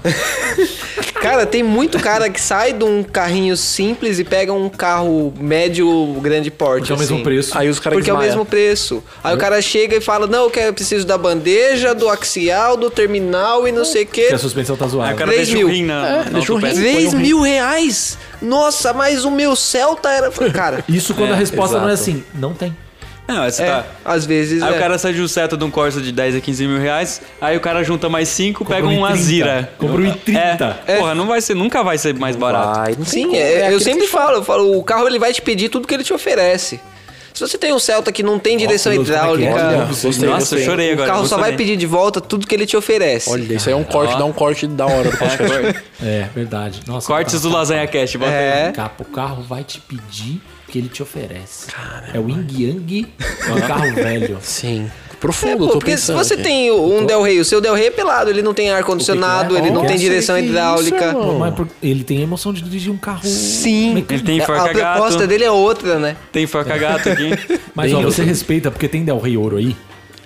Cara, tem muito cara que sai de um carrinho simples e pega um carro médio, grande porte.
Porque
tipo
é o mesmo
assim.
preço.
Aí os caras
Porque é o
desmaiam.
mesmo preço. Aí o cara chega e fala: Não, eu quero, eu preciso da bandeja, do axial, do terminal e não sei o quê.
Porque a suspensão tá zoada.
Aí o cara
Três
deixa o
mil.
rim
É,
na. na
deixa o rim.
autopeça.
3 mil reais? Nossa, mas o meu Celta era. Cara,
Isso quando
É,
a resposta não é
exato.
assim, não tem.
Não, essa
é,
tá.
às vezes.
Aí
é.
o cara sai de um seta de um Corsa de 10 a 15 mil reais, aí o cara junta mais 5, pega
um
um
i30.
Azira.
Compra um i30.
É, Porra, não vai ser, nunca vai ser mais barato.
Vai, não tem
Sim,
como,
é, eu
aquilo que
sempre
a gente
falo, eu falo, o carro ele vai te pedir tudo que ele te oferece. Se você tem um Celta que não tem direção
Deus, como é que é?
hidráulica,
Olha, gostei,
Nossa, eu
gostei.
chorei
o
agora.
carro só vai
emocionei.
pedir de volta tudo que ele te oferece.
Olha, isso aí é um corte, dá um corte da hora do podcast.
É, verdade. Nossa,
Cortes do Lasanha Cast, bota aí.
É.
Capa, o carro vai te pedir o que ele te oferece. é o Ying Yang do carro velho.
Sim.
É,
Profundo,
pô,
eu tô
porque se
pensando.
você
aqui.
tem um Del Rey, o seu Del Rey é pelado, ele não tem
O que que
ar-condicionado,
é?
ele não
Nossa,
tem direção
que isso,
hidráulica.
irmão.
Pô, mas por- ele tem a emoção de dirigir um carro.
Sim.
mecânico.
Ele tem
a
forca
proposta
gato,
dele é outra, né?
tem forca gato aqui.
Mas
Bem
ó,
outro.
você respeita, porque tem Del Rey Ouro aí,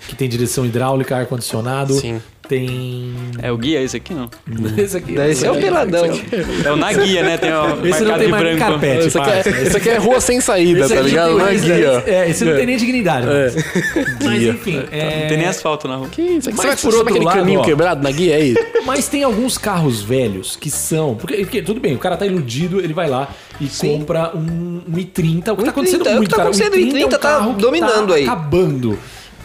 que tem direção hidráulica, ar-condicionado.
Sim.
Tem.
É o guia esse aqui, não.
Esse aqui.
Esse é o peladão.
É o na guia, né? Tem o
Esse não
marcado
tem
de
mais nem
branco.
carpete,
Isso aqui,
parça.
é, isso aqui é rua sem saída,
Esse
tá
aqui
ligado?
tem
Não é
mais-
guia.
É, esse não tem nem dignidade.
É.
Mas
Guia.
enfim. é-
Não tem nem asfalto na rua.
Que isso?
Mas
Será que
por
você
outro
sabe aquele
lado,
caminho
ó.
quebrado na guia é aí?
Mas tem alguns carros velhos que são. Porque, porque, tudo bem, o cara tá iludido, ele vai lá e compra um, um i30. O que tá acontecendo
é o que
muito,
tá
cara.
acontecendo, o
i30 é um
i30 tá
carro que
dominando
tá
aí.
Acabando.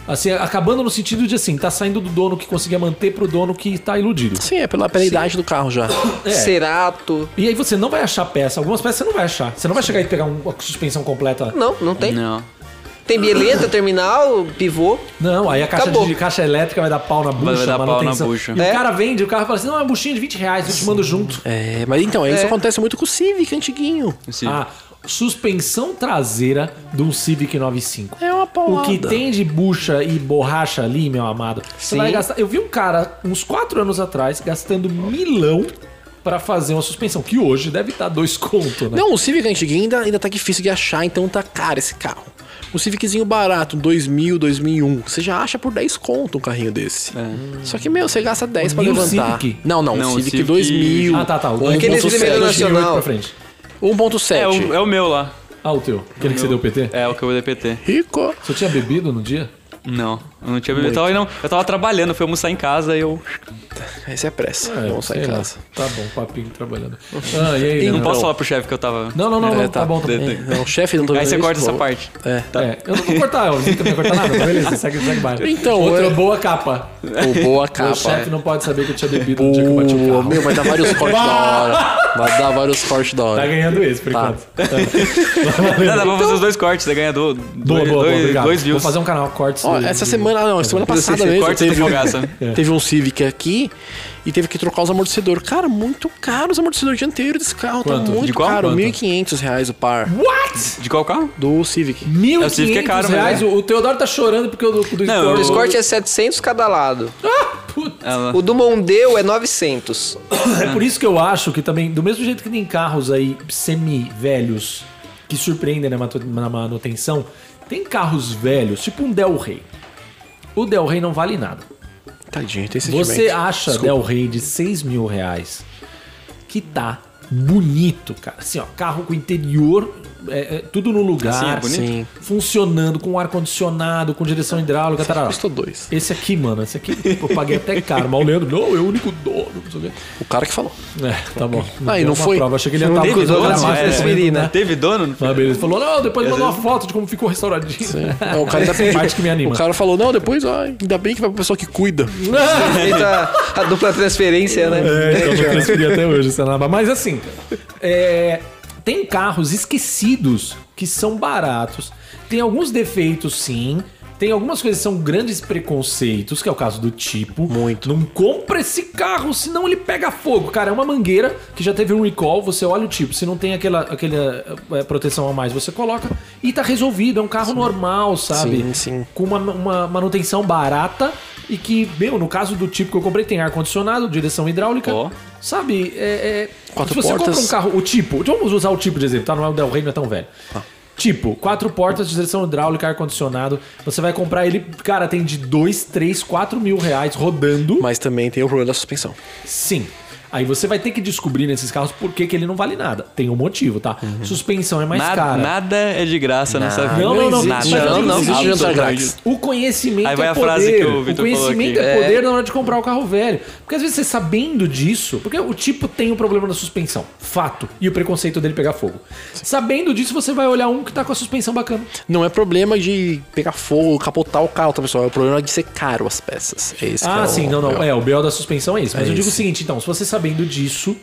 Assim, acabando no sentido de assim, tá saindo do dono que conseguia manter pro dono que tá iludido.
Sim, é pela, pela idade do carro já.
É.
Cerato.
E aí você não vai achar peça. Algumas peças você não vai achar. Você não vai chegar e pegar um- uma suspensão completa.
Não, não tem.
Não.
Tem bieleta, terminal, pivô.
Não, aí a caixa,
Acabou.
de, caixa elétrica vai dar pau na bucha.
dar pau na
manutenção.
bucha.
E
É.
o cara vende, o carro fala assim, não, é uma buchinha de 20 reais, eu te mando junto.
É, mas então, isso
É.
acontece muito com o Civic antiguinho.
Esse-
A Ah, suspensão traseira de um Civic 95.
É uma paulada.
O que tem de bucha e borracha ali, meu amado. Você
Sim.
vai gastar. Eu vi um cara, uns 4 anos atrás, gastando milão pra fazer uma suspensão, que hoje deve estar dois conto, né?
Não, o Civic antiguinho ainda, ainda tá difícil de achar, então tá caro esse carro. O Civiczinho barato, 2000, 2001, você já acha por 10 conto um carrinho desse. Só que, meu, você gasta 10
O
pra
New
levantar.
Civic?
Não, não,
Não,
o É.
o
Civic,
Civic-
2000.
Ah, tá, tá. O
Aquele primeiro
1.7.
nacional.
pra frente.
É, o, é o meu lá.
Ah, o teu. Aquele que você deu PT?
É o que eu vou DPT.
Rico.
Você tinha bebido no dia?
Não, eu não tinha bebido. Eu tava, não, eu tava trabalhando, fui almoçar em casa e eu.
Essa é pressa. Vamos sair
sei
de
lá.
casa.
Tá bom, papinho trabalhando. Ah, e aí,
Não
Leandro?
posso falar pro chefe que eu tava.
Não, não, não,
É,
não, tá, bom, tá bom.
É, não, o chefe não tá
Aí você
vendo
corta
isso,
essa
pô.
parte.
É.
É, eu não vou cortar, eu nunca vou cortar nada. Beleza, segue, segue mais.
Então,
Outra
é-
boa capa.
Pô, é, boa
O
capa.
é.
chefe não pode saber que eu tinha bebido no dia que eu bati o
Boa,
carro.
meu, vai dar vários cortes da hora. Vai dar vários cortes da
Tá
hora.
ganhando esse, por
Tá.
enquanto.
Não, dá pra fazer os dois cortes, você ganha do,
Boa,
dois,
boa, boa,
dois-
obrigado.
dois
Vou
views.
fazer um canal cortes.
Ó,
do-
essa semana, ah, não, semana passada mesmo,
Cortes da
teve,
fogaça.
teve um Civic aqui e teve que trocar os amortecedores. Cara, muito caro os amortecedores dianteiros desse carro.
Quanto?
Tá
De
muito
qual?
caro,
Quanto?
R$ 1.500 reais o par
What?
De qual carro?
do Civic.
Mil
o Civic que é caro, mas
reais?
é.
O Teodoro tá chorando porque o do, do
Não, é-
Sport-
O
eu-
Escort é 700 cada lado.
Ah, puta.
Ela-
O do Mondeu é 900.
É por isso que eu acho que também, do mesmo jeito que tem carros aí semi-velhos que surpreendem na matu- na manutenção, tem carros velhos, tipo um Del Rey. O Del Rey não vale nada.
Tadinho, tem esse
Você acha Del Rey de 6 mil reais que tá bonito, cara. Assim, ó, carro com interior, é, é, tudo no lugar.
Assim, é bonito?
Sim.
Funcionando, com ar-condicionado, com direção hidráulica, tarará.
Custou dois.
Esse aqui, mano, esse aqui eu paguei até caro. Mas o Leandro, não, é o único dono, não sei o quê.
O cara que falou.
É, tá bom.
Ah, e
deu
não
uma
foi-
Prova. Achei que ele ia
não
estar
teve
com
dono,
outra
não,
marca,
é,
né?
né?
Teve dono?
Ah, beleza. Ele falou, não, depois
Às
mandou uma
vezes-
foto de como ficou restauradinho.
É, o cara tá
Essa parte que me anima.
O cara falou, não, depois, ó, ainda bem que vai pra pessoa que cuida.
Feita a dupla transferência, né?
É, então eu não transferi até hoje essa naba. Mas assim, é, tem carros esquecidos que são baratos, tem alguns defeitos sim. Tem algumas coisas que são grandes preconceitos, que é o caso do tipo.
Muito.
Não compra esse carro, senão ele pega fogo. Cara, é uma mangueira que já teve um recall, você olha o tipo, se não tem aquela, aquela eh, proteção a mais, você coloca e tá resolvido. É um carro normal, sabe?
Sim, sim.
com uma, uma manutenção barata e que, meu, no caso do tipo que eu comprei, tem ar-condicionado, direção hidráulica.
Ó.
Sabe, é, é,
Quatro
se você
portas.
compra um carro, o tipo, vamos usar o tipo de exemplo, tá? Não é o Del Rey, não é tão velho. Tipo, quatro portas, direção hidráulica, ar-condicionado. Você vai comprar ele, cara, tem de dois três quatro mil reais rodando.
Mas também tem o problema da suspensão.
Sim. Aí você vai ter que descobrir nesses carros por que, que ele não vale nada. Tem um motivo, tá? Suspensão é mais
nada,
cara.
nada é de graça nessa vida.
Ah, Não, não, não.
Nada.
Mas eu
Não,
digo
não,
o
existe
seguinte,
jantar grátis.
O conhecimento
Aí vai
é
a
poder.
frase que o
o
Vitor
conhecimento
falou
é poder na hora de comprar o carro velho. Porque às vezes você sabendo disso, porque o tipo tem o problema da suspensão, fato, e o preconceito dele pegar fogo. Sabendo disso, você vai olhar um que tá com a suspensão bacana.
Não é problema de pegar fogo, capotar o carro, tá, pessoal? É o problema de ser caro as peças. É isso.
Ah, sim, não, não. É, o BO da suspensão é isso. Mas
É
eu digo
isso.
o seguinte, então, se você sabendo disso,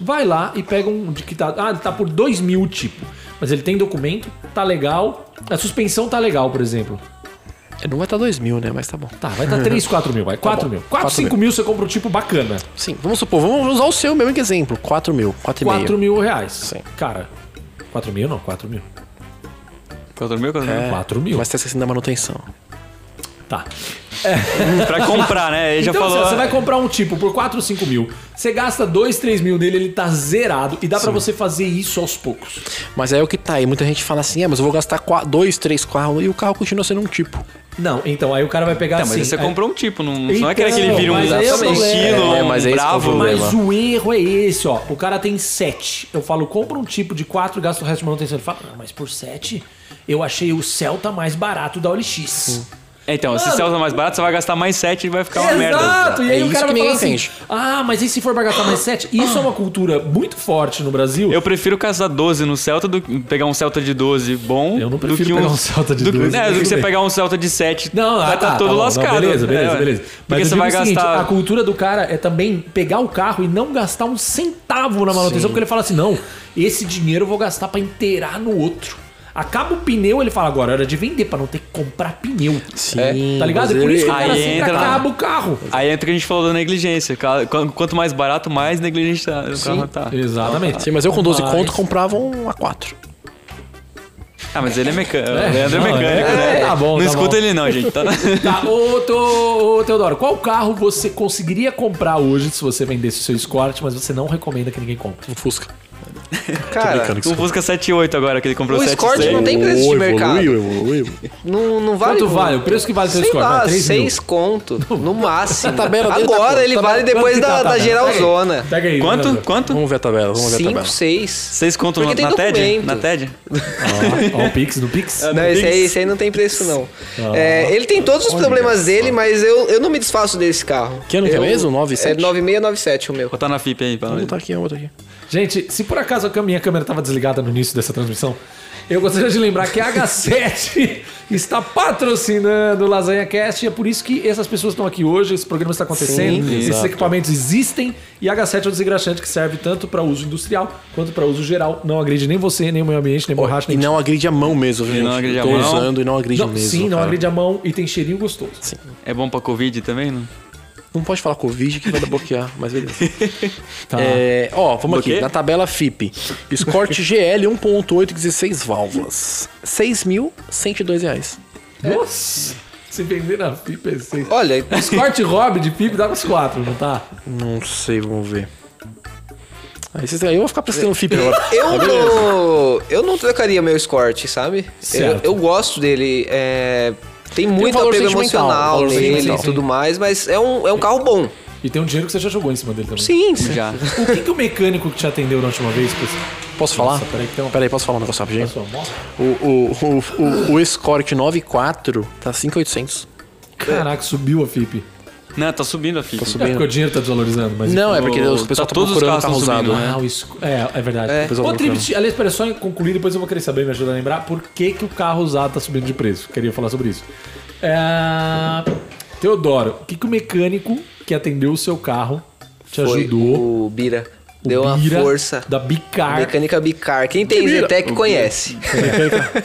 vai lá e pega um de que tá. Ah, tá por 2 mil o tipo. Mas ele tem documento, tá legal. A suspensão tá legal, por exemplo.
É, Não vai estar dois mil, né? Mas tá bom.
Tá, vai estar 3, 4 mil, vai.
Tá
4 mil. 4,
Quatro
5 mil você compra um tipo bacana.
Sim, vamos supor, vamos usar o seu mesmo que exemplo. 4 mil, 4 e
4
meio.
mil reais.
Sim.
Cara, 4 mil não, 4 mil.
Quatro mil, quatro mil.
4 mil.
Mas tá esquecendo da manutenção.
Tá.
Pra comprar, né? Ele já
então,
falou.
assim, ó, você vai comprar um tipo por 4, 5 mil. Você gasta 2, 3 mil nele, ele tá zerado. E dá pra você fazer isso aos poucos.
Mas aí é o que tá aí. Muita gente fala assim, é, mas eu vou gastar 2, 3 carros e o carro continua sendo um tipo.
Não, então aí o cara vai pegar
Tá, mas
assim.
aí você
aí-
comprou um tipo, não, não é
Então,
que era que ele vira um
mas aí eu não
estilo,
lembro. É,
um
mas é esse que é o
bravo.
problema.
Mas o erro é esse, ó. O cara tem 7. Eu falo, compra um tipo de 4 e gasta o resto de manutenção. Ele fala, ah, mas por 7 eu achei o Celta mais barato da OLX.
Então, se
Mano.
você usa mais barato, você vai gastar mais 7 e vai ficar uma merda.
Exato, e
É
aí o
isso
cara vai falar
que ninguém
assim,
entende.
ah, mas e se for pra gastar mais 7? Isso é uma cultura muito forte no Brasil.
Eu prefiro casar 12 no Celta do que pegar um Celta de 12 bom.
Eu não prefiro pegar um Celta de
do,
12,
Né, do que
tudo
você
bem.
pegar um Celta de 7.
Não,
vai
ah,
tá,
tá,
todo
tá bom,
lascado.
não, beleza, beleza,
É,
beleza.
Porque
eu
você
digo
vai
o seguinte,
gastar.
a cultura do cara é também pegar o carro e não gastar um centavo na manutenção, porque ele fala assim: não, esse dinheiro eu vou gastar pra inteirar no outro. Acaba o pneu, ele fala agora, é hora de vender pra não ter que comprar pneu.
Sim,
Tá ligado?
mas
É por
ele-
isso que o cara
Aí
sempre
entra na-
acaba o carro.
Aí entra o que a gente falou da negligência. Ca- qu- Quanto mais barato, mais negligente tá- o carro tá.
Exatamente.
Sim, mas eu com 12
Ah, Mas-
conto comprava um A4.
Ah, mas ele é mecânico. O Leandro é
não,
mecânico,
é,
né?
tá bom,
Não
tá
escuta
bom.
ele, não, gente. Tá...
Tá, ô, Teo- ô, Teodoro, qual carro você conseguiria comprar hoje se você vendesse o seu Escort, mas você não recomenda que ninguém compre?
Um Fusca.
Cara,
O Fusca 78 agora, que ele comprou
O
7
Um Escort não tem preço
Ô,
de mercado.
Evoluiu, evoluiu.
não, não vale.
Quanto vale? O preço que vale o seu
Sei
Escort?
lá,
Vai, 3 mil.
seis conto, no máximo.
tabela dele tá
Agora
quanto?
ele
Tabela-
vale
Quanto
depois
que tá
da,
a
da
tabela?
geralzona.
Pega aí,
Quanto?
Leandro.
Quanto?
Vamos ver a tabela, vamos ver a tabela.
cinco seis
Vocês contam
Porque
na,
tem
na TED?
documento.
Na TED?
Ó, ó, o Pix, no Pix?
É,
Não, esse
Pix.
aí, esse aí não tem preço, não.
Ah,
É, ele tem todos os problemas dele, mas eu, eu não me desfaço desse carro.
Que ano que é
eu,
mesmo? 97?
É 9697 o meu.
Botar na FIP aí, pelo
Vamos
menos.
tá.
botar Tá aqui, vamos botar aqui.
Gente, se por acaso a minha câmera estava desligada no início dessa transmissão, eu gostaria de lembrar que a H7 está patrocinando o Lasanha Cast e é por isso que essas pessoas estão aqui hoje, esse programa está acontecendo,
Sim,
esses
exato.
equipamentos existem e a H7 é um desengraxante que serve tanto para uso industrial quanto para uso geral. Não agride nem você, nem o meio ambiente, nem borracha,
E
nem
não agride a mão mesmo, gente.
não agride a
Tô
mão.
usando e não agride
Não,
mesmo.
sim, não
cara.
agride a mão e tem cheirinho gostoso.
É bom pra Covid também, não?
Não pode falar Covid que vai bloquear, mas beleza.
Tá.
É, ó, vamos
Do
aqui.
quê?
Na tabela FIP. Escort GL 1.8, 16 válvulas. R$ 6.102 reais. É.
Nossa! Se vender na FIP, é seis.
Olha,
Corte Rob de FIP dá uns quatro, não tá?
Não sei, vamos ver. Aí vocês aí eu vou ficar pesquisando FIP agora.
Tá
eu não, eu não trocaria meu Escort, sabe? Eu,
Certo.
eu gosto dele. é, tem muito
valor
apego
sentimental,
emocional
valor
nele
sentimental.
e tudo mais, mas é um, é um carro bom.
E tem um dinheiro que você já jogou em cima dele também.
Sim,
Já.
O que, que o mecânico que te atendeu na última vez? Pô,
Posso falar?
Nossa, peraí, então.
Peraí, posso falar um negócio
a
rapidinho?
sua moto?
O, o, o, o, o Escort 94 tá 5,800.
Caraca, subiu a FIP.
Não, tá subindo a
Tá
fita.
É porque o
subindo.
dinheiro tá desvalorizando, mas.
Não, é
o-
porque o pessoal
tá
tá,
todos os
procurando carro
carros tão
usado.
subindo,
né?
Ah, o esco... é, é verdade.
É.
O pessoal Ô, Trivit, aliás, pera, só concluir, depois eu vou querer saber, me ajuda a lembrar, por que, que o carro usado tá subindo de preço. Queria falar sobre isso. É... Teodoro, o que, que o mecânico que atendeu o seu carro te
Foi
ajudou?
O Bira.
O
Deu uma
Bira
força.
Da Bicar.
Mecânica Bicar. Quem tem
Bira.
Zetec conhece.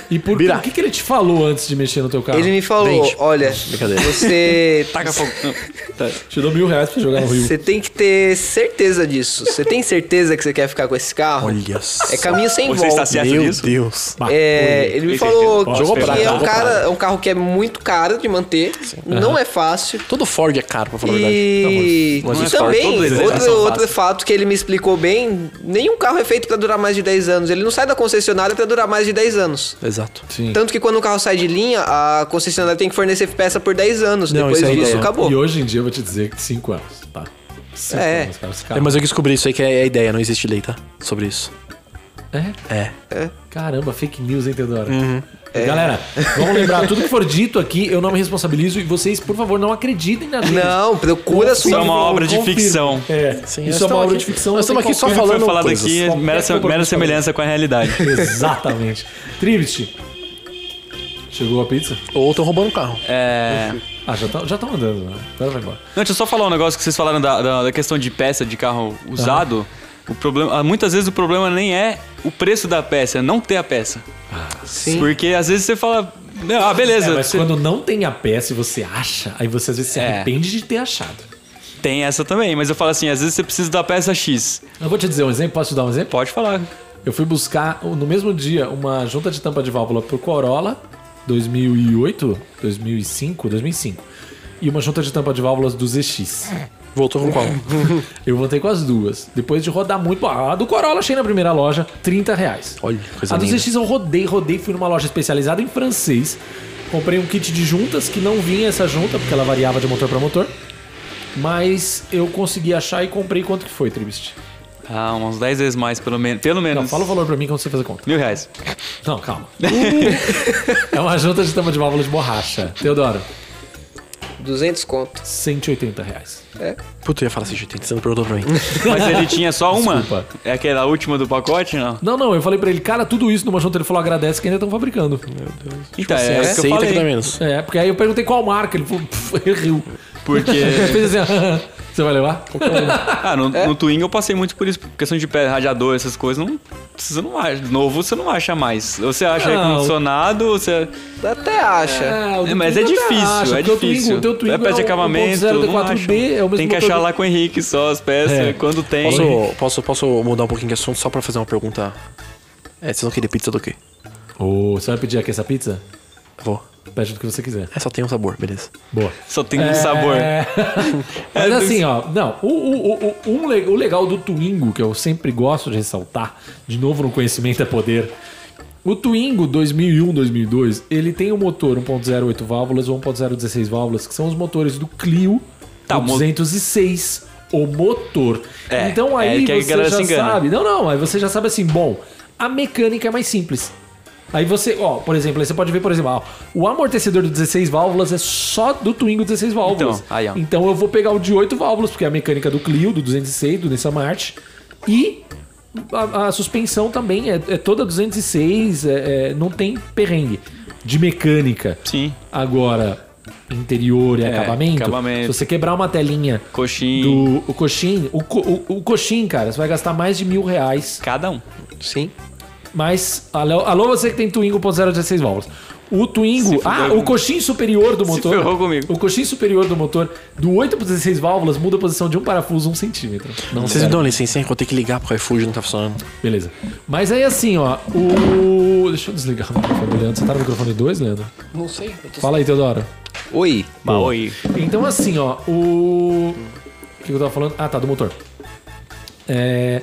E por
Bira.
o que, que ele te falou antes de mexer no teu carro?
Ele me falou,
Dente.
olha,
Brincadeira.
você
Taca fogo. Não, tá.
Te dou mil reais pra jogar no Rio.
Você tem que ter certeza disso. Você tem certeza que você quer ficar com esse carro?
Olha só.
É caminho sem volta.
Você está certo
Meu
disso?
Deus.
Bah,
É,
olha.
ele me
Tem
falou
certeza.
que,
Jogou praga,
é, um
jogou
cara-
praga.
é um carro que é muito caro de manter, não é fácil.
Todo Ford é caro, pra falar a verdade.
E,
Não, é mas-
e
mas
também,
todos eles não
outro,
são
outro
fáceis.
fato que ele me explicou bem, nenhum carro é feito pra durar mais de 10 anos. Ele não sai da concessionária pra durar mais de 10 anos.
Exato.
Sim.
Tanto que quando o carro sai de linha, a concessionária tem que fornecer peça por 10 anos.
Não,
Depois
isso aí
disso,
não.
acabou.
E hoje em dia eu vou te dizer que 5 anos, tá? 5
É.
anos, cara, esse
É,
carro.
mas eu descobri isso aí que é a ideia, não existe lei, tá? Sobre isso.
É?
É.
Caramba, fake news, hein, Teodoro?
Uhum. É.
Galera, vamos lembrar, tudo que for dito aqui, eu não me responsabilizo e vocês, por favor, não acreditem na gente.
Não, procura
Confirmo,
sua
é uma obra de
confirmo.
ficção.
É,
Sim, nós
isso é uma
estamos
obra
aqui-
de ficção.
nós
não
estamos
tem
aqui só
qualquer-
Foi
falando
falado
coisas.
aqui,
Qualquer
mera, mera
compromisso
semelhança com a realidade.
Exatamente. Trivit, chegou a pizza?
Ou estão roubando o carro.
É...
Ah, já estão já tão andando, né? Agora vai embora.
Não, deixa eu só falar um negócio que vocês falaram da, da, da questão de peça de carro usado. O problema, ah, muitas vezes o problema nem é o preço da peça, é não ter a peça.
Sim.
Porque às vezes você fala, "Não, ah, beleza,
É, mas
você-
quando não tem a peça e você acha, aí você às vezes se
É.
arrepende de ter achado.
tem essa também, mas eu falo assim, às vezes você precisa da peça X.
Eu vou te dizer um exemplo, posso te dar um exemplo?
Pode falar.
Eu fui buscar no mesmo dia uma junta de tampa de válvula pro Corolla 2008, 2005, 2005. E uma junta de tampa de válvulas do ZX.
É. Voltou com qual?
Eu voltei com as duas. Depois de rodar muito. Pô, A do Corolla achei na primeira loja, 30 reais.
Olha, coisa
a do
linda.
ZX eu rodei, rodei, fui numa loja especializada em francês. Comprei um kit de juntas que não vinha essa junta, porque ela variava de motor pra motor. Mas eu consegui achar e comprei quanto que foi, Tribist?
Ah, umas 10 vezes mais, pelo menos. Pelo menos.
Não, fala o valor pra mim que eu não sei fazer conta.
Mil reais.
Não, calma. é uma junta de tampa de válvula de borracha. Teodoro,
200 conto.
180 reais.
Puta, eu ia falar assim, gente, você não perguntou pra mim.
Mas ele tinha só uma?
Desculpa.
É aquela última do pacote, não?
Não, não, eu falei pra ele, cara, tudo isso numa junta. Ele falou, agradece que ainda estão fabricando.
Então, é, isso que eu
assim, Aceita que dá
falei.
menos.
É, porque aí eu perguntei qual marca. Ele falou, pff, ele riu. Ele
Porque.
fez assim, "Ah, você vai levar?
Ah, no, no Twin eu passei muito por isso. por Questão de pé, radiador, essas coisas, não. Você não acha. Novo você não acha mais. Ou você acha
Não.
ar-condicionado, ou você.
Até acha.
Ah, o do
É, mas
Twingo
é
até
difícil,
acha,
é
porque o
difícil.
Twingo- o teu Twingo
é peça de
é o
acabamento,
1.0
não
D4B,
acha.
é o mesmo
Tem que
motor
achar
do-
lá com o Henrique só as peças,
É.
quando tem.
Posso, posso, posso mudar um pouquinho de assunto só pra fazer uma pergunta? É, vocês vão querer pizza do quê?
Ô, você vai pedir aqui essa pizza?
Vou.
Pede do que você quiser.
É, só tem um sabor, beleza.
Boa.
Só tem um sabor.
É. Mas
É,
assim, ó, não, o, o, o- o- um le- o legal do Twingo, que eu sempre gosto de ressaltar, de novo no conhecimento é poder. O Twingo 2001, 2002, ele tem um motor 1.08 válvulas um ou 1.016 válvulas, que são os motores do Clio
Tá,
do
mo-
206, o motor.
É,
então
é
aí
que a
você
galera
já
se engana.
sabe, não, não, aí você já sabe assim, bom, a mecânica é mais simples. Aí você, ó, por exemplo, aí você pode ver, por exemplo, ó, o amortecedor de 16 válvulas é só do Twingo 16 válvulas.
Então, aí, ó.
Então eu vou pegar o de 8 válvulas, porque é a mecânica do Clio, do 206, do Nissan March. E a, a suspensão também é, é toda 206, é- é, não tem perrengue de mecânica.
Sim.
Agora, interior e
É,
acabamento,
acabamento.
se você quebrar uma telinha
Coxinha.
do o coxim, o, co- o, o coxim, cara, você vai gastar mais de mil reais.
Cada um.
Sim.
Mas, alô, alô você que tem Twingo 1.016 válvulas. O
Se
Twingo,
fudeu
ah,
comigo.
o coxim superior do motor.
ferrou comigo.
O coxim superior do motor, do 8 para 16 válvulas, muda a posição de um parafuso um centímetro. Não
Vocês
sério.
me dão licença, hein? que Eu tenho que ligar pro iFood, não tá funcionando.
Beleza. Mas aí assim, ó, o. Deixa eu desligar o microfone, do Leandro. Você tá no microfone 2, Leandro?
Não sei. eu tô-
Fala aí, Teodoro.
Oi.
Maoi.
Então, assim, ó, o. O que eu tava falando? Ah, tá, do motor. É,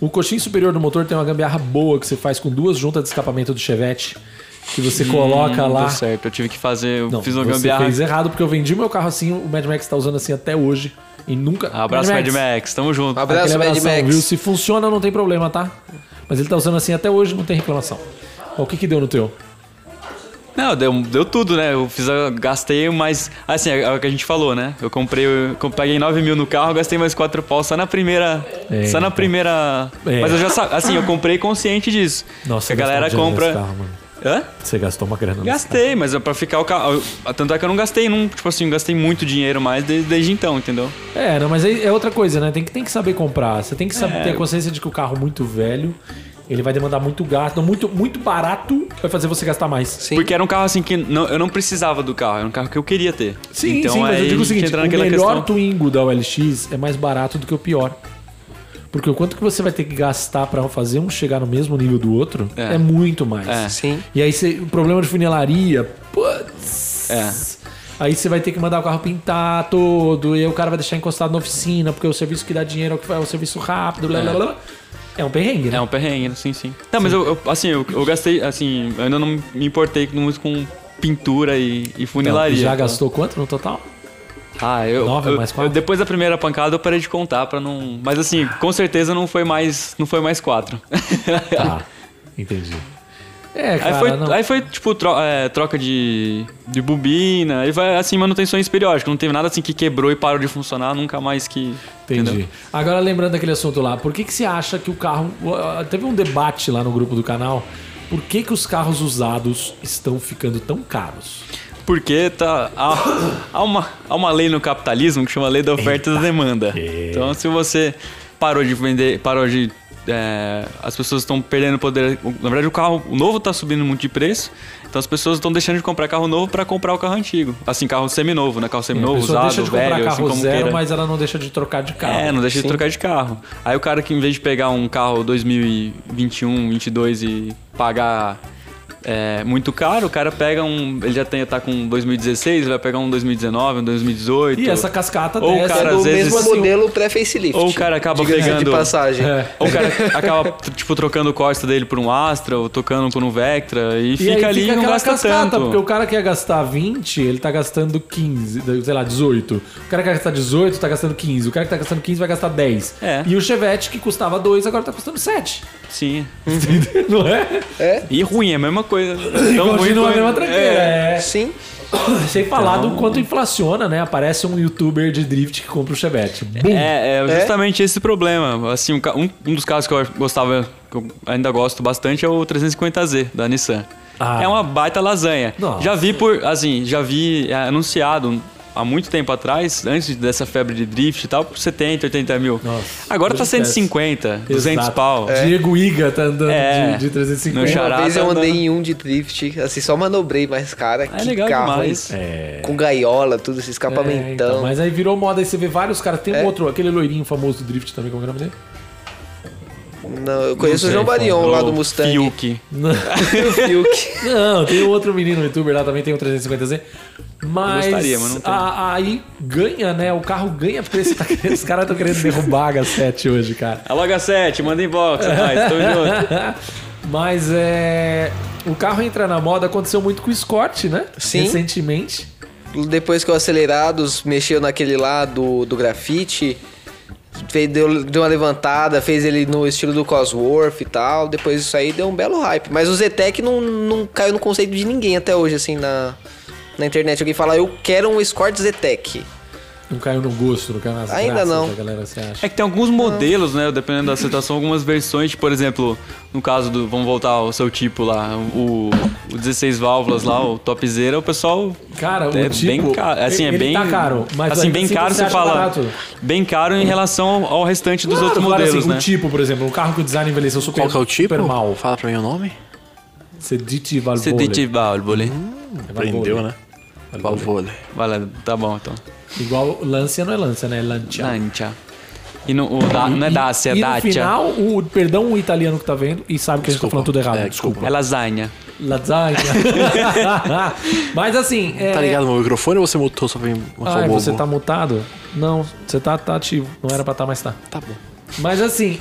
O coxinho superior do motor tem uma gambiarra boa que você faz com duas juntas de escapamento do Chevette que você coloca
Não
Tá lá.
Deu certo, eu tive que fazer, eu
Não,
fiz uma
você
gambiarra.
fez errado porque eu vendi meu carro assim, o Mad Max tá usando assim até hoje e nunca.
Ah, Abraço, Mad Max, tamo junto.
Abra- Abraço,
Aquele
Mad
abração,
Max.
é Viu? Se funciona, não tem problema, tá? Mas ele tá usando assim até hoje, não tem reclamação. Ó, O que que deu no teu?
Não, deu, deu tudo, né? Eu fiz, a- gastei mais. Assim, é, o que a gente falou, né? Eu comprei, eu com- paguei 9 mil no carro, gastei mais 4 pau só na primeira.
É,
só na
então.
primeira.
É.
Mas eu já sabia, assim, eu comprei consciente disso.
Nossa,
a
gastou
galera
dinheiro nesse
compra.
carro, mano.
Hã?
Você gastou uma grana. nesse
Gastei, mas é pra ficar o carro. eu- Tanto é que eu não gastei, não, tipo assim, gastei muito dinheiro mais de- desde, então, entendeu?
É, não, mas aí é outra coisa, né? Tem que, tem que saber comprar. Você tem que saber, ter a consciência de que o carro muito velho, ele vai demandar muito gasto. Muito, muito barato vai fazer você gastar mais.
Sim.
Porque era um carro assim que não- eu não precisava do carro, era um carro que eu queria ter.
Sim,
então,
sim, mas
aí
eu
a
digo o
gente
seguinte,
entra
o
naquela
melhor
questão.
Twingo da OLX é mais barato do que o pior. Porque o quanto que você vai ter que gastar pra fazer um chegar no mesmo nível do outro é,
É.
muito mais.
É.
Sim.
E aí você- o problema de funilaria, putz.
É.
Aí você vai ter que mandar o carro pintar todo, e aí o cara vai deixar encostado na oficina, porque o serviço que dá dinheiro é o, que vai, é o serviço rápido, blá, blá, blá. blá. É um perrengue, né?
É um perrengue, sim, sim. Não, mas eu, eu- assim, eu, eu gastei, assim, eu ainda não me importei muito com pintura e, e
Então,
funilaria.
já gastou quanto no total?
Ah, eu,
Nove,
eu-
mais quatro?
eu- depois da primeira pancada eu parei de contar pra não, mas assim, com certeza não foi mais, não foi mais quatro.
Tá, entendi. É, cara,
É. Aí foi,
não.
aí foi tipo, tro- é, troca de, de bobina, aí vai, assim, manutenções periódicas. Não teve nada assim que quebrou e parou de funcionar, nunca mais que...
Entendi.
entendeu?
Agora, lembrando daquele assunto lá, por que, que você acha que o carro. uh, Teve um debate lá no grupo do canal. Por que, que os carros usados estão ficando tão caros?
Porque tá, há, há uma, há uma lei no capitalismo que chama lei da oferta e da demanda.
É.
Então, se você parou de vender, parou de. é, as pessoas estão perdendo poder. Na verdade, o carro o novo está subindo muito de preço. Então, as pessoas estão deixando de comprar carro novo para comprar o carro antigo. Assim, carro seminovo, né? Carro seminovo,
É, a pessoa
usado,
deixa de comprar
velho,
carro
assim como
zero,
queira.
mas ela não deixa de trocar de carro.
É, não deixa de trocar de carro. Aí o cara que em vez de pegar um carro 2021, 22 um, e pagar é, muito caro, o cara pega um. Ele já tem, tá com 2016, ele vai pegar um 2019, um 2018.
E essa cascata
Ou o
dessa
cara,
é do
às vezes,
mesmo
assim,
modelo pré-facelift.
ou o cara acaba
diga-se de
pegando-
passagem.
É.
Ou o cara acaba, t- tipo, trocando o Costa dele por um Astra, ou tocando por um Vectra, e,
aí
fica ali e não
aquela
gasta
porque o
tanto.
cara quer gastar 20, ele tá gastando 15, sei lá, 18. O cara que quer gastar 18, tá gastando 15. O cara que tá gastando 15 vai gastar 10.
É.
E o Chevette, que custava 2, agora tá custando 7.
Sim.
não é?
E ruim, é a mesma coisa. Tão ruim
Continua a
quanto-
mesma tranqueira.
É.
é.
Sim.
Sem falar do quanto inflaciona, né? Aparece um youtuber de drift que compra o Chevette. Bum!
É, é justamente esse problema. Assim, um, ca- um- um dos carros que eu gostava, que eu ainda gosto bastante, é o 350Z da Nissan.
Ah.
É uma baita lasanha.
Nossa.
Já vi por, assim, já vi é, anunciado há muito tempo atrás, antes dessa febre de drift e tal, por 70, 80 mil.
Nossa,
Agora
hoje
tá 150, 200
Exato.
pau.
Diego Iga tá andando
É.
de, de
No
350.
Xará.
Uma vez
Barata,
eu andei
né?
em um de drift, assim, só manobrei, mas, cara,
É
que
legal
carro,
demais.
hein?
É.
Com gaiola, tudo, esse escapamentão.
É, então, mas aí virou moda, aí você vê vários caras. Tem um
É.
outro, aquele loirinho famoso do drift também, como é o nome dele?
Não, eu conheço o
Não sei,
João Barion lá
É o
É. do Mustang.
Fiuk.
Não,
O Fiuk.
não, tem um outro menino no youtuber lá também, tem um 350Z. Mas,
Gostaria, mas não tem.
a- aí ganha, né? O carro ganha preço. Tá, querendo- os caras estão querendo derrubar a H7 hoje, cara.
Alô, H7, manda inbox, rapaz. Tamo junto.
Mas é. O carro entra na moda, aconteceu muito com o Scott, né?
Sim.
Recentemente.
Depois que o Acelerados mexeu naquele lá do, do grafite, fez, deu, deu uma levantada, fez ele no estilo do Cosworth e tal. Depois disso aí deu um belo hype. Mas o Zetec não, não caiu no conceito de ninguém até hoje, assim, na, na internet. Alguém fala, eu quero um Escort Zetec.
Não caiu no gosto, não caiu nas
Ainda
graças
não.
que a galera se acha.
É que tem alguns modelos, né? Dependendo da situação, algumas versões. Por exemplo, no caso do. Vamos voltar ao seu tipo lá, o, o 16 válvulas lá, o topzera, o pessoal.
Cara, o
é
tipo,
bem caro. Assim, é
ele
bem.
tá caro, mas
assim,
ainda
bem
assim
caro,
você
você,
acha
fala.
barato.
Bem caro em relação ao, ao restante dos outros
Claro,
modelos,
assim,
né?
O tipo, por exemplo, um carro que o design envelheceu super,
Qual que é o tipo?
super mal.
Fala pra mim o nome.
Sedite Valvole.
CDT válvula.
É Valvole.
Aprendeu, né? Valvole.
Vai lá, tá bom então.
Igual Lancia não é Lancia, né? É Lancia.
Lancia. E no, o da- não é Dacia, é
e
Dacia.
no final, o, perdão o italiano que tá vendo e sabe que a gente tá falando tudo errado.
É,
desculpa.
É lasanha.
Lasanha. mas assim... É...
Tá ligado no meu microfone ou você mutou só pra mim mostrar
Ah,
o bobo?
você tá mutado? Não, você tá, tá ativo. Não era pra estar, mas tá.
Tá bom.
Mas assim,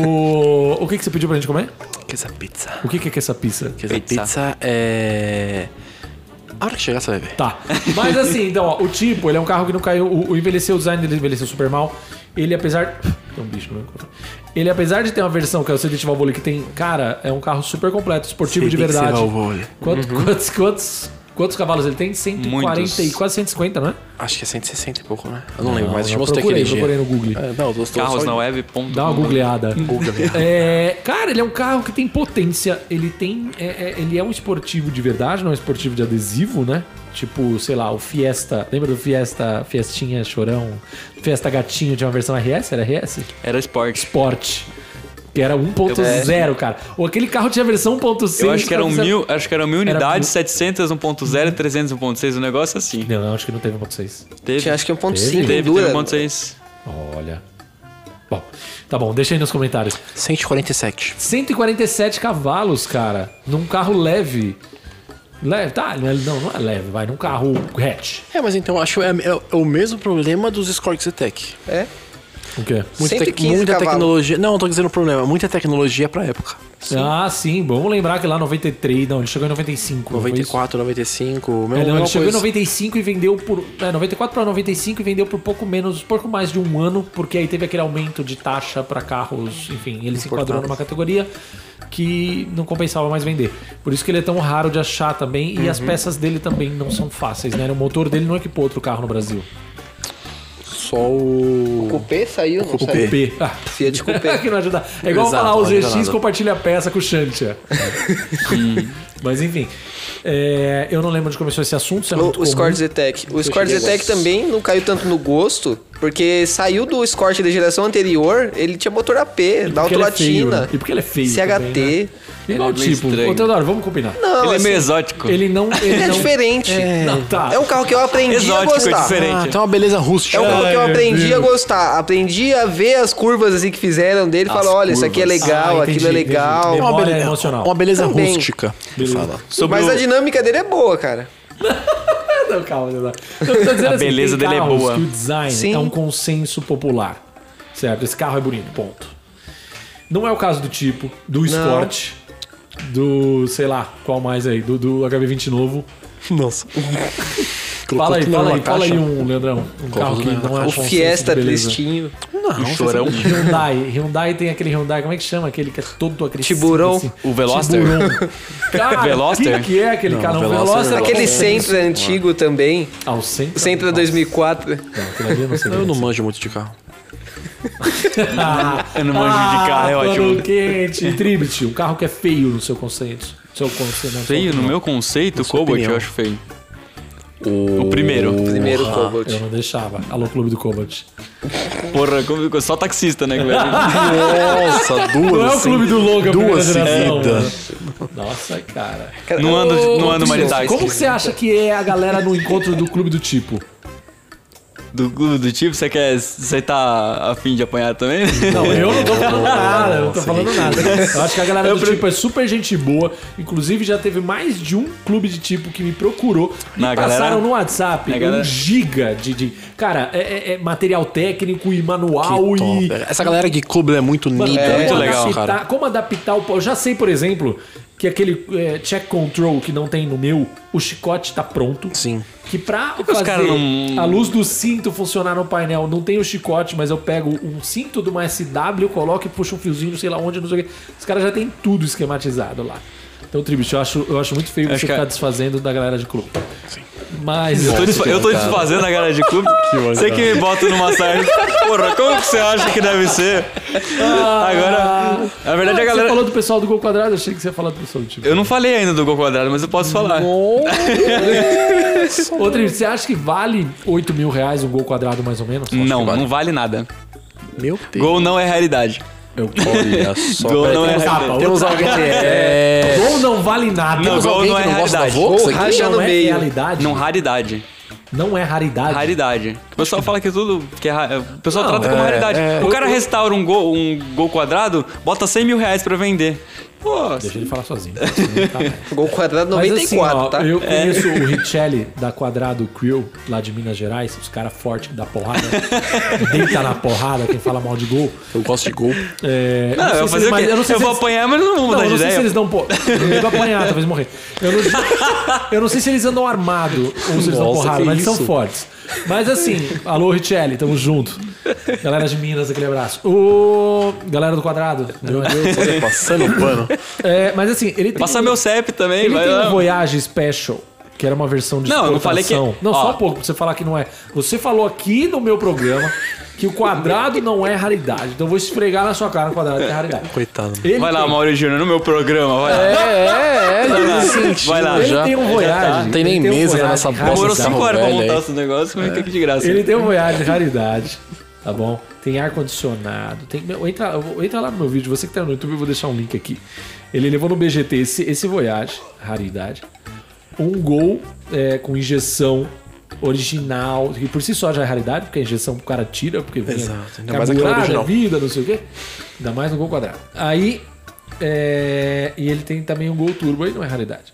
o, o que, que você pediu pra gente comer?
Que essa pizza.
O que que é que é essa pizza?
Que essa pizza.
Pizza.
é. A hora que chegar, você vai ver.
Tá. Mas assim, então, ó, o tipo, ele é um carro que não caiu. O, o envelheceu, o design dele envelheceu super mal. Ele, apesar. Tem um bicho no meu corpo. Ele, apesar de ter uma versão que é o Sedit Valvole, que tem. Cara, é um carro super completo, esportivo de
Sedit
verdade.
Valvole.
Quanto- Quantos, quantos, quantos cavalos ele tem? 140 e
Muitos.
quase 150, né?
Acho que é 160 e pouco, né? Eu não, lembro, mas eu te
eu
mostrei
procurei,
aquele dia.
procurei no Google.
É, não, eu estou
Carros
só-
na web. ponto
Dá uma
com.
googleada. É, cara, ele é um carro que tem potência. Ele tem. é, é, ele é um esportivo de verdade, não é um esportivo de adesivo, né? Tipo, sei lá, o Fiesta. Lembra do Fiesta, Fiestinha Chorão? Fiesta Gatinho tinha uma versão RS? Era RS?
Era esporte.
Sport. Que era 1.0, cara. Ou aquele carro tinha versão 1.6.
Eu acho que eram
cara,
mil, acho que eram mil
Era
unidades,
mil.
700, 1.0, 300, 1.6, um negócio assim.
Não, acho que não teve 1.6.
Teve,
Tinha acho que 1.5
teve, um teve
dura.
1.6.
Olha. Bom, tá bom, deixa aí nos comentários.
147.
147 cavalos, cara, num carro leve. Leve, tá? Não, não é leve, vai, num carro hatch.
É, mas então eu acho é, é o mesmo problema dos Scorpius e Tech.
É.
O quê?
Muita, tec-
115
muita
cavalos.
tecnologia. Não, eu tô dizendo o problema. Muita tecnologia pra época.
Ah, sim, bom, vamos lembrar que lá 93, não, ele chegou em 95. não foi isso?
94, 95. Mesmo,
É, não, ele
mesma
chegou em
coisa.
95 e vendeu por. É, 94 para 95 e vendeu por pouco menos, pouco mais de um ano, porque aí teve aquele aumento de taxa para carros, enfim, ele se enquadrou numa categoria que não compensava mais vender. Por isso que ele é tão raro de achar também, e as peças dele também não são fáceis, né? O motor dele não equipou outro carro no Brasil.
Só o.
Coupé saiu, não
Coupé.
saiu?
P. Ah.
Fiat Coupé.
que não ajuda. É igual
Exato,
falar o
não ajuda
GX
nada.
compartilha a peça com o Xantia. Mas enfim. é, eu não lembro onde começou esse assunto, isso é muito
O, o
comum.
Score Zetec. O Score
cheguei
Zetec também não caiu tanto no gosto, porque saiu do Escort da geração anterior, ele tinha motor AP, da
Porque ele é feio, né?
Altolatina,
E porque ele é feio.
CHT.
também, né? Igual
Ele é meio
tipo.
estranho.
Ô, Teodoro, vamos combinar.
Não,
ele é
assim,
meio exótico.
Ele não. Ele
ele é
não-
diferente. É...
Não, tá.
um carro que eu aprendi
Exótico,
a gostar.
é diferente.
Ah, tem uma beleza rústica.
É um carro que eu
Ai, meu
aprendi a
Deus.
gostar. Aprendi a ver as curvas assim que fizeram dele e falar, olha, isso aqui é
curvas.
legal,
Ah, entendi,
aquilo é legal.
entendi.
uma
Memória
beleza,
emocional.
Uma beleza
Também.
rústica. Fala.
Sobre
Mas
o-
a dinâmica dele é boa, cara.
Não, calma, Teodoro. Não, eu tô dizendo
A
assim,
beleza
tem
dele é
carros
boa.
Que o design
Sim.
é um consenso popular. Certo? Esse carro é bonito, ponto. Não é o caso do tipo, do Escort, do. sei lá, qual mais aí, do, do HB20 novo.
Nossa.
Fala aí,
tudo
fala
numa
aí, fala aí
caixa.
um, Leandrão. Um carro
tudo
que
na
não é
O
consenso de
Fiesta
beleza.
tristinho.
Não,
o chorão.
Hyundai. Hyundai tem aquele Hyundai, como é que chama? Aquele que é todo agressivo.
Tiburão.
assim.
O Veloster?
Tiburão. Cara,
Veloster?
que que é aquele cara? Um
Veloster
Veloster.
não.
Aquele
é-
Sentra antigo também.
Ah, o Sentra.
O Sentra
Nossa,
2004.
não, aquilo ali eu não sei.
Eu não manjo muito de carro.
Ah,
Eu não manjo de carro, é
Ah,
pano
ótimo.
quente. Tribute, um carro que é feio no seu conceito. Seu conceito né? não,
Feio, no
não.
meu conceito, o Cobalt
opinião.
eu acho feio. O primeiro.
um Primeiro Cobalt.
Eu não deixava. Alô, Clube do Cobalt.
Porra, como ficou? Só taxista, né, Guilherme?
Nossa, duas. assim.
Não é o Clube do Logan, primeira
Duas
geração.
seguidas.
mano. Nossa, cara.
Cara,
Não ando,
ô,
não ando mais de táxi.
Como que você acha que é a galera no encontro do Clube do Tipo?
Do, do, do tipo, você quer. Você tá afim de apanhar também?
Não, eu não tô falando nada, eu não tô falando nada. É. Eu acho que a galera do
Eu pre-
tipo é super gente boa. Inclusive, já teve mais de um clube de tipo que me procurou. E
Na
passaram
galera-
no WhatsApp
na galera-
um giga de. de- cara, é, é- é material técnico e manual
Que
e.
top. Essa galera de Clube é tá- muito
Mano,
unida.
como
muito legal,
adaptar-
cara.
Como adaptar o. Eu já sei, por exemplo, que aquele é, check control que não tem no meu, o chicote tá pronto.
Sim.
Que pra
os
fazer
caras não-
a luz do cinto funcionar no painel, não tem o chicote, mas eu pego um cinto de uma SW, coloco e puxo um fiozinho, sei lá onde, não sei o quê. Os caras já tem tudo esquematizado lá. Então, Tribute, eu acho, eu acho muito feio
Acho
você
É que
ficar
a- Então,
desfazendo da galera de clube. Mas.
Eu tô, desfa- eu tô desfazendo a galera de clube. Você que me bota numa saia. Porra, como que você acha que deve ser?
Ah.
Agora, na verdade, a
Você
galera.
falou do pessoal do Gol Quadrado, eu achei que você ia falar do pessoal do time.
Eu não falei ainda do gol quadrado, mas eu posso falar.
Ô, Tribute, você acha que vale 8 mil reais um gol quadrado, mais ou menos?
Não, não vale nada.
Meu Deus.
Gol não é realidade.
Olha só.
Gol não é
Temos
realidade.
tapa,
Temos
outra-
alguém que é.
Gol não vale nada.
Não,
Temos
gol
alguém que
não é
não gosta da
realidade.
Vox
Gol
aqui? né?
racha
não
no
é
meio.
realidade.
Não, raridade.
não é raridade.
Raridade. O pessoal fala que tudo. Que é ra- O pessoal
Não,
trata como
é,
raridade.
é.
o cara restaura um gol, um gol quadrado, bota 100 mil reais pra vender. Pô,
Deixa ele falar sozinho. Tá
Gol um quadrado
Mas
94,
assim, ó,
tá?
Eu
É.
conheço o Richelli da Quadrado Crew, lá de Minas Gerais, os caras fortes que dá porrada. Deita na porrada, quem fala mal de gol.
Eu gosto de gol.
É,
Não, eu
sei
vou
se
fazer
ele-
o quê?
mas
Eu,
não sei se
vou
eles-
apanhar, mas não vou mudar
não, eu
de
não sei se
ideia.
eles dão. Pô, eu vou apanhar, talvez morrer. Eu não, eu não sei se eles andam armado ou se eles dão
Nossa,
porrada,
que
mas eles são
isso?
fortes. Mas assim, alô, Richelli, tamo junto. Galera de Minas, aquele abraço. O... Galera do Quadrado. meu Deus.
Olha, Passando o pano.
É, mas assim, ele tem,
Passa meu CEP também,
ele
vai
tem
lá.
um Voyage Special. Que era uma versão de
Não, eu não falei que-
exportação. Não, só
Ó.
um pouco, pra você falar que não é. Você falou aqui no meu programa que o quadrado não é raridade. Então eu vou esfregar na sua cara o quadrado é raridade.
Coitado.
Ele
Vai lá,
tem-
Maurício Júnior, no meu programa, vai lá.
É, é,
Vai lá,
sentido
vai lá.
Ele
já.
tem um
tá.
voyage.
Não tem nem
ele um
mesa
voyage
nessa
de
bosta.
Demorou
raridade.
Nossa,
5 horas pra
velho,
montar
hein?
esse negócio, mas fica aqui de graça.
é. Ele tem um voyage de raridade. Tá bom? Tem ar-condicionado. Tem... meu, Entra, eu vou- entra lá no meu vídeo. Você que tá no YouTube, eu vou deixar um link aqui. Ele levou no BGT esse, esse voyage, raridade. Um gol é, com injeção original, que por si só já é raridade, porque a injeção o cara tira, porque vinha
Exato. Ainda mais aquela
carburada,
original.
vida, não sei o quê. Ainda mais no gol quadrado. Aí. é, e ele tem também um gol turbo aí, não é raridade.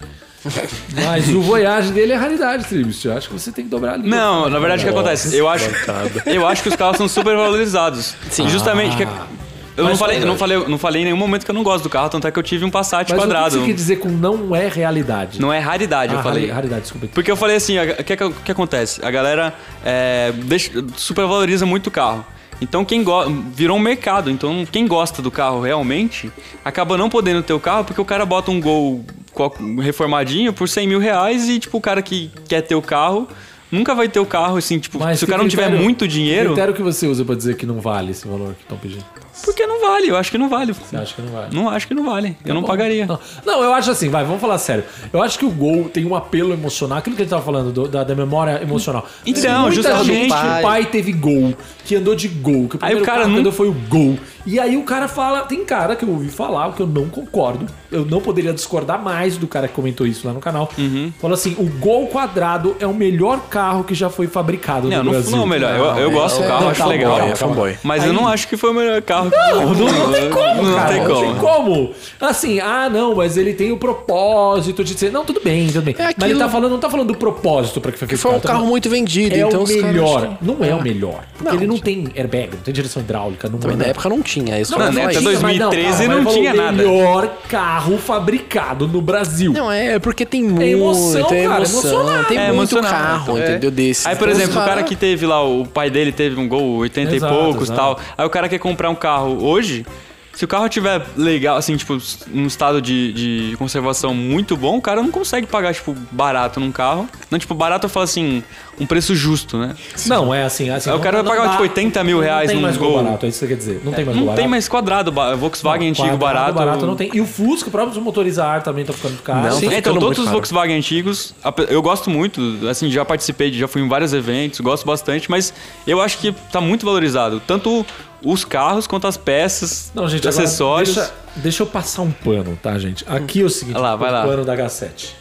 Mas o voyage dele é raridade, Tribus. Eu acho que você tem que dobrar ali.
Não, na verdade o que acontece? Eu acho, eu acho que os carros são super valorizados. Sim. Justamente que. Eu
Ah.
não
Mas
falei,
é
eu não, falei, eu não falei em nenhum momento que eu não gosto do carro, tanto é que eu tive um Passat
Mas
quadrado.
o que você quer dizer com não é realidade?
Não é raridade,
ah,
eu falei.
rari- Raridade, desculpa.
Porque eu falei assim, o que, que- o que acontece? A galera é, deixa- supervaloriza muito o carro. Então quem go- virou um mercado. Então quem gosta do carro realmente acaba não podendo ter o carro porque o cara bota um gol qual- reformadinho por 100 mil reais e tipo o cara que quer ter o carro nunca vai ter o carro assim tipo se o
que
cara não tiver
critério-
muito
Que
dinheiro
critério que você usa pra dizer que não vale esse valor que estão pedindo?
porque não vale. Eu acho que não vale.
Você acha que não vale? Tá
Não acho que não vale. eu não
Bom,
pagaria.
Não. Não, eu acho assim, vai, vamos falar sério. Eu acho que o gol tem um apelo emocional, aquilo que a gente tava falando, do- da, da memória emocional.
Então,
Tem muita
justamente.
gente, o pai teve gol, que andou de gol, que o primeiro
o cara
carro que
não-
andou foi o gol. E aí o cara fala, tem cara que eu ouvi falar, o que eu não concordo, eu não poderia discordar mais do cara que comentou isso lá no canal.
Uhum.
Falou assim, o gol quadrado é o melhor carro que já foi fabricado
Não,
no
não,
Brasil.
não é o melhor. Eu, eu gosto do
é,
carro,
não,
acho
tá bom,
legal.
é,
fanboy.
Mas eu não acho que foi o melhor carro.
Não, não, não tem como,
Não
cara.
tem
Não tem
como.
como. Assim, ah, não, mas ele tem o propósito de ser. Não, tudo bem, tudo bem. Mas ele
aquilo-
tá falando, não tá falando do propósito pra que foi
Que
feito.
foi
o
um carro muito vendido,
É
então
o
os caras-
melhor. Não é o melhor. Porque
Não.
ele não tem airbag, não tem direção hidráulica, não
Também na
anda-
época não né, tinha isso.
Não,
que eu
na
ia
época
falar.
tinha,
2013
mas
não
mas
tinha
falou,
nada.
melhor carro fabricado no Brasil.
Não, é porque tem muito,
emoção,
tem
cara,
emoção,
emocionado.
tem
É,
muito
emocionado,
carro,
é.
entendeu? Desse.
Aí, por exemplo, o cara que teve lá, o pai dele teve um gol 80
Exato,
e poucos e
exato.
tal. Aí o cara quer comprar um carro hoje. Se o carro tiver legal, assim, tipo, num estado de, de conservação muito bom, o cara não consegue pagar, tipo, barato num carro. Não, tipo, barato eu falo assim, um preço justo, né?
Não, é assim, é assim.
Aí o
não-
cara vai
não
pagar,
dá-
tipo, 80 mil reais
Não tem
num
mais
gol.
barato, é isso que você quer dizer. Não tem mais gol
Não
barato.
tem mais quadrado, ba- Volkswagen antigo
Quadrado,
barato.
barato não tem. E o Fusca, o próprio motorizar também tá ficando caro.
Não, tá
Sim, então
ficando
todos
muito
os
caro.
Volkswagen antigos, ape- eu gosto muito, assim, já participei, de- já fui em vários eventos, gosto bastante, mas eu acho que tá muito valorizado, tanto os carros quanto as peças,
Não, gente, agora
acessórios.
Deixa, deixa eu passar um pano, tá, gente? Aqui é o seguinte,
Vai lá, vai
o
lá.
pano da H7.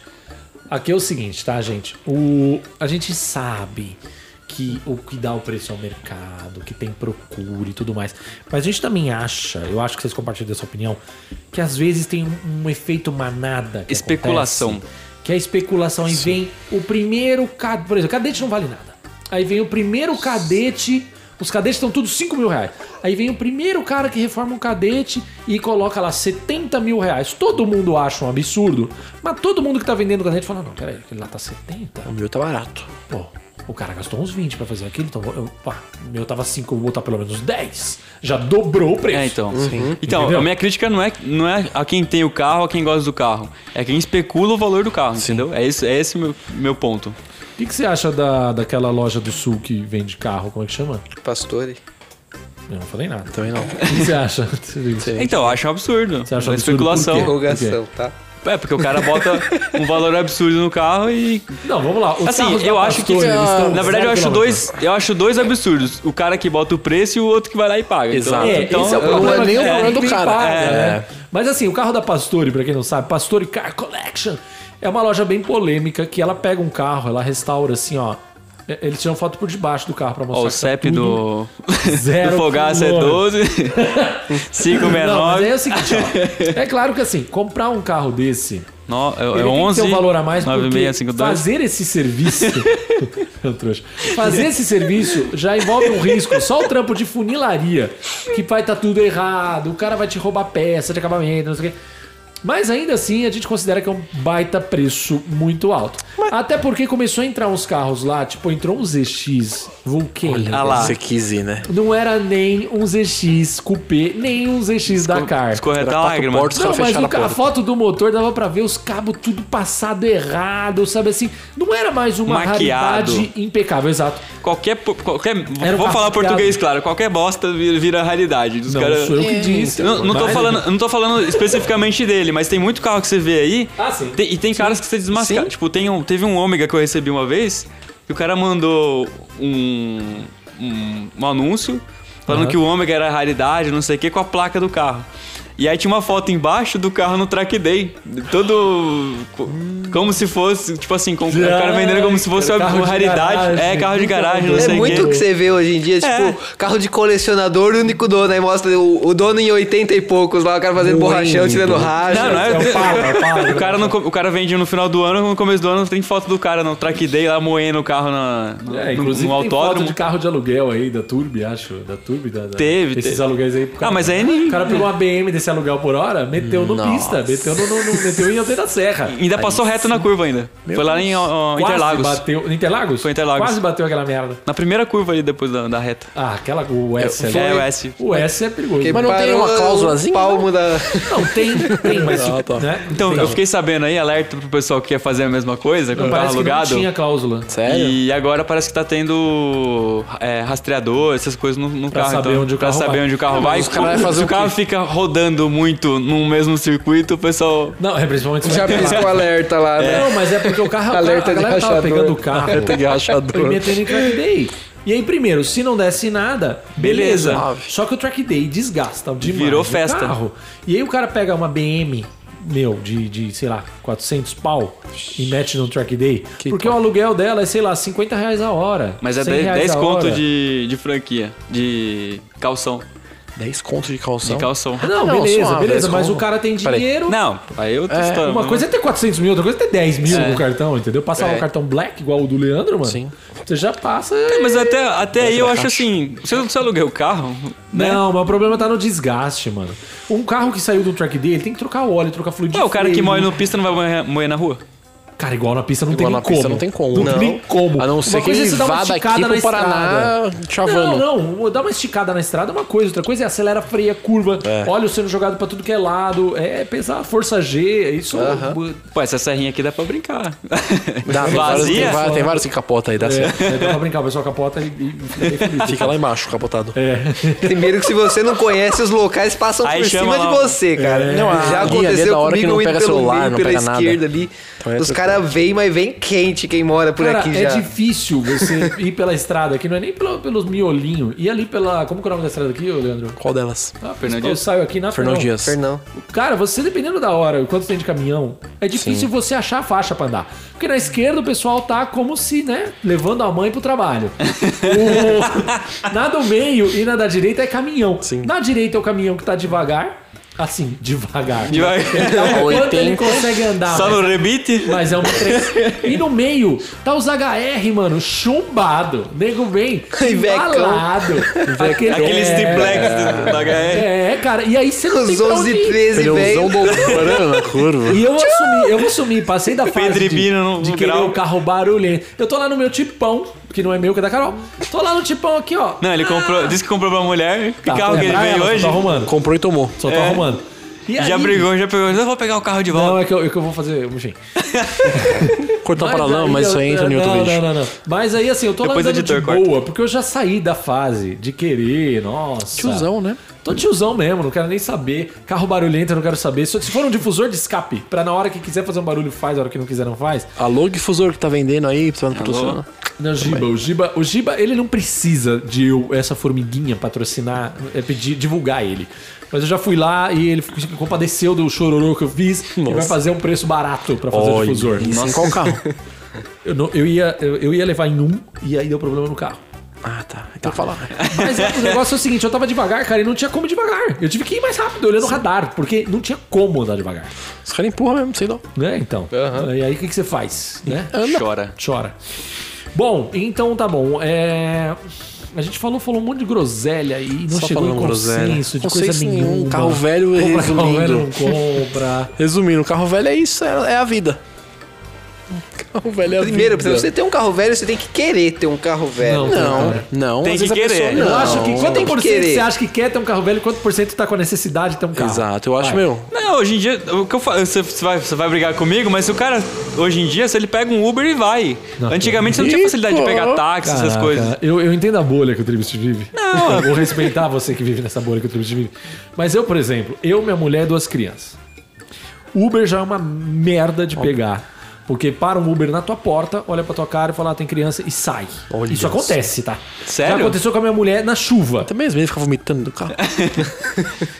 Aqui é o seguinte, tá, gente? O, a gente sabe que o que dá o preço ao mercado, que tem procura e tudo mais. Mas a gente também acha, eu acho que vocês compartilham dessa opinião, que às vezes tem um, um efeito manada. que
Especulação.
acontece, que é a especulação. Aí vem o primeiro cadete. Por exemplo, cadete não vale nada. Aí vem o primeiro cadete. Os cadetes estão tudo 5 mil reais. Aí vem o primeiro cara que reforma um cadete e coloca lá 70 mil reais. Todo mundo acha um absurdo, mas todo mundo que tá vendendo cadete fala: não, peraí, aquele lá tá 70?
O meu tá barato.
Pô, o cara gastou uns 20 pra fazer aquilo, então eu, pá, o meu tava 5, eu vou botar pelo menos 10. Já dobrou o preço.
É, então.
Uhum.
Então,
Entendeu?
a minha crítica não é, não é a quem tem o carro, a quem gosta do carro. É quem especula o valor do carro, entendeu? É, isso, é esse meu, meu ponto.
O que, que você acha da, daquela loja do sul que vende carro? Como é que chama?
Pastore.
Eu não falei nada.
Também não.
O que você acha?
Então, eu acho um absurdo.
Você acha
Uma
absurdo por
especulação.
Interrogação, tá?
É, porque o cara bota um valor absurdo no carro e
Não, vamos lá. Os
Assim,
carros da
eu acho que.
Pastore, eles estão
Na verdade, eu
zero
acho,
quilômetro.
dois, eu acho dois absurdos. O cara que bota o preço e o outro que vai lá e paga.
Exato.
É,
Então,
esse é o
então,
problema.
não é nem o
que
problema do
ninguém
cara.
paga,
É.
né? Mas assim, o carro da Pastore, pra quem não sabe, Pastore Car Collection é uma loja bem polêmica que ela pega um carro, ela restaura assim, ó. é, É, Eles tiram foto por debaixo do carro pra mostrar.
Ó, o
que tá
CEP
tudo-
do,
Zero
do Fogaça é
quilômetro.
12,
Não, mas
569.
é o seguinte, ó. É claro que assim, comprar um carro desse
No, é,
Ele
é
tem que
11,
ter um valor a mais porque
9652.
fazer esse serviço... É um trouxa. Fazer esse serviço já envolve um risco. Só o trampo de funilaria, que vai estar tudo errado, o cara vai te roubar peça de acabamento, não sei o quê. Mas ainda assim, a gente considera que é um baita preço muito alto. Até porque começou a entrar uns carros lá, tipo, entrou um ZX Vulcan.
Ah lá.
Você quis ir, né?
Não era nem um ZX Coupé, nem um ZX Dakar.
Escorretar
Era
a
quatro
lágrima.
portas, os
Não,
caras
mas
fecharam
o
a
ca- a
porta.
foto do motor dava pra ver os cabos tudo passado errado, sabe assim? Não era mais uma
Maquiado.
raridade impecável, exato.
Qualquer. po- qualquer
Era um
vou
carro
falar português, claro. Qualquer bosta vira, vira raridade. Os
Não,
cara-
sou eu que disse.
Não, não, tô
Mas-
falando, não tô falando especificamente dele, mas tem muito carro que você vê aí.
Ah, sim.
Tem- e tem caras que você desmascara.
Sim.
Tipo, tem um, teve um ômega que eu recebi uma vez, que o cara mandou um, um, um anúncio falando que o ômega era raridade, não sei o que, com a placa do carro. E aí tinha uma foto embaixo do carro no track day. Todo. co- Como se fosse, tipo assim, com, o cara vendendo como se fosse
Hum. Ai,
uma
cara, carro de
raridade.
garagem.
é, carro de garagem, não
É
É
sei o
muito o que
quê.
você vê hoje em
É.
dia, tipo, carro de colecionador, único dono. Aí mostra o, o dono em 80 e poucos lá, o cara fazendo
Muito.
borrachão, tirando racha.
Não, não é.
É o Paulo, é o Paulo.
o, cara não, co- o cara vende no final do ano, no começo do ano não tem foto do cara, não. Track day lá moendo o carro na, no,
É,
no,
inclusive tem foto
Um autódromo.
de carro de aluguel aí, da Turbi, acho. Da Turbi, da, da-
Teve,
Esses
teve.
aluguéis aí. pro cara.
Ah, mas aí
O
nem.
cara pegou uma BM desse aluguel por hora, meteu no pista, meteu, no, no- no- meteu em Alter da Serra.
Ainda passou reto na curva ainda. Foi lá em ó, ó,
Quase
Interlagos.
Bateu, Interlagos?
Foi Interlagos.
Quase bateu aquela merda.
Na primeira curva ali depois da, da reta.
Ah, aquela, o S ali.
É o S.
O S é perigoso.
Mas não tem
Parou
uma
o
cláusulazinha,
Palmo da.
Não, tem, tem, mas.
Ah, tá.
né?
Então,
Tem.
eu fiquei sabendo aí, alerta pro pessoal que quer fazer a mesma coisa, com o carro
Parece que não
alugado.
tinha cláusula.
Sério?
E agora parece que tá tendo é, rastreador, essas coisas no, no
Pra
carro.
saber
então,
onde o
pra
carro
saber
vai.
onde o carro vai.
os caras vão fazer
Se o
o quê?
carro fica rodando muito num mesmo circuito, o pessoal
Não, é principalmente.
Já piscou alerta lá, né?
Não, mas é porque o carro.
Alerta
a
de
galera tava
rachador.
pegando o carro.
Alerta de rachador.
E metendo em track day. E aí, primeiro, se não desse nada, beleza.
Beleza.
Só que o track day desgasta demais
Virou
o
festa.
carro. E aí o cara pega uma BM, meu, de, de sei lá, 400 pau e mete no track day. porque o aluguel dela é, sei lá, 50 reais a hora.
Mas é
100
10,
reais
10
a
conto
hora.
de, de franquia, de calção.
10 conto de
Então?
calção.
De calção.
Não,
Não,
beleza,
suave,
beleza.
é
Mas
como-
o cara tem
Peraí.
dinheiro.
Não, aí eu tô né? estourando.
Uma coisa é ter 400 mil, outra coisa é ter 10 mil no cartão, entendeu? Passar
É.
um cartão black igual o do Leandro, mano.
Sim.
Você já passa.
É,
né?
Mas até, até aí eu acho assim, você não aluguei o carro, né?
Não, mas o problema tá no desgaste, mano. Um carro que saiu do track dele tem que trocar óleo, trocar fluido.
Ué,
de
É, o cara
freio.
que morre no pista não vai moer- moer na rua?
Cara, igual na pista não
Igual
tem
na
nem como.
pista não tem como,
Não,
não.
tem como.
A não ser que
coisa é
ele
você dar uma
vá daqui
esticada
pro
na
Paraná
estrada.
chavando.
Não, não. Dá uma esticada na estrada é uma coisa. Outra coisa é acelera, freia, curva. Óleo sendo jogado pra tudo que é lado. É pesar força G. é Isso
Pô, essa serrinha aqui dá pra brincar.
Dá, tem, vários,
Vazia?
tem, vários, tem vários que capota aí, dá
é,
certo.
é, dá pra brincar. O pessoal capota e, e fica bem feliz.
Fica lá embaixo, capotado.
É.
Primeiro que se você não conhece, os locais passam
Aí
por
chama
cima de
lá.
você, cara.
Não, a guia ali
Já
é
aconteceu
da hora que
comigo,
não
eu indo
pega
pelo
celular,
meio,
não
pela
pega nada.
esquerda ali.
Então é
os
tranquilo.
caras vêm, mas vem quente quem mora por
Cara,
aqui
é
já.
difícil você ir pela estrada aqui, não é nem pelo, pelos miolinhos. E ali pela. Como que é o nome da estrada aqui, ô Leandro?
Qual delas?
Ah,
Fernão
Eu
Dias?
saio aqui na
Fernão Dias.
Fernão.
Cara, você dependendo da hora, o quanto tem de caminhão, é difícil você achar a faixa pra andar. Porque na esquerda o pessoal tá como se, né, levando a mãe pro trabalho. o... Na do meio e na da direita é caminhão. Na direita é o caminhão que tá devagar. Assim, devagar.
Devagar.
Então, quanto ele
80.
consegue andar.
Só
mas-
no rebite?
mas é um trem. E no meio, tá os HR, mano, chumbado. Nego bem,
E vecão.
embalado. Aquele,
Aqueles
é,
triplex do- da HR.
É, cara, Então, e aí você não tem
Os
pra
11
onde
e
ir.
13
Pneuzão
vem.
dobrando na curva.
E eu assumi, eu assumi, passei da fase de, de
Pedribino no- no
querer
grau.
o carro barulhento. Eu tô lá no meu tipão, que não é meu, que é da Carol. Tô lá no tipão aqui, ó.
Não, ele comprou, disse que comprou pra mulher. Que
Tá,
carro
é
que ele
pra
veio
ela,
hoje? É.
Só tô arrumando,
Comprou e tomou.
só tô arrumando. E
Já
aí-
brigou, já pegou. Eu vou pegar o carro de volta.
Não, é que eu, é que eu vou fazer, enfim.
Cortou para
aí
lama, mas
eu-
isso aí entra em outro
não,
vídeo.
Não, não, não. Mas aí, assim, eu tô lá
Depois o
andando de
editor corta.
boa, porque eu já saí da fase de querer, nossa.
Tiozão, né?
Tô tiozão mesmo, não quero nem saber. Carro barulhento, eu não quero saber. Se se for um difusor de escape, pra na hora que quiser fazer um barulho, faz, a hora que não quiser, não faz.
Alô, difusor que tá vendendo aí, precisando patrocinar.
Não, Giba, o Giba, o Giba, ele não precisa de eu, essa formiguinha patrocinar, é pedir, divulgar ele. Mas eu já fui lá e ele ficou- compadeceu do chororô que eu fiz e vai fazer um preço barato pra fazer o
Olha,
difusor.
isso em qual carro?
Eu, não- eu ia, eu, eu ia levar em um e aí deu problema no carro.
Ah, tá. Então fala.
Mas o negócio é o seguinte, eu tava devagar, cara, e não tinha como ir devagar. Eu tive que ir mais rápido, olhando o radar, porque não tinha como andar devagar.
Os caras empurram mesmo, sei lá.
Né, então. E aí o que, que você faz, né?
Chora.
Chora. Bom, então tá bom. É... A gente falou, falou um monte de groselha e não
Só
chegou em
falando groselha.
consenso de
Consenso
coisa
nenhum,
nenhuma.
um carro velho
compra carro
resumindo.
velho, não compra.
Resumindo, carro velho é isso, é é a vida. Carro velho é a
Primeiro, pra
vida.
você ter um carro velho, você tem que querer ter um carro
Não.
velho.
Não,
Cara,
não.
né? tem
às
que
vezes a
querer. né?
pessoa-
Eu
Eu
Não.
acho que quanto
tem que
por cento
querer.
você acha que quer ter um carro velho e quanto por cento tá com a necessidade de ter um carro?
Exato, eu acho,
Vai.
meu.
Não, hoje em dia, o que eu falo, você, você vai, você vai brigar comigo, mas se o cara, hoje em dia, se ele pega um Uber e vai. Antigamente você não tinha
Ih,
facilidade de pegar
pô.
táxi, essas
Caraca,
coisas.
Eu, eu entendo a bolha que o Tribus vive. Não. Vou respeitar você que vive nessa bolha que o Tribus vive. Mas eu, por exemplo, eu, minha mulher e duas crianças. Uber já é uma merda de pegar. Porque para um Uber na tua porta, olha pra tua cara e fala, ah, tem criança e sai.
Olha
Isso
só.
acontece, tá?
Sério?
Já aconteceu com a minha mulher na chuva.
Também às vezes fica vomitando do carro.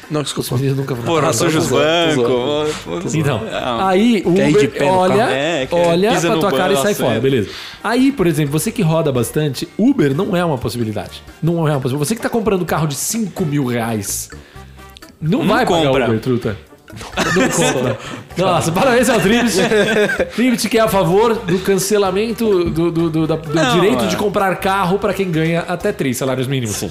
não, desculpa.
Eles nunca
Pô, não suja os bancos.
Então,
Ah,
aí o
Quer ir de
Uber
pé no
olha,
carro?
É, quer-
olha
pisa
pra
no
tua cara e sai
banco,
fora,
é.
beleza. Aí, por exemplo, você que roda bastante, Uber não é uma possibilidade. Não é uma possibilidade. Você que tá comprando carro de 5 mil reais, não, vai
compra.
pagar Uber, truta. Não compra. Nossa, parabéns ao Tribit. Tribit que é a favor do cancelamento do, do- do- da- do
Não,
direito
é.
de comprar carro pra quem ganha até três salários mínimos.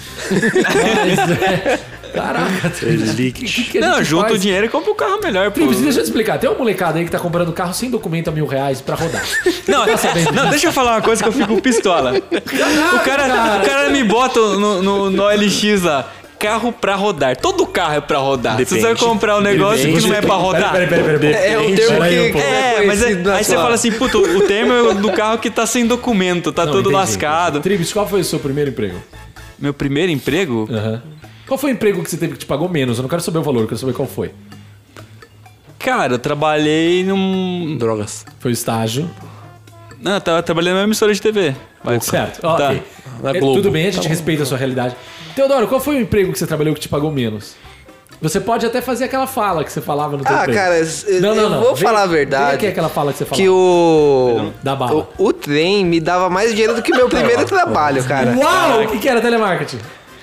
Mas, é, caraca, Tribit. que- que que a
não,
gente
junta o
faz?
dinheiro e compra o carro melhor, pô.
Felipe, deixa eu te explicar. Tem uma molecada aí que tá comprando carro sem documento a mil reais pra rodar.
Não, não, deixa eu falar uma coisa que eu fico pistola. O cara, o cara me bota no, no, no OLX lá. Carro pra rodar. Todo carro é pra rodar. Se você vai
Depende.
comprar um negócio que não é pra
Ah,
rodar.
peraí,
É um termo que, que
É, mas é-
conhecido né, na
aí você
sua-
fala assim, puto, o termo é do carro que tá sem documento, tá todo lascado.
Tribis, qual foi o seu primeiro emprego?
Meu primeiro emprego?
Aham. Qual foi o emprego que você teve que te pagou menos? Eu não quero saber o valor, eu quero saber qual foi.
Cara, eu trabalhei num.
Drogas.
Foi o estágio.
Não, eu tava trabalhando numa emissora de TV. Vai,
Certo.
Tá.
Ok.
Na
É,
Globo.
Tudo bem, a gente respeita a sua realidade. Teodoro, qual foi o emprego que você trabalhou que te pagou menos? Você pode até fazer aquela fala que você falava no teu
Ah,
emprego.
cara, eu,
Não, não,
eu
não.
vou
Vem-
falar a
vem
verdade.
aqui aquela fala que você
Que
falava.
o.
Da bala.
O, o trem me dava mais dinheiro do que meu primeiro trabalho, cara.
Uau! O que, que era telemarketing?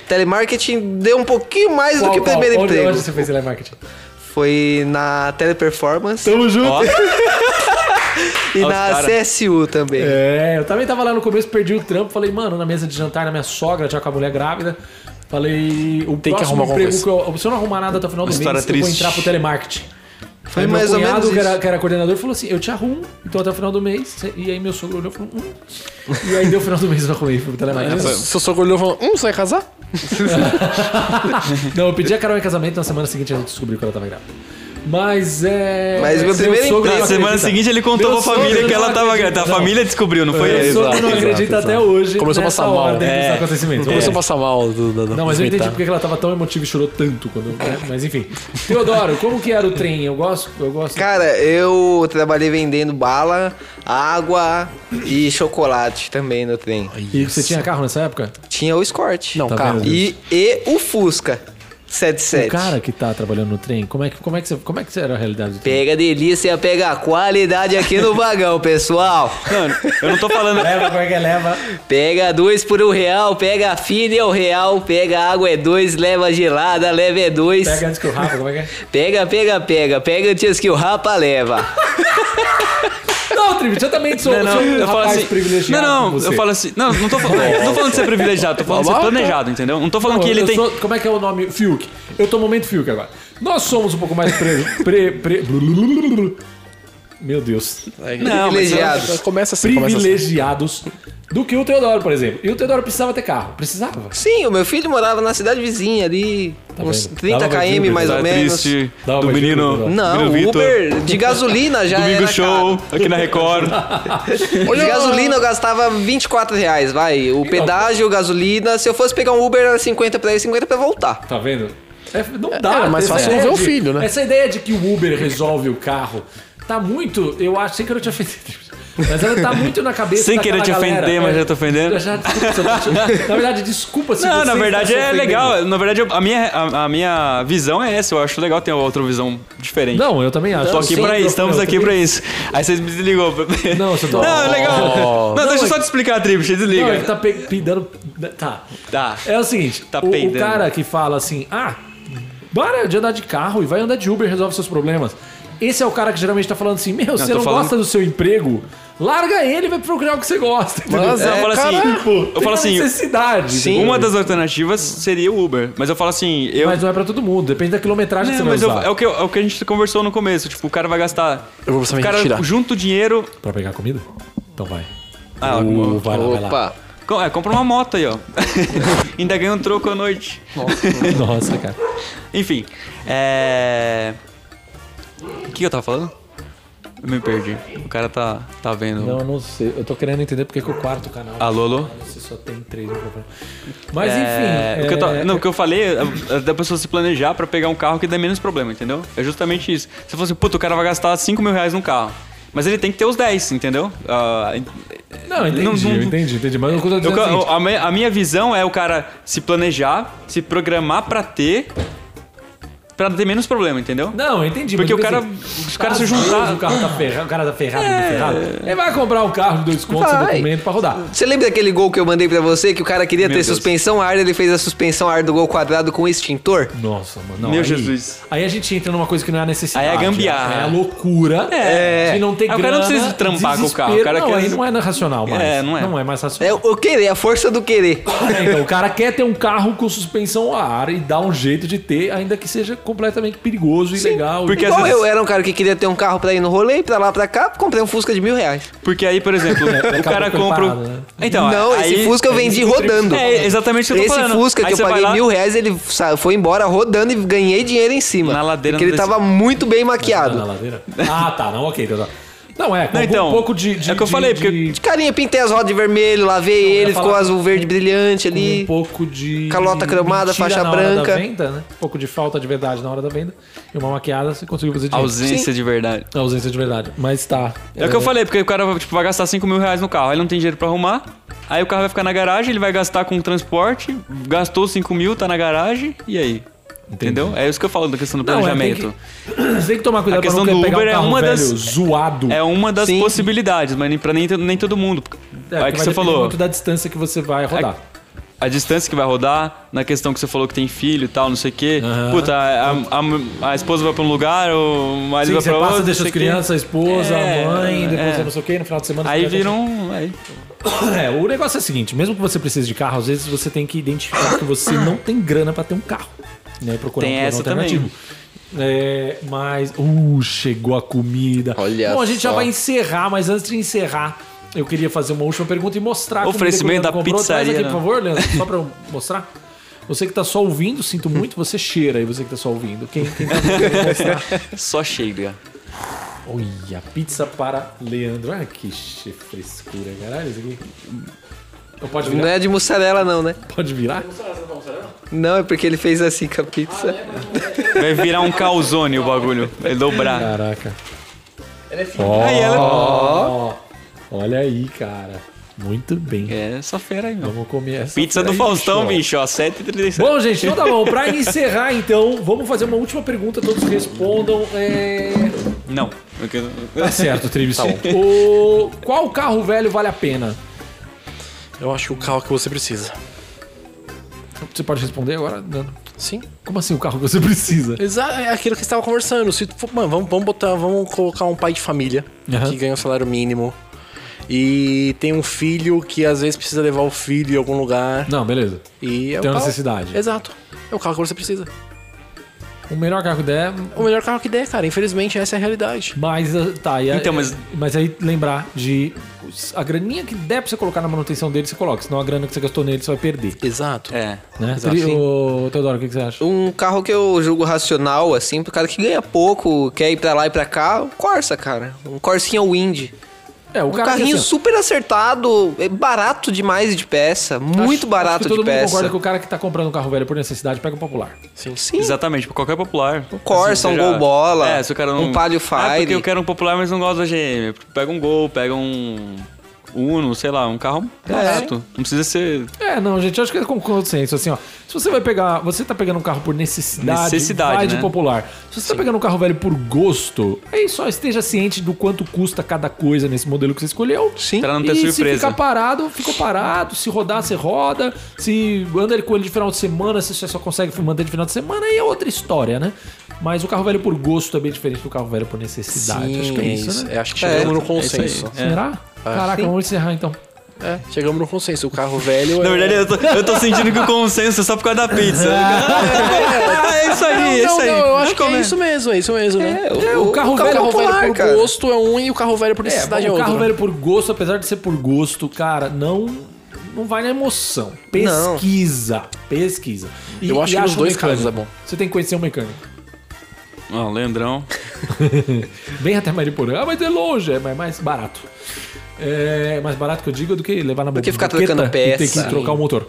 Telemarketing deu um pouquinho mais do que o primeiro
Onde-
emprego.
Onde você fez telemarketing?
Foi na Teleperformance
Tamo junto!
Ó,
e
Ó,
na
os cara.
CSU também.
É, eu também tava lá no começo, perdi o trampo, falei, mano, na mesa de jantar, na minha sogra, já com a mulher grávida. Falei, o
Tem
próximo
que arrumar alguma
emprego
coisa.
que eu. Se eu não arrumar nada até o final do mês,
história
eu vou
triste.
entrar pro telemarketing.
Foi
É,
Aí meu
mais ou
cunhado,
menos
que era,
isso.
que era coordenador, falou assim: eu te arrumo, então até o final do mês. cê- E aí meu sogro olhou e falou: hum. E aí deu o final do mês pra comer, pro telemarketing.
É, Seu sogro olhou e falou: Hum, você vai casar?
Não, eu pedi a Carol em casamento, na semana seguinte ela descobriu que ela tava grávida. Mas é.
Mas meu
seu
primeiro
sogro
Na
não
semana
acredita.
seguinte ele contou
Meu
pra família
sogro
que ela
não
tava
acredita,
grávida. A
não.
família descobriu, não foi
Meu
ele?
sogro não acredita
exato.
até hoje.
Começou a
nessa
passar mal. né?
ordem dos
É.
acontecimentos.
Começou
É.
a passar mal. Do, do, do-
Não, mas eu entendi
vomitar.
porque ela tava tão emotiva e chorou tanto quando. né? Mas enfim. Teodoro, como que era o trem? Eu gosto. Eu gosto.
Cara, eu trabalhei vendendo bala, água e chocolate também no trem.
E você tinha carro nessa época?
Tinha o Escort.
Não,
Tá
carro.
vendo?
E, e o Fusca 77.
O cara que tá trabalhando no trem, como é que, como é que, você, como é que era a realidade do trem?
Pega delícia, pega qualidade aqui no vagão, pessoal.
Não, eu não tô falando.
Leva, como é que leva?
Pega dois por um real, pega fina é um real, pega água é dois, leva gelada, leva é dois.
Pega antes que o Rafa, como é que
Pega, pega, pega, pega antes que o rapa leva.
é? Não, Trivit, eu também sou,
Não, não,
sou um
eu falo
rapaz
assim.
privilegiado.
Não,
como
não,
você. Tá
eu falo assim. Não, não tô, falando- não tô falando de ser privilegiado, tô falando de ser planejado, entendeu? Não tô falando
Não,
assim que ele
então. eu
tem.
sou- como é que é o nome? Fiuk. Eu tô no momento Fiuk agora. Nós somos um pouco mais pre, pre, pre- Meu Deus.
Não, mas eu-
Privilegiado.
Começa assim, começa assim.
privilegiados do que o Teodoro, por exemplo. E o Teodoro precisava ter carro. Precisava.
Sim, o meu filho morava na cidade vizinha ali, uns
vendo?
30
Dava pra ver,
km mais ou
tá
menos.
triste
Dá uma
do
batida,
menino.
Eduardo.
Não,
menino Vitor.
Uber de gasolina já
Domingo
era
show, aqui na Record.
Tipo
caro. De gasolina eu gastava 24 reais, vai. O pedágio, gasolina. Se eu fosse pegar um Uber, era 50 pra ir, 50 pra voltar.
Tá vendo? É, não dá.
era mais
Essa
fácil
ideia
não ver o
de-
filho, né?
Essa ideia de que o Uber resolve o carro tá muito. Eu acho. Sem querer te ofender. Mas ela tá muito na cabeça
Sem
daquela
querer te
galera.
ofender, mas já tô ofendendo.
Eu já- desculpa, eu tô te- na verdade, desculpa se
Não,
você
na
está
verdade
se
é
ofendendo.
legal. Na verdade, eu- a minha, a, a minha visão é essa. Eu acho legal ter outra visão diferente.
Não, eu também acho.
Tô aqui
Sim,
pra
eu-
isso, estamos
eu
aqui
também-
pra isso. Aí vocês me desligou.
Não, você tá-
Não, é legal. Não, deixa eu
é-
só te explicar a trip, você
Não, ele
desliga.
tá pe- pidando. Tá.
Tá.
É o seguinte:
Tá
o, o
peidando.
cara que fala assim, ah, para de andar de carro e vai andar de Uber e resolve seus problemas. Esse é o cara que geralmente tá falando assim: meu, você
tô
não
falando-
gosta do seu emprego? Larga ele e vai procurar o que você gosta. entendeu?
Mas
Eu
é,
falo assim,
cara,
eu falo assim,
necessidade. entendeu?
uma das alternativas seria o Uber. Mas eu falo assim, eu.
Mas não é pra todo mundo, depende da quilometragem
Não,
que você
mas
vai
eu-
usar.
é, o que, eu- é o que a gente conversou no começo. Tipo, o cara vai gastar.
Eu vou precisar
o
me
cara
retirar.
junta o dinheiro.
Pra pegar comida? Então vai.
Ah,
Uh, vai lá, vai lá.
Opa.
com- é, compra uma moto aí, ó. Ainda ganha um troco à noite.
Nossa, cara.
Enfim. É. O que eu tava falando? Eu me perdi. O cara tá, tá vendo.
Não, eu não sei. Eu tô querendo entender porque que o quarto canal.
Alô, alô?
Você só tem três microfones. Mas
É,
enfim.
o que eu
é,
tava- não, o que eu falei é é da pessoa se planejar pra pegar um carro que dê menos problema, entendeu? É justamente isso. Você falou assim, puta, o cara vai gastar 5 mil reais num carro. Mas ele tem que ter os 10, entendeu? Ah,
Não, entendi,
Não, não-
eu entendi, entendi. Mas eu tô
eu
dizendo assim,
ca-
o seguinte,
a, me- a minha visão é o cara se planejar, se programar pra ter, Pra ter menos problema, entendeu?
Não, eu entendi.
Porque
mas
o cara-
assim,
os caras se É.
às vezes
juntar-
O, carro tá ferrado, o cara tá ferrado, muito ferrado. Ele vai comprar um carro de dois contos sem
Vai.
documento pra rodar.
Você lembra daquele gol que eu mandei pra você que o cara queria
Meu
ter
Deus.
suspensão a ar, ele fez a suspensão a ar do gol quadrado com extintor?
Nossa, mano. não,
Meu
aí-
Jesus.
Aí a gente entra numa coisa que não é a necessidade.
Aí é gambiarra.
É a loucura
É.
de não ter
Aí o
grana.
cara não precisa trampar com o carro, o cara
desespero. não,
quer-
aí não é racional mais.
É, não é.
Não é mais racional.
É o o querer, a força do querer.
É, então, o cara quer ter um carro com suspensão a ar e dá um jeito de ter, ainda que seja completamente perigoso e legal.
porque
e...
às
Igual
vezes-
eu era um cara que queria ter um carro pra ir no rolê, pra lá, pra cá, comprei um Fusca de mil reais.
Porque aí, por exemplo, o cara
acabou
compra.
preparado, né?
o. Então,
não,
aí,
esse Fusca eu vendi rodando.
É exatamente o que eu
Esse
tô falando.
Fusca
Aí
que eu
você vai
paguei
lá-
mil reais, ele sa- foi embora rodando e ganhei dinheiro em cima.
Na ladeira
Porque
não
ele
desceu.
tava muito bem
Na
maquiado.
ladeira? Ah, tá. Não, ok. Tá, tá. Não, é. Com
Não,
algum
então,
pouco de, de-
é o que eu
de-
falei,
de-
porque-
De carinha, pintei as rodas de vermelho, lavei
eu ia
ele, ficou
falar-
azul verde brilhante ali.
um pouco de.
Calota cromada,
mentira
faixa
na hora
branca.
Da venda, né? Um pouco de falta de verdade na hora da venda. E uma maquiada, você conseguiu fazer dinheiro.
Ausência de verdade.
A ausência de verdade. Mas tá.
É o que eu falei, porque o cara tipo, vai gastar 5 mil reais no carro, aí ele não tem dinheiro pra arrumar, aí o carro vai ficar na garagem, ele vai gastar com transporte, gastou 5 mil, tá na garagem, e aí? Entendeu? É isso que eu falo da questão do
Não, é, tem
planejamento.
que- Você tem que tomar cuidado
A
pra não
questão
querer
do
pegar
Uber
um
é
carro
uma
velho
das-
zoado.
É uma das
Sim.
possibilidades, mas nem pra nem, nem todo mundo.
É,
aí
porque
que
vai
você
depender
falou, É,
muito da distância que você vai rodar.
a distância que vai rodar, na questão que você falou que tem filho e tal, não sei o quê.
Aham.
Puta, a, a- a esposa vai pra um lugar, o marido
Sim,
vai
você
pra outro.
passa,
não
deixa
sei
as
o quê.
crianças, a esposa,
É,
a mãe, depois
é.
não sei o quê, no final de semana... você
Aí
vai-
viram. Aí,
É, o negócio é o seguinte, mesmo que você precise de carro, às vezes você tem que identificar que você não tem grana pra ter um carro. Né? E Procurar
Tem
um plano
essa também.
alternativo. É, mas... Uh, chegou a comida.
Olha
Bom, a gente já
só.
vai encerrar, mas antes de encerrar... Eu queria fazer uma última pergunta e mostrar a comida que o
Oferecimento
Leandro
da
comprou. Traz
pizzaria,
aqui,
né?
por favor, Leandro, só pra eu mostrar. Você que tá só ouvindo, sinto muito, você cheira aí, você que tá só ouvindo. Quem, quem tá
só chega.
Olha, pizza para Leandro. Ah, que che- frescura, caralho, isso aqui. Não pode
Não
virar?
é de mussarela, não, né?
Pode virar?
Não, é porque ele fez assim com a pizza.
Vai virar um calzone o bagulho. Vai dobrar.
Caraca.
Aí ela.
Ó, olha aí, cara. Muito bem.
É, só fera aí, meu.
Vamos comer essa.
Pizza do
Oh. aí,
Faustão,
bicho.
bicho, ó. 7h37.
Bom, gente, então tá bom. Pra encerrar, então, vamos fazer uma última pergunta. Todos respondam. É...
Não. eu quero-
Tá certo, Tribis. O... Qual carro velho vale a pena?
eu acho que o carro que você precisa.
Você pode responder agora, Dano?
Sim.
Como assim o carro que você precisa?
Exa é aquilo que você estava conversando. Se for, mano, vamos, vamos botar, vamos colocar um pai de família
Aham.
que ganha um salário mínimo e tem um filho que às vezes precisa levar o filho em algum lugar
Não, beleza.
e é o
Tem uma
carro-
necessidade.
Exato. É o carro que você precisa. É
O melhor carro que der,
O melhor carro que der, cara. Infelizmente essa é a realidade.
Mas, ah, tá, e a-
Então, mas-
mas aí lembrar de. A graninha que der pra você colocar na manutenção dele, você coloca. Senão a grana que você gastou nele, você vai perder.
Exato.
É.
Né?
Exato,
Tri-
sim.
Ô, Teodoro, o que que você acha?
Um carro que eu julgo racional, assim, pro cara que ganha pouco, quer ir pra lá e pra cá, um Corsa, cara. Um Corsinha Wind.
É, o
Um
cara que,
carrinho
assim, ó,
super acertado, é barato demais de peça, muito
acho- acho
barato
que todo
de
mundo concorda
peça.
que o cara que tá comprando um carro velho por necessidade pega o popular.
Sim,
Exatamente, pra qualquer popular. Um
Corsa, um Gol Bola,
É, se o cara não...
um Palio
Ah, porque
Fire.
eu quero um popular, mas não gosto da GM. Pega um Gol, pega um Uno, sei lá, um carro barato. Não precisa ser
É, não, gente, eu acho que é com consenso. Assim, ó. Se você vai pegar. Você tá pegando um carro por necessidade,
Necessidade,
vai de
né?
popular. Se você tá pegando um carro velho por gosto, aí só esteja ciente do quanto custa cada coisa nesse modelo que você escolheu.
Sim.
pra não ter
e se
surpresa.
ficar parado, ficou parado. Se rodar, você roda. Se anda ele com ele de final de semana, se você só consegue manter de final de semana, aí é outra história, né? Mas o carro velho por gosto é bem diferente do carro velho por necessidade. acho que é isso, né?
É, acho que chegamos
É,
no
é isso aí.
consenso.
Será?
É.
Caraca, vamos encerrar então.
É, chegamos no consenso. O carro velho.
Na
é-
verdade, eu tô, eu tô sentindo que o consenso é só por causa da pizza. Ah, é isso
Não,
aí, é
não,
isso aí.
não, eu acho que é
Comer.
isso mesmo, é isso mesmo, né?
É,
É, o carro
O carro,
velho
velho
popular,
por
cara.
gosto é um e o carro velho por necessidade é,
o
outro.
carro
né?
velho por gosto, apesar de ser por gosto, cara, não não vai na emoção. Pesquisa, pesquisa. E-
Eu acho
e
que nos
acha um
dois
mecânico.
casos é bom.
Você tem que conhecer um mecânico.
Ó, Leandrão.
Vem até Mariporã, ah, mas é longe, é mais- mais barato. É mais barato que eu digo do que levar na boca.
que ficar trocando
Tem
peça.
que trocar o motor.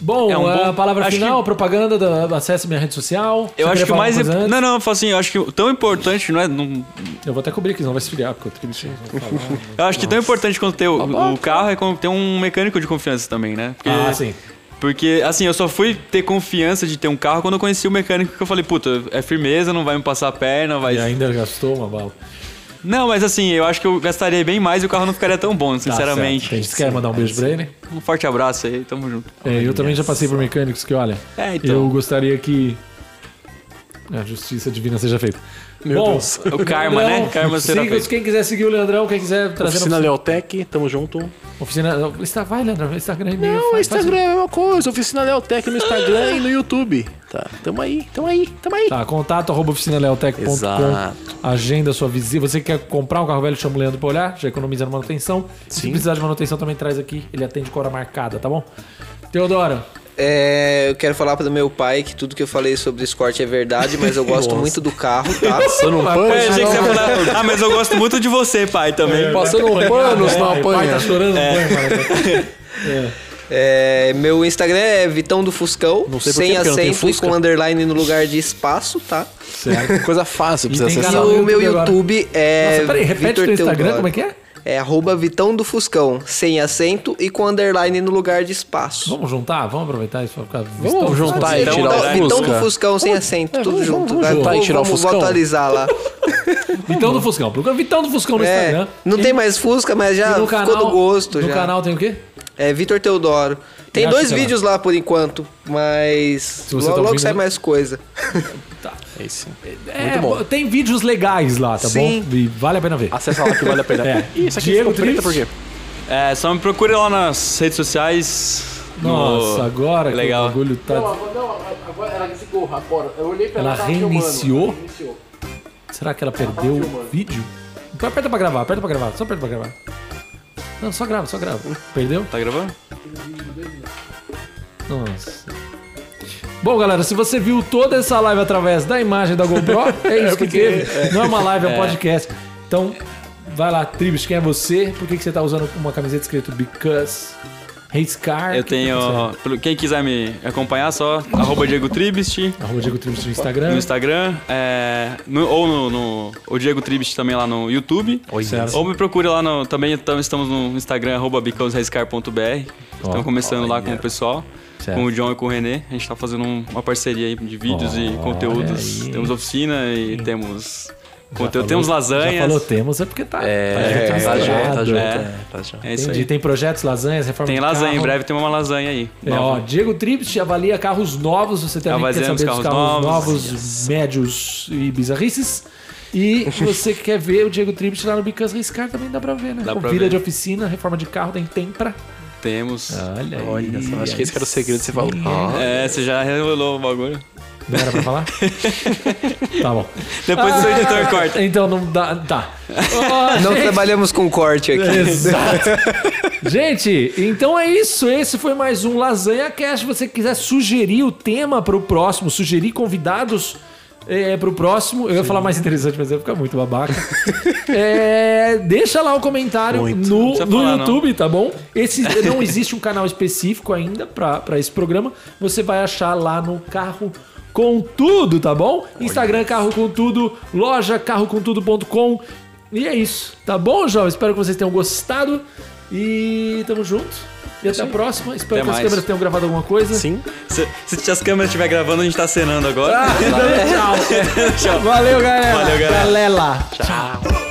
Bom,
É um
a
bom-
palavra
acho
final,
que-
propaganda, da, acesse minha rede social.
Eu
Você
acho
queria
que o
falar
mais.
uma coisa
imp-
antes?
Não, não, eu falo assim, eu acho que o tão importante, não é. não-
Eu vou até cobrir aqui, senão vai esfriar, porque eu tô triste. Vou falar.
eu acho que tão importante quanto ter o, o carro é como ter um mecânico de confiança também, né? Porque,
ah, sim.
Porque, assim, eu só fui ter confiança de ter um carro quando eu conheci o mecânico, que eu falei, puta, é firmeza, não vai me passar a perna, vai.
E ainda gastou uma bala. Tá
Não, mas assim, eu acho que eu gastaria bem mais e o carro não ficaria tão bom,
Tá
sinceramente.
certo. A gente quer mandar um beijo pra ele?
um forte abraço aí, tamo junto.
É, eu também já passei por mecânicos que, olha,
É, então.
eu gostaria que a justiça divina seja feita. Meu Bom, Deus.
O karma, né? Karma será feito.
Quem quiser seguir o Leandrão, quem quiser trazer
Oficina
na
Leotec, tamo junto.
oficina, oficina vai, Leandrão, Instagram é meu.
Não, o Instagram é a mesma coisa. Oficina Leotec no Instagram e no YouTube. Tá, tamo aí, tamo aí, tamo aí.
Tá, contato arroba oficinaleotec.com.
Exato.
Agenda sua visita. Você quer comprar um carro velho, chama o Leandro pra olhar, já economiza na manutenção. Se precisar de manutenção, também traz aqui. Ele atende com hora marcada, tá bom? Teodoro,
É, eu quero falar pro meu pai que tudo que eu falei sobre Escort é verdade, mas eu gosto muito do carro, tá?
Passando um pano.
É, achei que você ia falar. Ah, mas eu gosto muito de você, pai, também.
Passando um pano, se não
pai, pai
apanha.
tá chorando, não apanha, cara.
É, meu Instagram é Vitão do Fuscão,
Não sei por
sem
quê, porque não tem
acento e
Fusca.
com underline no lugar de espaço, tá?
Certo.
Coisa fácil pra
E
você
tem
E
canal
acessar.
no
o meu
YouTube agora.
YouTube é.
Nossa, peraí, repete
Vitor
teu Instagram,
Teodoro.
como é que é?
É arroba Vitão do Fuscão, sem acento e com underline no lugar de espaço. Tá, então,
Vamos juntar? Vamos aproveitar isso pra ficar
Vamos juntar e
Vitão,
tirar o
Vitão,
Vitão do
Fusca.
Fuscão sem acento,
é,
tudo
vamos-
junto.
vamos
tá?
juntar e
Vou-
tirar o
vamos-
Fuscão?
Vou atualizar lá.
Vitão do Fuscão. Procura Vitão do Fuscão no
É,
Instagram.
não
E-
tem mais Fusca, mas
e
já
no
ficou do gosto.
No
já.
canal tem o quê?
É Vitor Teodoro.
E
Tem
acha
dois
que é lá?
vídeos lá por enquanto, mas
você
logo,
tá
logo
ouvindo,
sai
né?
mais coisa.
Esse.
É, tem vídeos legais lá, tá
Sim.
bom? E vale a pena ver.
Acessa lá que vale a pena.
É.
Isso aqui
Diego
ficou
Trips.
preta por quê?
É, só me procure lá nas redes sociais. no-
Nossa, agora
Legal.
que o bagulho tá...
Não, agora ela desligou, agora. Eu olhei pra
ela
ela.
tá
Ela
Ela
reiniciou?
reiniciou.
Será que ela perdeu o vídeo? Então Aperta pra gravar, aperta pra gravar. Só aperta pra gravar. Não, só grava, só grava. Perdeu?
Tá gravando?
Nossa. Bom, galera, se você viu toda essa live através da imagem da GoPro, é isso que teve. Não é uma live, é um podcast. Então, vai lá, Tribus, quem é você? Por que, que você tá usando uma camiseta escrito Because Hates Car?
Eu tenho. pelo- Quem quiser me acompanhar, só arroba Diego Tribist
Arroba Diego Tribus no Instagram.
no Instagram. é, no- ou no, no- O Diego Tribist também lá no YouTube.
Certo.
Ou me procure lá no. Também tam- estamos no Instagram, arroba bicausrescar.br. Estamos começando lá com o pessoal.
Certo.
Com o John e com o René, a gente tá fazendo um- uma parceria aí de vídeos e conteúdos.
aí.
Temos oficina e temos.
Já
Conteúdo,
falou-
temos
Já
lasanha.
falou temos, é porque tá.
É,
tá
tá junto, tá junto.
É.
é, tá junto.
É isso
Entendi.
aí.
Tem projetos, lasanhas, reforma
Tem
de
lasanha, em
carro.
breve tem uma lasanha aí.
É,
nova.
ó, Diego Trips avalia carros novos, você também quer saber
Avaliando
dos carros,
os carros
novos,
novos,
médios e bizarrices. E você que quer ver o Diego Trips lá no Bicas Riscar também dá pra ver, né?
Dá
Com
pra
vida
ver.
de oficina, reforma de carro, tem Tempra.
Temos.
Olha,
Olha só, acho que esse que era o segredo que você falou.
É, você já revelou o bagulho.
Não era pra falar? tá bom.
Depois o seu editor corta.
Então não dá. Tá. Ó,
Não
gente,
trabalhamos com corte aqui.
Exato. Gente, então é isso. Esse foi mais um Lasanha Cast. Se você quiser sugerir o tema para o próximo, sugerir convidados, é, pro próximo. Eu ia falar mais interessante, mas eu ia ficar muito babaca. É, deixa lá o comentário
Muito.
no,
precisa
no
falar, não.
YouTube, tá bom? Esse, não existe um canal específico ainda pra pra esse programa. Você vai achar lá no Carro Com Tudo, tá bom? Instagram Carro Com Tudo, loja carrocomtudo.com. E é isso, tá bom, jovens? Espero que vocês tenham gostado. E tamo junto. E até a próxima. Espero
Até
que as
mais.
câmeras tenham gravado alguma coisa.
Sim.
Se, se as câmeras estiver gravando, a gente tá cenando agora.
Ah, então, tchau. Valeu, galera.
Valeu, galera.
Galela. tchau.
Todo